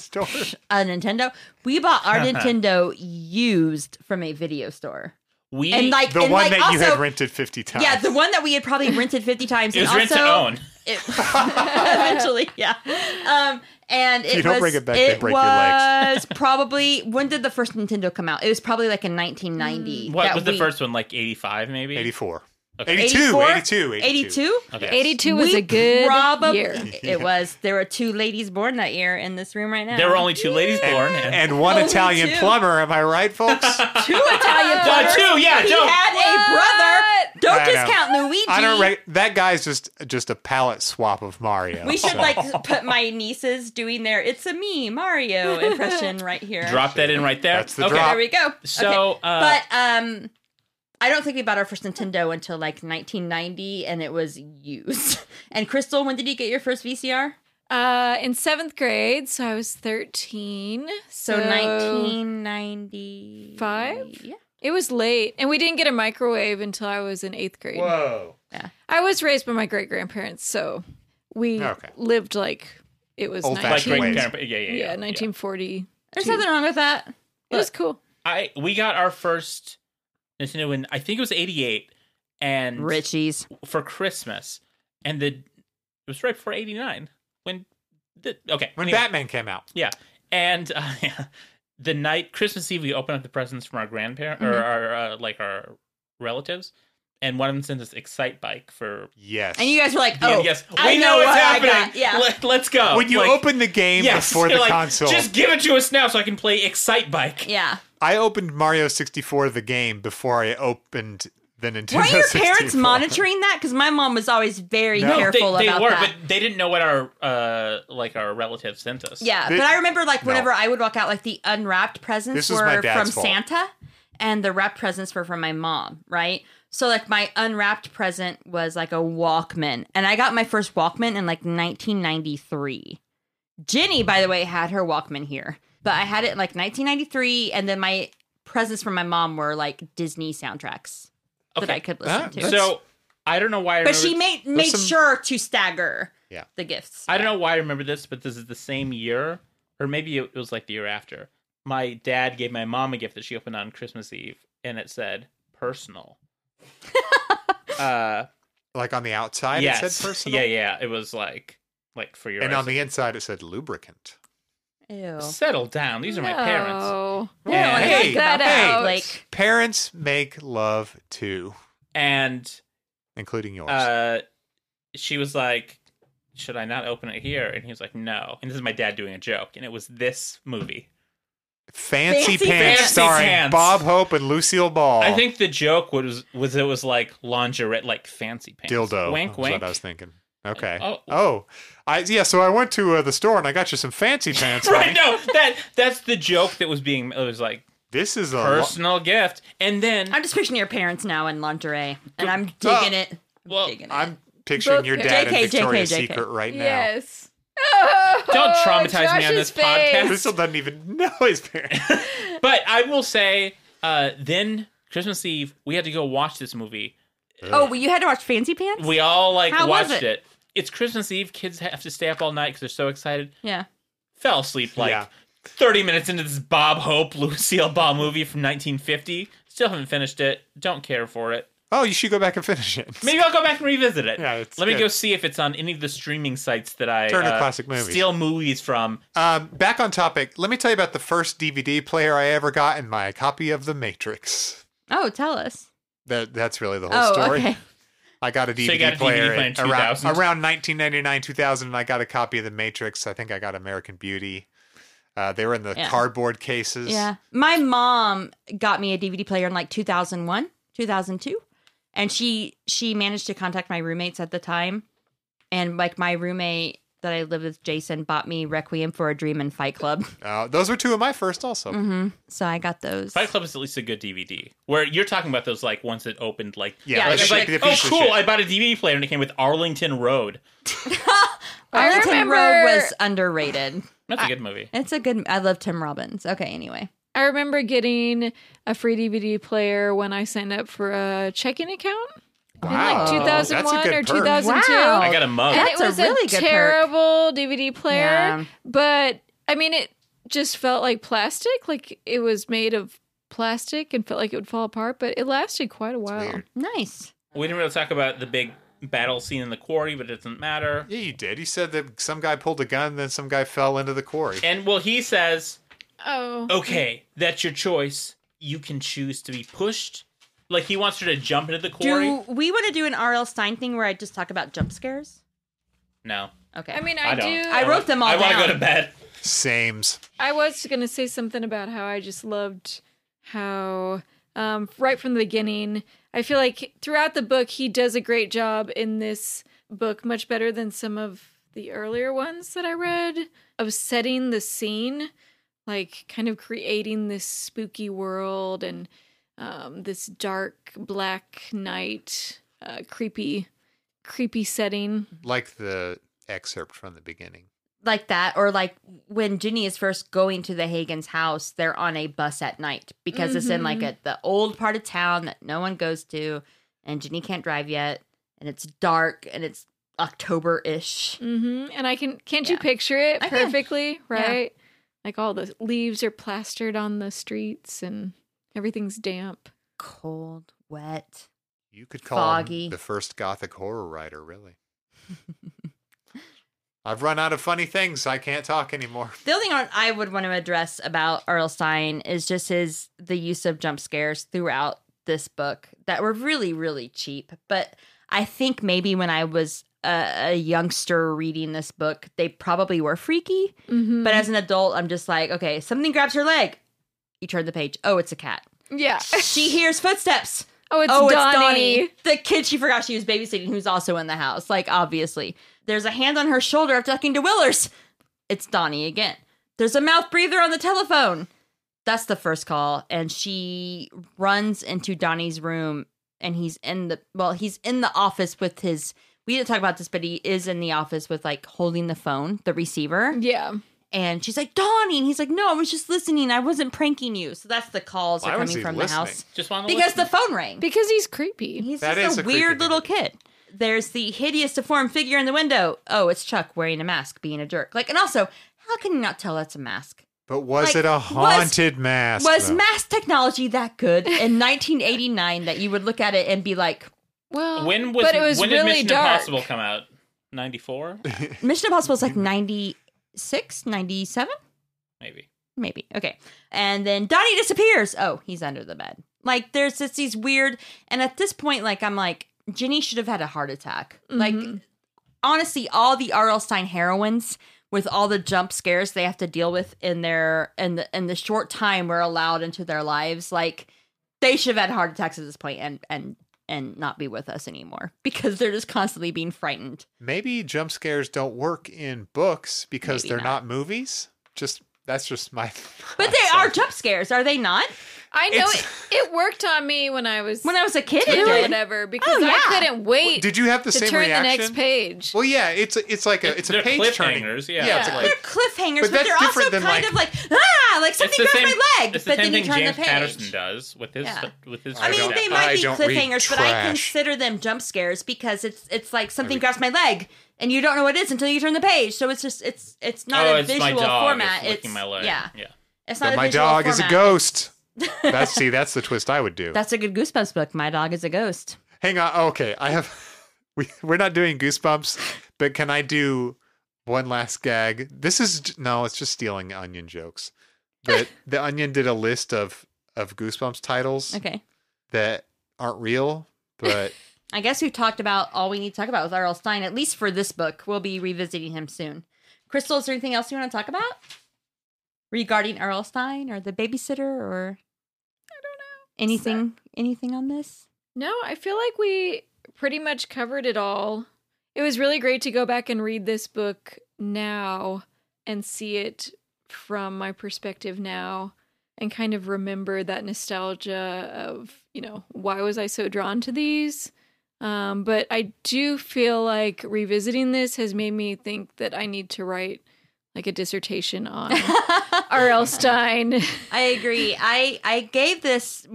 Speaker 4: store.
Speaker 2: a Nintendo. We bought our Nintendo used from a video store.
Speaker 3: we
Speaker 2: And like
Speaker 4: The
Speaker 2: and
Speaker 4: one
Speaker 2: like
Speaker 4: that
Speaker 2: also,
Speaker 4: you had rented fifty times.
Speaker 2: Yeah, the one that we had probably rented 50 times.
Speaker 3: it
Speaker 2: and
Speaker 3: was rent to
Speaker 2: also-
Speaker 3: own.
Speaker 2: It, eventually, yeah. Um, and it
Speaker 4: you don't
Speaker 2: was,
Speaker 4: bring it back, they
Speaker 2: it
Speaker 4: break your
Speaker 2: was
Speaker 4: legs.
Speaker 2: probably, when did the first Nintendo come out? It was probably like in 1990.
Speaker 3: Mm, What
Speaker 2: that
Speaker 3: was the
Speaker 2: we-
Speaker 3: first one? Like eighty-five, maybe.
Speaker 4: eighty four.
Speaker 3: Okay.
Speaker 4: 82,
Speaker 2: 84?
Speaker 4: 82,
Speaker 2: 82?
Speaker 3: Okay.
Speaker 1: Eighty-two was
Speaker 2: We
Speaker 1: a good
Speaker 2: probably,
Speaker 1: year.
Speaker 2: It was. There were two ladies born that year in this room right now.
Speaker 3: There were only two ladies born. And,
Speaker 4: And one
Speaker 2: Only
Speaker 4: Italian
Speaker 2: two.
Speaker 4: plumber, am I right,
Speaker 2: two
Speaker 4: folks?
Speaker 2: Italian
Speaker 3: Uh,
Speaker 2: brothers.
Speaker 3: two, yeah,
Speaker 2: He
Speaker 3: don't-
Speaker 2: had a brother. Don't
Speaker 4: I know.
Speaker 2: discount Luigi.
Speaker 4: I don't. Rec- that guy's just just a palette swap of Mario.
Speaker 2: we should
Speaker 4: so.
Speaker 2: like put my nieces doing their "It's a me Mario" impression right here.
Speaker 3: Drop that in right there.
Speaker 4: That's the
Speaker 3: okay.
Speaker 4: drop.
Speaker 2: There we go.
Speaker 3: So,
Speaker 2: Okay.
Speaker 3: uh,
Speaker 2: but um, I don't think we bought our first Nintendo until like 1990, and it was used. And Crystal, when did you get your first VCR?
Speaker 1: Uh, in seventh grade, so I was thirteen.
Speaker 2: So,
Speaker 1: So,
Speaker 2: 1995.
Speaker 1: five?
Speaker 2: Yeah.
Speaker 1: It was late, and we didn't get a microwave until I was in eighth grade.
Speaker 4: Whoa.
Speaker 1: I was raised by my great grandparents, so we
Speaker 4: Okay.
Speaker 1: lived like it was
Speaker 4: Old-fashioned
Speaker 3: like
Speaker 1: 19,
Speaker 3: great
Speaker 4: ways.
Speaker 3: grandpa. Yeah, yeah, yeah.
Speaker 1: yeah, nineteen forty.
Speaker 2: There's nothing wrong with that.
Speaker 1: It was cool.
Speaker 3: I we got our first Nintendo in I think it was '88, and
Speaker 2: Richie's.
Speaker 3: for Christmas, and the it was right before '89 when the okay
Speaker 4: When
Speaker 3: anyway.
Speaker 4: Batman came out,
Speaker 3: Yeah, and uh, the night Christmas Eve, we open up the presents from our grandparents
Speaker 2: Mm-hmm.
Speaker 3: or our uh, like our relatives, and one of them sent us Excite Bike for.
Speaker 4: yes.
Speaker 2: And you guys were like,
Speaker 3: the
Speaker 2: "Oh,
Speaker 3: NES.
Speaker 2: I
Speaker 3: we know what's
Speaker 2: what I
Speaker 3: happening.
Speaker 2: got." Yeah.
Speaker 3: Let, us go.
Speaker 4: when you
Speaker 3: Like,
Speaker 4: open the game
Speaker 3: yes,
Speaker 4: before the
Speaker 3: you're like,
Speaker 4: console,
Speaker 3: just give it to us now so I can play Excite Bike.
Speaker 2: yeah.
Speaker 4: I opened Mario 64 the game before I opened the Nintendo.
Speaker 2: Were your
Speaker 4: 64.
Speaker 2: parents monitoring that? Because my mom was always very
Speaker 4: No.
Speaker 3: They,
Speaker 2: careful
Speaker 3: they
Speaker 2: about
Speaker 3: were,
Speaker 2: that.
Speaker 3: but they didn't know what our uh, like our relatives sent us.
Speaker 2: Yeah,
Speaker 4: Thi-
Speaker 2: but I remember like
Speaker 4: No.
Speaker 2: whenever I would walk out, like the unwrapped presents
Speaker 4: This was my
Speaker 2: were
Speaker 4: dad's
Speaker 2: from
Speaker 4: fault.
Speaker 2: Santa, and the wrap presents were from my mom, right? So like my unwrapped present was like a Walkman, and I got my first Walkman in like 1993. Jenny, by the way, had her Walkman here, but I had it in like 1993, and then my presents from my mom were like Disney soundtracks that
Speaker 3: Okay. Uh-huh.
Speaker 2: I could listen
Speaker 4: Ah,
Speaker 2: to.
Speaker 4: that's-
Speaker 3: So I don't know why. I
Speaker 2: but
Speaker 3: remember
Speaker 2: she made made
Speaker 4: some-
Speaker 2: sure to stagger
Speaker 4: Yeah.
Speaker 2: the gifts.
Speaker 3: I don't know why I remember this, but this is the same year, or maybe it was like the year after. My dad gave my mom a gift that she opened on Christmas Eve, and it said personal. uh,
Speaker 4: Like on the outside,
Speaker 3: yes,
Speaker 4: it said personal.
Speaker 3: yeah, yeah. It was like, like for your
Speaker 4: And on
Speaker 3: eyes.
Speaker 4: the inside, it said lubricant.
Speaker 2: Ew.
Speaker 3: settle down. These are my parents.
Speaker 1: No.
Speaker 2: We don't wanna
Speaker 4: Hey,
Speaker 2: think
Speaker 1: that
Speaker 2: about that.
Speaker 1: out.
Speaker 2: Like
Speaker 4: Parents make love too,
Speaker 3: And
Speaker 4: including yours.
Speaker 3: uh, she was like, "Should I not open it here?" And he was like, "No." And this is my dad doing a joke, and it was this movie.
Speaker 4: Fancy,
Speaker 2: Fancy
Speaker 4: Pants
Speaker 2: Pants.
Speaker 4: starring
Speaker 3: Fancy Pants.
Speaker 4: Bob Hope and Lucille Ball.
Speaker 3: I think the joke was was it was like lingerie, like fancy pants,
Speaker 4: dildo.
Speaker 3: wink,
Speaker 4: was
Speaker 3: wink.
Speaker 4: What I was thinking. Okay.
Speaker 3: Oh.
Speaker 4: Oh, I yeah. So I went to uh, the store and I got you some fancy pants.
Speaker 3: right?
Speaker 4: honey.
Speaker 3: No, that that's the joke that was being. It was like
Speaker 4: This is a lo-
Speaker 3: personal gift, and then
Speaker 2: I'm just picturing your parents now in lingerie, and I'm digging it. I'm
Speaker 3: Well,
Speaker 2: digging it.
Speaker 4: I'm picturing
Speaker 1: Both
Speaker 4: your
Speaker 1: parents.
Speaker 4: dad in
Speaker 2: JK,
Speaker 4: Victoria's
Speaker 2: JK.
Speaker 4: Secret right now.
Speaker 1: Yes. Oh,
Speaker 3: Don't traumatize me on
Speaker 1: Josh's
Speaker 3: this podcast.
Speaker 4: Lucille doesn't even know his parents.
Speaker 3: but I will say, uh, then Christmas Eve we had to go watch this movie.
Speaker 2: oh, well, you had to watch Fancy Pants.
Speaker 3: We all like
Speaker 2: How was
Speaker 3: watched
Speaker 2: it?
Speaker 3: it? It's Christmas Eve. Kids have to stay up all night because they're so excited.
Speaker 2: yeah.
Speaker 3: Fell asleep like
Speaker 4: Yeah.
Speaker 3: 30 minutes into this Bob Hope Lucille Ball movie from 1950. Still haven't finished it. Don't care for it.
Speaker 4: Oh, you should go back and finish it.
Speaker 3: Maybe I'll go back and revisit it.
Speaker 4: Yeah, it's
Speaker 3: Let me
Speaker 4: good.
Speaker 3: go see if it's on any of the streaming sites that I
Speaker 4: Turner
Speaker 3: uh,
Speaker 4: Classic Movies.
Speaker 3: steal movies from.
Speaker 4: Um, back on topic. Let me tell you about the first DVD player I ever got and my copy of The Matrix.
Speaker 2: Oh, tell us.
Speaker 4: That that's really the whole
Speaker 2: Oh,
Speaker 4: story.
Speaker 2: okay.
Speaker 4: I got a DVD,
Speaker 3: you got a DVD
Speaker 4: player,
Speaker 3: player in
Speaker 4: at- around,
Speaker 3: 2000.
Speaker 4: around 1999, 2000, and I got a copy of The Matrix. I think I got American Beauty. Uh, they were in the
Speaker 2: Yeah.
Speaker 4: cardboard cases.
Speaker 2: Yeah. My mom got me a DVD player in like 2001, 2002, and she she managed to contact my roommates at the time, and like my roommate that I lived with, Jason, bought me Requiem for a Dream and Fight Club.
Speaker 4: Uh, those were two of my first also.
Speaker 2: hmm So I got those.
Speaker 3: Fight Club is at least a good DVD. Where you're talking about those like ones that opened like
Speaker 4: Yeah,
Speaker 2: Yeah,
Speaker 4: that
Speaker 2: it's
Speaker 3: it's
Speaker 4: should
Speaker 3: like,
Speaker 4: be the
Speaker 3: oh
Speaker 4: piece of
Speaker 3: cool,
Speaker 4: shit.
Speaker 3: I bought a DVD player and it came with Arlington Road.
Speaker 1: I
Speaker 2: Arlington
Speaker 1: remember-
Speaker 2: Road was underrated.
Speaker 3: That's a good movie.
Speaker 2: It's a good. I love Tim Robbins. Okay. Anyway.
Speaker 1: I remember getting a free DVD player when I signed up for a checking account
Speaker 4: wow.
Speaker 1: in like 2001 or
Speaker 4: That's a good perk.
Speaker 1: 2002.
Speaker 2: Wow.
Speaker 3: I got a mug.
Speaker 1: And
Speaker 2: Oh, That's
Speaker 1: it
Speaker 2: a
Speaker 1: was
Speaker 2: really good perk.
Speaker 1: terrible DVD player,
Speaker 2: Yeah.
Speaker 1: but I mean, it just felt like plastic. Like it was made of plastic and felt like it would fall apart, but it lasted quite a while.
Speaker 4: Weird.
Speaker 2: Nice.
Speaker 3: We didn't really talk about the big battle scene in the quarry, but it doesn't matter.
Speaker 4: Yeah, you did. You said that some guy pulled a gun, then some guy fell into the quarry.
Speaker 3: And well, he says,
Speaker 1: Oh.
Speaker 3: "Okay, that's your choice. You can choose to be pushed." Like he wants her to jump into the quarry.
Speaker 2: Do we want to do an R.L. Stein thing where I just talk about jump scares?
Speaker 3: No,
Speaker 2: Okay.
Speaker 1: I mean, I,
Speaker 3: I,
Speaker 1: do.
Speaker 3: don't.
Speaker 1: I,
Speaker 2: I wrote
Speaker 3: want-
Speaker 2: them all
Speaker 3: I want
Speaker 2: down.
Speaker 3: to go to bed.
Speaker 4: Sames.
Speaker 1: was going to say something about how I just loved how, um, right from the beginning, I feel like throughout the book, he does a great job in this book, much better than some of the earlier ones that I read, of setting the scene, like kind of creating this spooky world and um, this dark black night, uh, creepy, creepy setting.
Speaker 4: Like the excerpt from the beginning.
Speaker 2: like that, or like when Ginny is first going to the Hagen's house, they're on a bus at night because it's in like a, the old part of town that no one goes to, and Ginny can't drive yet, and it's dark and it's October ish.
Speaker 1: Mm-hmm. And I can can't you
Speaker 2: Yeah.
Speaker 1: picture it
Speaker 2: I can.
Speaker 1: perfectly, right? Like all the leaves are plastered on the streets and everything's damp.
Speaker 2: Cold, wet.
Speaker 4: You could call him
Speaker 2: Foggy.
Speaker 4: the first gothic horror writer, really. I've run out of funny things. I can't talk anymore.
Speaker 2: The only thing on- I would want to address about Earl Stein is just his the use of jump scares throughout this book that were really really cheap. But I think maybe when I was a, a youngster reading this book, they probably were freaky.
Speaker 1: Mm-hmm.
Speaker 2: But as an adult, I'm just like, okay, something grabs her leg. You turn the page. Oh, it's a cat.
Speaker 1: yeah.
Speaker 2: She hears footsteps.
Speaker 1: Oh, it's
Speaker 2: oh,
Speaker 1: Donnie.
Speaker 2: it's Donnie. The kid she forgot she was babysitting, who's also in the house. Like, obviously. There's a hand on her shoulder ducking to Willers. It's Donnie again. There's a mouth breather on the telephone. That's the first call, and she runs into Donnie's room, and he's in the well, he's in the office with his. We didn't talk about this, but he is in the office with like holding the phone, the receiver,
Speaker 1: Yeah.
Speaker 2: and she's like Donnie, and he's like, "No, I was just listening. I wasn't pranking you." So that's the calls
Speaker 4: Why
Speaker 2: are
Speaker 4: was
Speaker 2: coming
Speaker 4: he
Speaker 2: from the
Speaker 4: listening?
Speaker 2: house
Speaker 3: Just want to
Speaker 2: because the phone rang.
Speaker 1: Because he's creepy.
Speaker 2: He's
Speaker 4: That
Speaker 2: just
Speaker 4: is
Speaker 2: a,
Speaker 4: a creepy
Speaker 2: weird
Speaker 4: thing to
Speaker 2: little
Speaker 4: do.
Speaker 2: kid. There's the hideous deformed figure in the window. Oh, it's Chuck wearing a mask, being a jerk. Like, and also, how can you not tell that's a mask?
Speaker 4: But was
Speaker 2: Like,
Speaker 4: it a
Speaker 2: was-
Speaker 4: haunted mask?
Speaker 2: Was
Speaker 4: though?
Speaker 2: mask technology that good in 1989 that you would look at it and be like,
Speaker 1: Well,
Speaker 3: when was
Speaker 1: but it was
Speaker 3: when did
Speaker 1: really
Speaker 3: Mission
Speaker 1: dark.
Speaker 3: Impossible come out? Ninety four,
Speaker 2: Mission Impossible is like 96, 97?
Speaker 3: maybe.
Speaker 2: Maybe. Okay. And then Donnie disappears. Oh, he's under the bed. Like, there's just these weird. And at this point, like, I'm like, Ginny should have had a heart attack. Like,
Speaker 1: Mhm.
Speaker 2: honestly, all the R.L. Stein heroines with all the jump scares they have to deal with in their in the in the short time we're allowed into their lives, like they should have had heart attacks at this point and and and not be with us anymore because they're just constantly being frightened.
Speaker 4: Maybe jump scares don't work in books because
Speaker 2: Maybe
Speaker 4: they're
Speaker 2: not.
Speaker 4: not. movies. Just that's just my.
Speaker 2: But they are jump scares, are they not?
Speaker 1: I know
Speaker 4: It's-
Speaker 1: it, it worked on me when I was
Speaker 2: When I was a kid, it
Speaker 1: kid or
Speaker 2: did.
Speaker 1: whatever because
Speaker 2: Oh, yeah.
Speaker 1: I couldn't wait
Speaker 4: Did you have the
Speaker 1: to
Speaker 4: same
Speaker 1: turn
Speaker 4: reaction?
Speaker 1: the next page.
Speaker 4: Well, yeah, it's a, it's like a
Speaker 3: It's-
Speaker 4: it's a
Speaker 3: they're
Speaker 4: page turning.
Speaker 3: cliffhangers, yeah.
Speaker 4: it's
Speaker 1: Yeah.
Speaker 4: like
Speaker 2: They're cliffhangers, but,
Speaker 4: But that's
Speaker 2: they're also
Speaker 4: different than,
Speaker 2: kind
Speaker 4: like-
Speaker 2: of like ah, like
Speaker 3: It's
Speaker 2: something
Speaker 3: the
Speaker 2: grabbed
Speaker 3: same.
Speaker 2: my leg.
Speaker 3: It's the
Speaker 2: but
Speaker 3: same
Speaker 2: then you
Speaker 3: thing
Speaker 2: turn
Speaker 3: James
Speaker 2: the page.
Speaker 3: Patterson does with his
Speaker 2: Yeah.
Speaker 3: with his.
Speaker 4: I
Speaker 2: I mean,
Speaker 4: don't-
Speaker 2: they
Speaker 4: I
Speaker 2: might be
Speaker 4: don't read
Speaker 2: cliffhangers, but I
Speaker 4: trash.
Speaker 2: consider them jump scares because it's it's like something grabs my leg and you don't know what it is until you turn the page. So it's just it's it's not
Speaker 3: oh,
Speaker 2: a
Speaker 3: it's
Speaker 2: visual
Speaker 3: my dog.
Speaker 2: format.
Speaker 3: It's,
Speaker 2: It's,
Speaker 3: licking my leg.
Speaker 2: yeah,
Speaker 3: yeah.
Speaker 2: it's not
Speaker 4: But
Speaker 2: a
Speaker 4: my
Speaker 2: visual
Speaker 4: dog
Speaker 2: format.
Speaker 4: is a ghost. That's see, that's the twist I would do.
Speaker 2: That's a good Goosebumps book. My dog is a ghost.
Speaker 4: Hang on. Oh, Okay, I have. We we're not doing goosebumps, but can I do one last gag? This is j- no, it's just stealing onion jokes. But the onion did a list of of goosebumps titles
Speaker 2: Okay,
Speaker 4: that aren't real, but
Speaker 2: I guess we've talked about all we need to talk about with R.L. Stein at least for this book. We'll be revisiting him soon. Crystal, is there anything else you want to talk about regarding R.L. Stein or the babysitter or I don't know anything anything on this?
Speaker 1: No, I feel like we pretty much covered it all. It was really great to go back and read this book now and see it from my perspective now and kind of remember that nostalgia of, you know, why was I so drawn to these? Um, but I do feel like revisiting this has made me think that I need to write like a dissertation on R.L. Stein.
Speaker 2: I agree. I I gave this.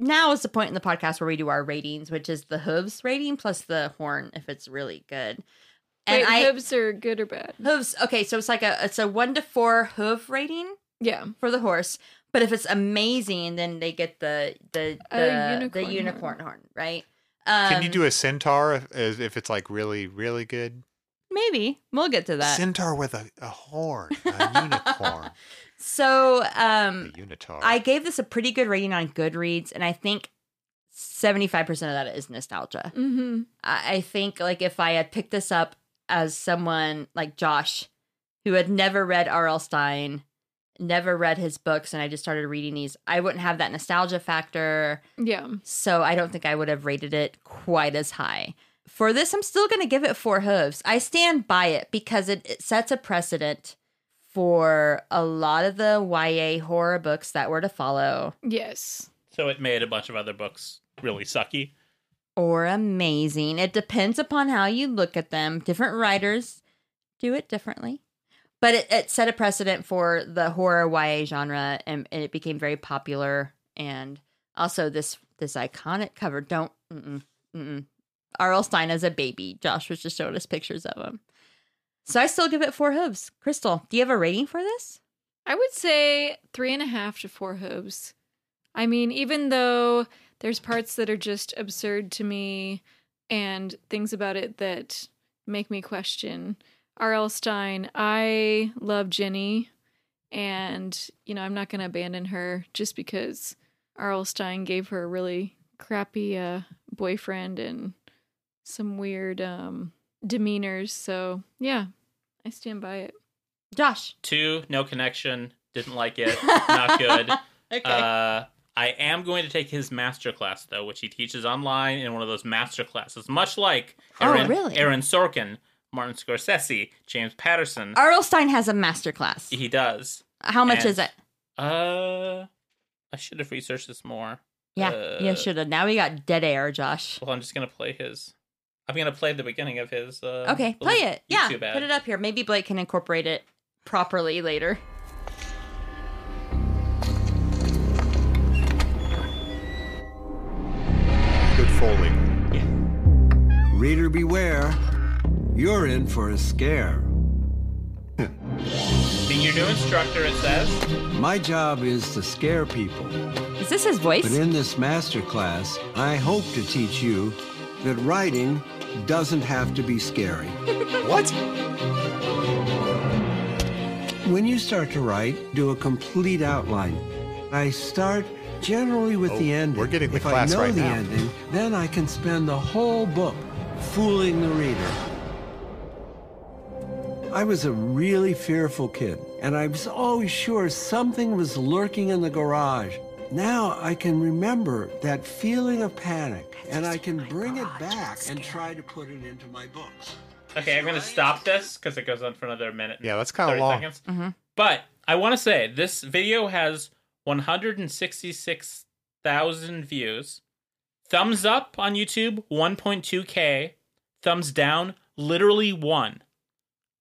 Speaker 2: Now is the point in the podcast where we do our ratings, which is the hooves rating plus the horn if it's really good. And
Speaker 1: Wait,
Speaker 2: I
Speaker 1: hooves are good or bad?
Speaker 2: hooves. Okay, so it's like a it's a one to four hoof rating
Speaker 1: Yeah.
Speaker 2: for the horse. But if it's amazing, then they get the the
Speaker 1: A
Speaker 2: the, the
Speaker 1: unicorn
Speaker 2: unicorn horn, right? Um,
Speaker 4: can you do a centaur if, as- if it's like really really good?
Speaker 2: maybe? We'll get to that.
Speaker 4: Centaur with a, a horn, a unicorn,
Speaker 2: so
Speaker 4: a
Speaker 2: um,
Speaker 4: unitar.
Speaker 2: I gave this a pretty good rating on Goodreads, and I think seventy five percent of that is nostalgia.
Speaker 1: Mm-hmm.
Speaker 2: I I think like if I had picked this up as someone like Josh, who had never read R.L. Stein, never read his books, and I just started reading these, I wouldn't have that nostalgia factor.
Speaker 1: Yeah.
Speaker 2: So I don't think I would have rated it quite as high. For this, I'm still going to give it four hooves. I stand by it because it, it sets a precedent for a lot of the YA horror books that were to follow
Speaker 1: Yes.
Speaker 3: So it made a bunch of other books really sucky.
Speaker 2: or amazing. It depends upon how you look at them. Different writers do it differently. But it, it set a precedent for the horror YA genre and, and it became very popular. And also this this iconic cover. Don't mm-mm, mm-mm. R.L. Stein as a baby. Josh was just showing us pictures of him. So I still give it four hooves. Crystal, do you have a rating for this?
Speaker 1: I would say three and a half to four hooves. I mean, even though there's parts that are just absurd to me and things about it that make me question R.L. Stein, I love Jenny and, you know, I'm not going to abandon her just because R.L. Stein gave her a really crappy uh, boyfriend and some weird um, demeanors. So, yeah, I stand by it.
Speaker 2: Josh.
Speaker 3: Two, no connection. Didn't like it. Not good.
Speaker 2: Okay.
Speaker 3: Uh, I am going to take his master class though, which he teaches online in one of those master classes, much like
Speaker 2: Oh,
Speaker 3: Aaron,
Speaker 2: really?
Speaker 3: Aaron Sorkin, Martin Scorsese, James Patterson.
Speaker 2: R.L. Stein has a masterclass.
Speaker 3: he does.
Speaker 2: How much
Speaker 3: and-
Speaker 2: is it?
Speaker 3: Uh, I should have researched this more.
Speaker 2: Yeah, yeah,
Speaker 3: Uh,
Speaker 2: should have. Now we got dead air, Josh.
Speaker 3: Well, I'm just gonna play his. I'm gonna play the beginning of his. Uh,
Speaker 2: Okay, play it. Yeah,
Speaker 3: YouTube ad.
Speaker 2: put it up here. Maybe Blake can incorporate it properly later.
Speaker 4: Good Foley.
Speaker 5: Reader beware, you're in for a scare.
Speaker 3: Being your new instructor, it says.
Speaker 5: My job is to scare people,
Speaker 2: Is this his
Speaker 5: but
Speaker 2: voice?
Speaker 5: in this masterclass, I hope to teach you that writing doesn't have to be scary.
Speaker 4: What?
Speaker 2: Oh,
Speaker 5: When you start to write, do a complete outline. I start generally with
Speaker 4: Oh,
Speaker 5: the ending.
Speaker 4: we're getting the
Speaker 5: if
Speaker 4: class
Speaker 5: I know
Speaker 4: right
Speaker 5: the
Speaker 4: now.
Speaker 5: ending, then I can spend the whole book fooling the reader. I was a really fearful kid, and I was always sure something was lurking in the garage. Now I can remember that feeling of panic, and I can bring it back and try to put it into my books.
Speaker 3: Okay, I'm gonna stop this because it goes on for another minute. and
Speaker 4: Yeah, that's kinda
Speaker 3: 30
Speaker 4: long.
Speaker 3: Seconds.
Speaker 2: Mm-hmm.
Speaker 3: But I want to say this video has 166,000 views. Thumbs up on YouTube, 1.2k. Thumbs down, literally one.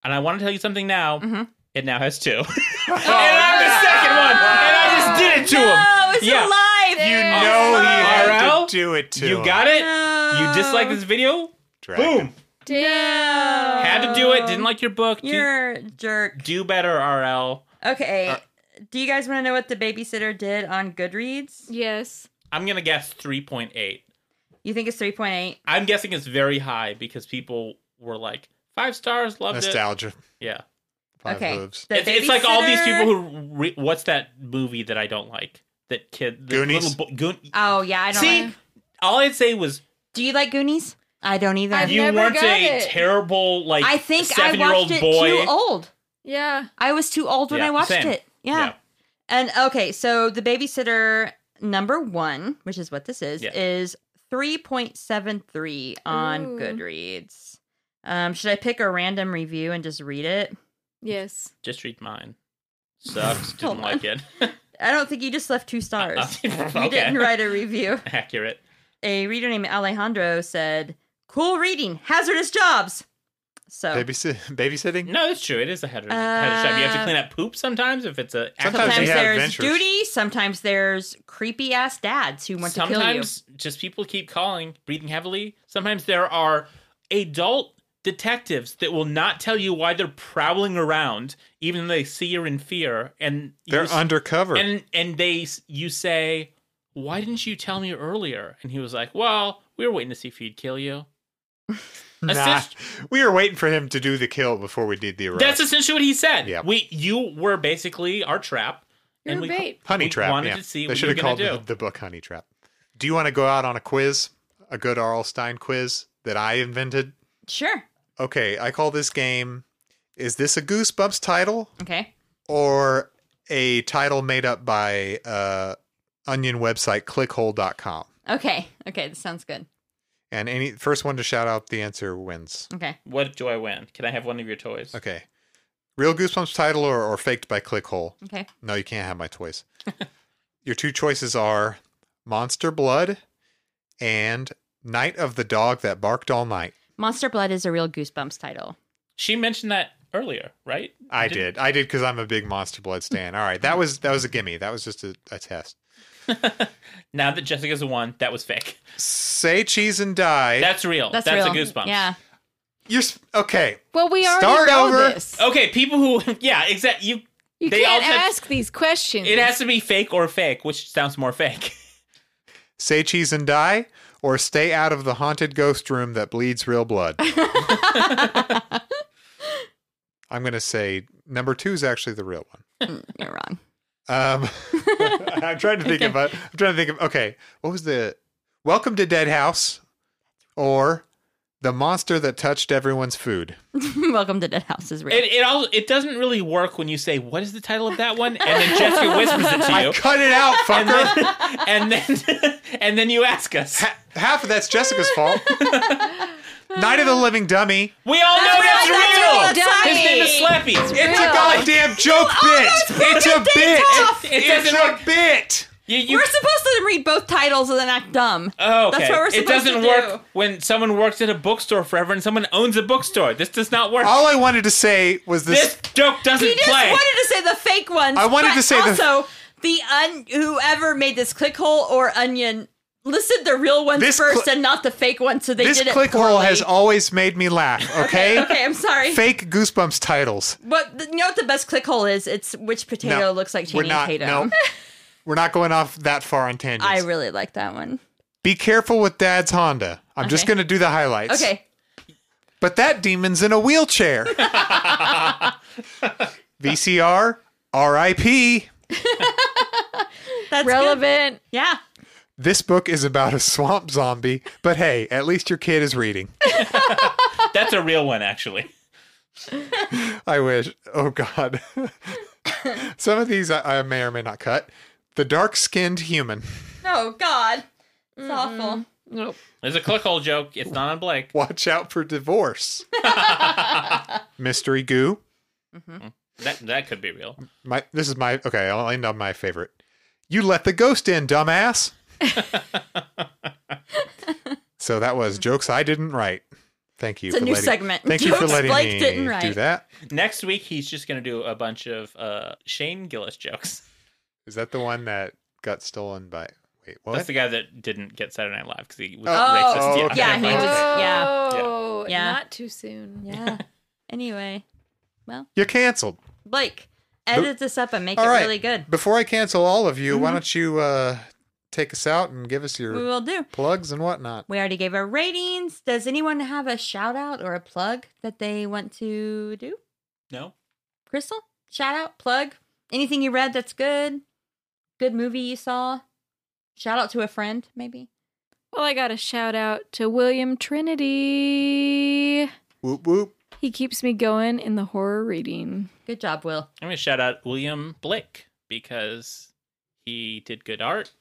Speaker 3: And I want to tell you something now.
Speaker 2: Mm-hmm.
Speaker 3: It now has two. and I'm the second one. And I just did it to him.
Speaker 2: No, it's
Speaker 3: yeah.
Speaker 2: alive.
Speaker 4: You know he had
Speaker 3: RL?
Speaker 4: to do it to
Speaker 3: You
Speaker 4: him.
Speaker 3: got it.
Speaker 2: No.
Speaker 3: You dislike this video.
Speaker 4: Dragon.
Speaker 3: Boom.
Speaker 2: No.
Speaker 3: Had to do it. Didn't like your book. Do,
Speaker 2: You're a jerk.
Speaker 3: do better, RL.
Speaker 2: Okay.
Speaker 3: Uh,
Speaker 2: do you guys want to know what the babysitter did on Goodreads?
Speaker 1: Yes.
Speaker 3: I'm gonna guess 3.8.
Speaker 2: You think it's 3.8?
Speaker 3: I'm guessing it's very high because people were like five stars, loved
Speaker 4: Nostalgia.
Speaker 3: it. Yeah,
Speaker 4: Five
Speaker 2: okay.
Speaker 4: hooves.
Speaker 2: The
Speaker 3: it's, it's like all these
Speaker 2: babysitter-
Speaker 3: people who. Re- what's that movie that I don't like? That kid, the
Speaker 4: Goonies?
Speaker 3: little bo- goon.
Speaker 2: Oh yeah, I don't.
Speaker 3: See,
Speaker 2: like-
Speaker 3: all I'd say was
Speaker 2: do you like Goonies? I don't either.
Speaker 1: I've
Speaker 3: you
Speaker 1: never
Speaker 3: weren't
Speaker 1: got
Speaker 3: a
Speaker 1: it.
Speaker 3: terrible like.
Speaker 2: I think I
Speaker 3: seven-year-old
Speaker 2: watched it
Speaker 3: boy.
Speaker 2: too old.
Speaker 1: Yeah.
Speaker 2: I was too old when
Speaker 3: Yeah,
Speaker 2: I watched
Speaker 3: same.
Speaker 2: it. Yeah.
Speaker 3: Yeah.
Speaker 2: And okay, so the babysitter number one, which is what this is,
Speaker 3: Yeah.
Speaker 2: is 3.73 on
Speaker 1: Ooh.
Speaker 2: Goodreads. Um, should I pick a random review and just read it?
Speaker 1: Yes.
Speaker 3: Just read mine. Sucks.
Speaker 2: Hold
Speaker 3: Didn't like it.
Speaker 2: I don't think you just left two stars. You
Speaker 3: Uh, okay.
Speaker 2: didn't write a review.
Speaker 3: Accurate.
Speaker 2: A reader named Alejandro said, "Cool reading, hazardous jobs." So
Speaker 4: Babysit- babysitting?
Speaker 3: No, it's true. It is a header. header shot. You have to
Speaker 2: Uh,
Speaker 3: clean up poop sometimes if it's a.
Speaker 4: Sometimes
Speaker 2: sometimes
Speaker 4: they have
Speaker 2: there's
Speaker 4: adventures.
Speaker 2: duty, sometimes there's creepy ass dads who want to kill you.
Speaker 3: sometimes just people keep calling, breathing heavily. Sometimes there are adult detectives that will not tell you why they're prowling around, even though they see you're in fear. And you
Speaker 4: They're
Speaker 3: s-
Speaker 4: undercover.
Speaker 3: and and they s- you say, "Why didn't you tell me earlier?" And he was like, "Well, we were waiting to see if he'd kill you."
Speaker 4: Nah,
Speaker 3: Assist-
Speaker 4: we were waiting for him to do the kill before we did the arrest.
Speaker 3: That's essentially what he said.
Speaker 4: Yep.
Speaker 3: We you were basically our trap.
Speaker 1: You're
Speaker 3: and
Speaker 1: a
Speaker 3: we
Speaker 1: bait.
Speaker 4: Honey
Speaker 3: we
Speaker 4: Trap.
Speaker 3: wanted
Speaker 4: yeah.
Speaker 3: to see
Speaker 4: they
Speaker 3: what
Speaker 4: should
Speaker 3: you
Speaker 4: have
Speaker 3: were gonna
Speaker 4: called the,
Speaker 3: do.
Speaker 4: the book Honey Trap. Do you want to go out on a quiz? A good Arl Stein quiz that I invented?
Speaker 2: Sure.
Speaker 4: Okay, I call this game Is This a Goosebumps title
Speaker 2: Okay.
Speaker 4: or a title made up by uh, onion website clickhole.com?
Speaker 2: Okay. Okay. This sounds good.
Speaker 4: And any first one to shout out the answer wins.
Speaker 2: Okay.
Speaker 3: What do I win? Can I have one of your toys?
Speaker 4: Okay. Real Goosebumps title or, or faked by Clickhole?
Speaker 2: Okay.
Speaker 4: No, you can't have my toys. Your two choices are Monster Blood and Night of the Dog That Barked All Night.
Speaker 2: Monster Blood is a real Goosebumps title.
Speaker 3: She mentioned that earlier, right?
Speaker 4: I
Speaker 3: Did-
Speaker 4: did. I did because I'm a big Monster Blood stan. All right, that was that was a gimme. That was just a, a test.
Speaker 3: Now that Jessica's the one, that was fake.
Speaker 4: Say cheese and die.
Speaker 3: That's real.
Speaker 2: That's,
Speaker 3: Oh, That's,
Speaker 2: real.
Speaker 3: a goosebump.
Speaker 2: Yeah.
Speaker 4: You're s- okay.
Speaker 1: Well, we already
Speaker 4: Start
Speaker 1: know
Speaker 4: over.
Speaker 1: this.
Speaker 2: Oh,
Speaker 3: Okay, people who yeah, exactly. You
Speaker 1: You
Speaker 3: They all
Speaker 1: can't
Speaker 3: said-
Speaker 1: ask these questions.
Speaker 3: it has to be fake or fake, which sounds more fake.
Speaker 4: Say cheese and die, or stay out of the haunted ghost room that bleeds real blood. I'm gonna say number two is actually the real one.
Speaker 2: You're wrong.
Speaker 4: Um, I'm trying to think of. A, I'm trying to think of. Okay, what was the Welcome to Dead House, or the monster that touched everyone's food?
Speaker 2: Welcome to Dead House is real.
Speaker 3: It it all it doesn't really work when you say what is the title of that one, and then Jessica whispers it to you,
Speaker 4: Cut it out, fucker!
Speaker 3: and then and then you ask us.
Speaker 4: Ha- Half of that's Jessica's fault. Night of the Living Dummy.
Speaker 3: We all know that's,
Speaker 2: that's
Speaker 3: real.
Speaker 2: right, that's
Speaker 3: His
Speaker 2: right.
Speaker 3: name is Slappy.
Speaker 4: It's
Speaker 1: real.
Speaker 4: a goddamn joke bit. It's a bit.
Speaker 2: off.
Speaker 4: It-
Speaker 3: It
Speaker 4: It's
Speaker 3: doesn't work.
Speaker 4: a bit.
Speaker 3: You, you,
Speaker 2: We're supposed to read both titles and then act dumb.
Speaker 3: oh, okay.
Speaker 2: That's what we're
Speaker 3: it
Speaker 2: supposed
Speaker 3: doesn't
Speaker 2: to do.
Speaker 3: work when someone works at a bookstore forever and someone owns a bookstore. This does not work.
Speaker 4: All I wanted to say was this.
Speaker 3: this joke doesn't
Speaker 2: He just
Speaker 3: play.
Speaker 2: wanted to say the fake ones.
Speaker 4: I wanted
Speaker 2: but
Speaker 4: to say the-
Speaker 2: also the un whoever made this clickhole or onion listed the real ones
Speaker 4: This
Speaker 2: first
Speaker 4: cli-
Speaker 2: and not the fake ones, so they
Speaker 4: this
Speaker 2: did it
Speaker 4: click
Speaker 2: poorly.
Speaker 4: hole has always made me laugh. Okay.
Speaker 2: Okay, I'm sorry.
Speaker 4: Fake Goosebumps titles.
Speaker 2: But th- you know what the best click hole is? It's which potato
Speaker 4: No,
Speaker 2: looks like
Speaker 4: We're
Speaker 2: Channing
Speaker 4: not.
Speaker 2: Tatum.
Speaker 4: No. We're not going off that far on tangents.
Speaker 2: I really like that one.
Speaker 4: Be careful with Dad's Honda. I'm just
Speaker 2: Okay.
Speaker 4: going to do the highlights.
Speaker 2: Okay.
Speaker 4: But that demon's in a wheelchair. VCR, RIP.
Speaker 2: That's good.
Speaker 1: Relevant.
Speaker 2: Yeah.
Speaker 4: This book is about a swamp zombie, but hey, at least your kid is reading.
Speaker 3: That's a real one, actually.
Speaker 4: I wish. Oh, God. Some of these I, I may or may not cut. The dark skinned human.
Speaker 2: Oh God. It's awful.
Speaker 1: Nope.
Speaker 3: There's a clickhole joke. It's not on Blake.
Speaker 4: Watch out for divorce. Mystery goo.
Speaker 3: That that could be real.
Speaker 4: My, this is my, okay, I'll end on my favorite. You let the ghost in, dumbass. so that was jokes I didn't write. Thank you.
Speaker 2: It's a
Speaker 4: for
Speaker 2: new
Speaker 4: letting-
Speaker 2: segment.
Speaker 4: Thank you for
Speaker 2: Jokes
Speaker 4: letting
Speaker 2: Blake
Speaker 4: me
Speaker 2: didn't
Speaker 4: do
Speaker 2: write.
Speaker 4: that.
Speaker 3: Next week, he's just going to do a bunch of uh, Shane Gillis jokes.
Speaker 4: Is that the one that got stolen by? Wait, what?
Speaker 3: That's the guy that didn't get Saturday Night Live because he was
Speaker 4: Oh.
Speaker 3: racist.
Speaker 4: Oh,
Speaker 3: yeah,
Speaker 4: okay.
Speaker 2: Yeah, he
Speaker 3: never mind.
Speaker 2: was- yeah.
Speaker 1: Oh,
Speaker 2: Yeah.
Speaker 1: Not too soon.
Speaker 2: Yeah. anyway,
Speaker 4: You're canceled.
Speaker 2: Blake, edit this up and make
Speaker 4: All
Speaker 2: it
Speaker 4: right.
Speaker 2: really good. Mm-hmm.
Speaker 4: Before I cancel all of you, why don't you uh, take us out and give us your
Speaker 2: We will do.
Speaker 4: plugs and whatnot?
Speaker 2: We already gave our ratings. Does anyone have a shout out or a plug that they want to do?
Speaker 3: No.
Speaker 2: Crystal, shout out, plug. Anything you read that's good? Good movie you saw? Shout out to a friend, maybe?
Speaker 1: Well, I got a shout out to William Trinity.
Speaker 4: Whoop whoop.
Speaker 1: He keeps me going in the horror reading.
Speaker 2: Good job, Will.
Speaker 3: I'm going to shout out William Blake because he did good art,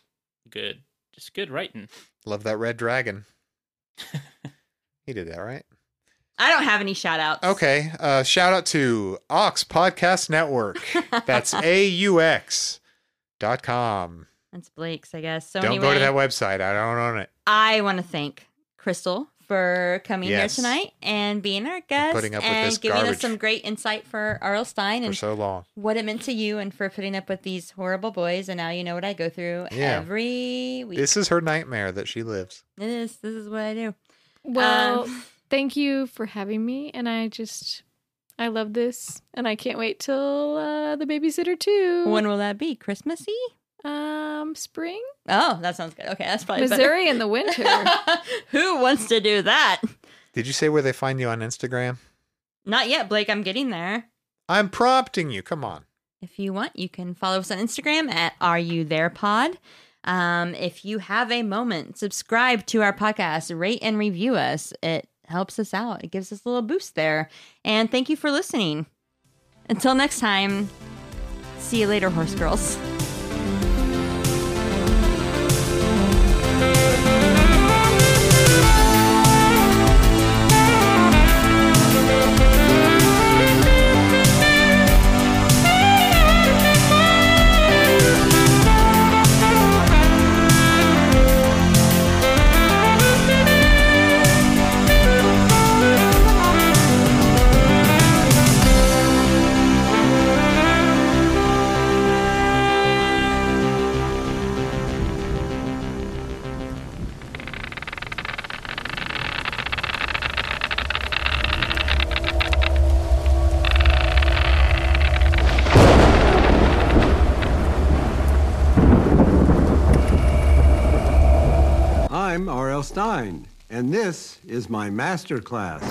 Speaker 3: good, just good writing.
Speaker 4: Love that red dragon. he did that right.
Speaker 2: I don't have any shout outs.
Speaker 4: Okay. Uh, shout out to Ox Podcast Network. That's a u x dot com.
Speaker 2: That's Blake's, I guess. So
Speaker 4: don't
Speaker 2: anyway,
Speaker 4: go to that website. I don't own it.
Speaker 2: I want to thank Crystal for coming
Speaker 4: Yes.
Speaker 2: here tonight and being our guest
Speaker 4: putting up with
Speaker 2: and
Speaker 4: this
Speaker 2: giving us
Speaker 4: garbage.
Speaker 2: some great insight for R.L. Stein
Speaker 4: For
Speaker 2: and
Speaker 4: so long.
Speaker 2: what it meant to you and for putting up with these horrible boys and now you know what I go through
Speaker 4: Yeah.
Speaker 2: every week.
Speaker 4: This is her nightmare that she lives.
Speaker 2: it is this is what I do.
Speaker 1: Well,
Speaker 2: Um.
Speaker 1: thank you for having me, and I just I love this, and I can't wait till uh, the babysitter too.
Speaker 2: When will that be? Christmassy?
Speaker 1: um spring,
Speaker 2: Oh, that sounds good. Okay, that's probably
Speaker 1: Missouri in the winter.
Speaker 2: better. Who wants to do that?
Speaker 4: Did you say where they find you on Instagram?
Speaker 2: Not yet, Blake. I'm getting there.
Speaker 4: I'm prompting you. Come on.
Speaker 2: If you want, you can follow us on Instagram at Are You There Pod. Um, if you have a moment, subscribe to our podcast, rate and review us. It helps us out. It gives us a little boost there. And thank you for listening. Until next time, see you later, horse girls.
Speaker 5: I'm R.L. Stein, and this is my master class.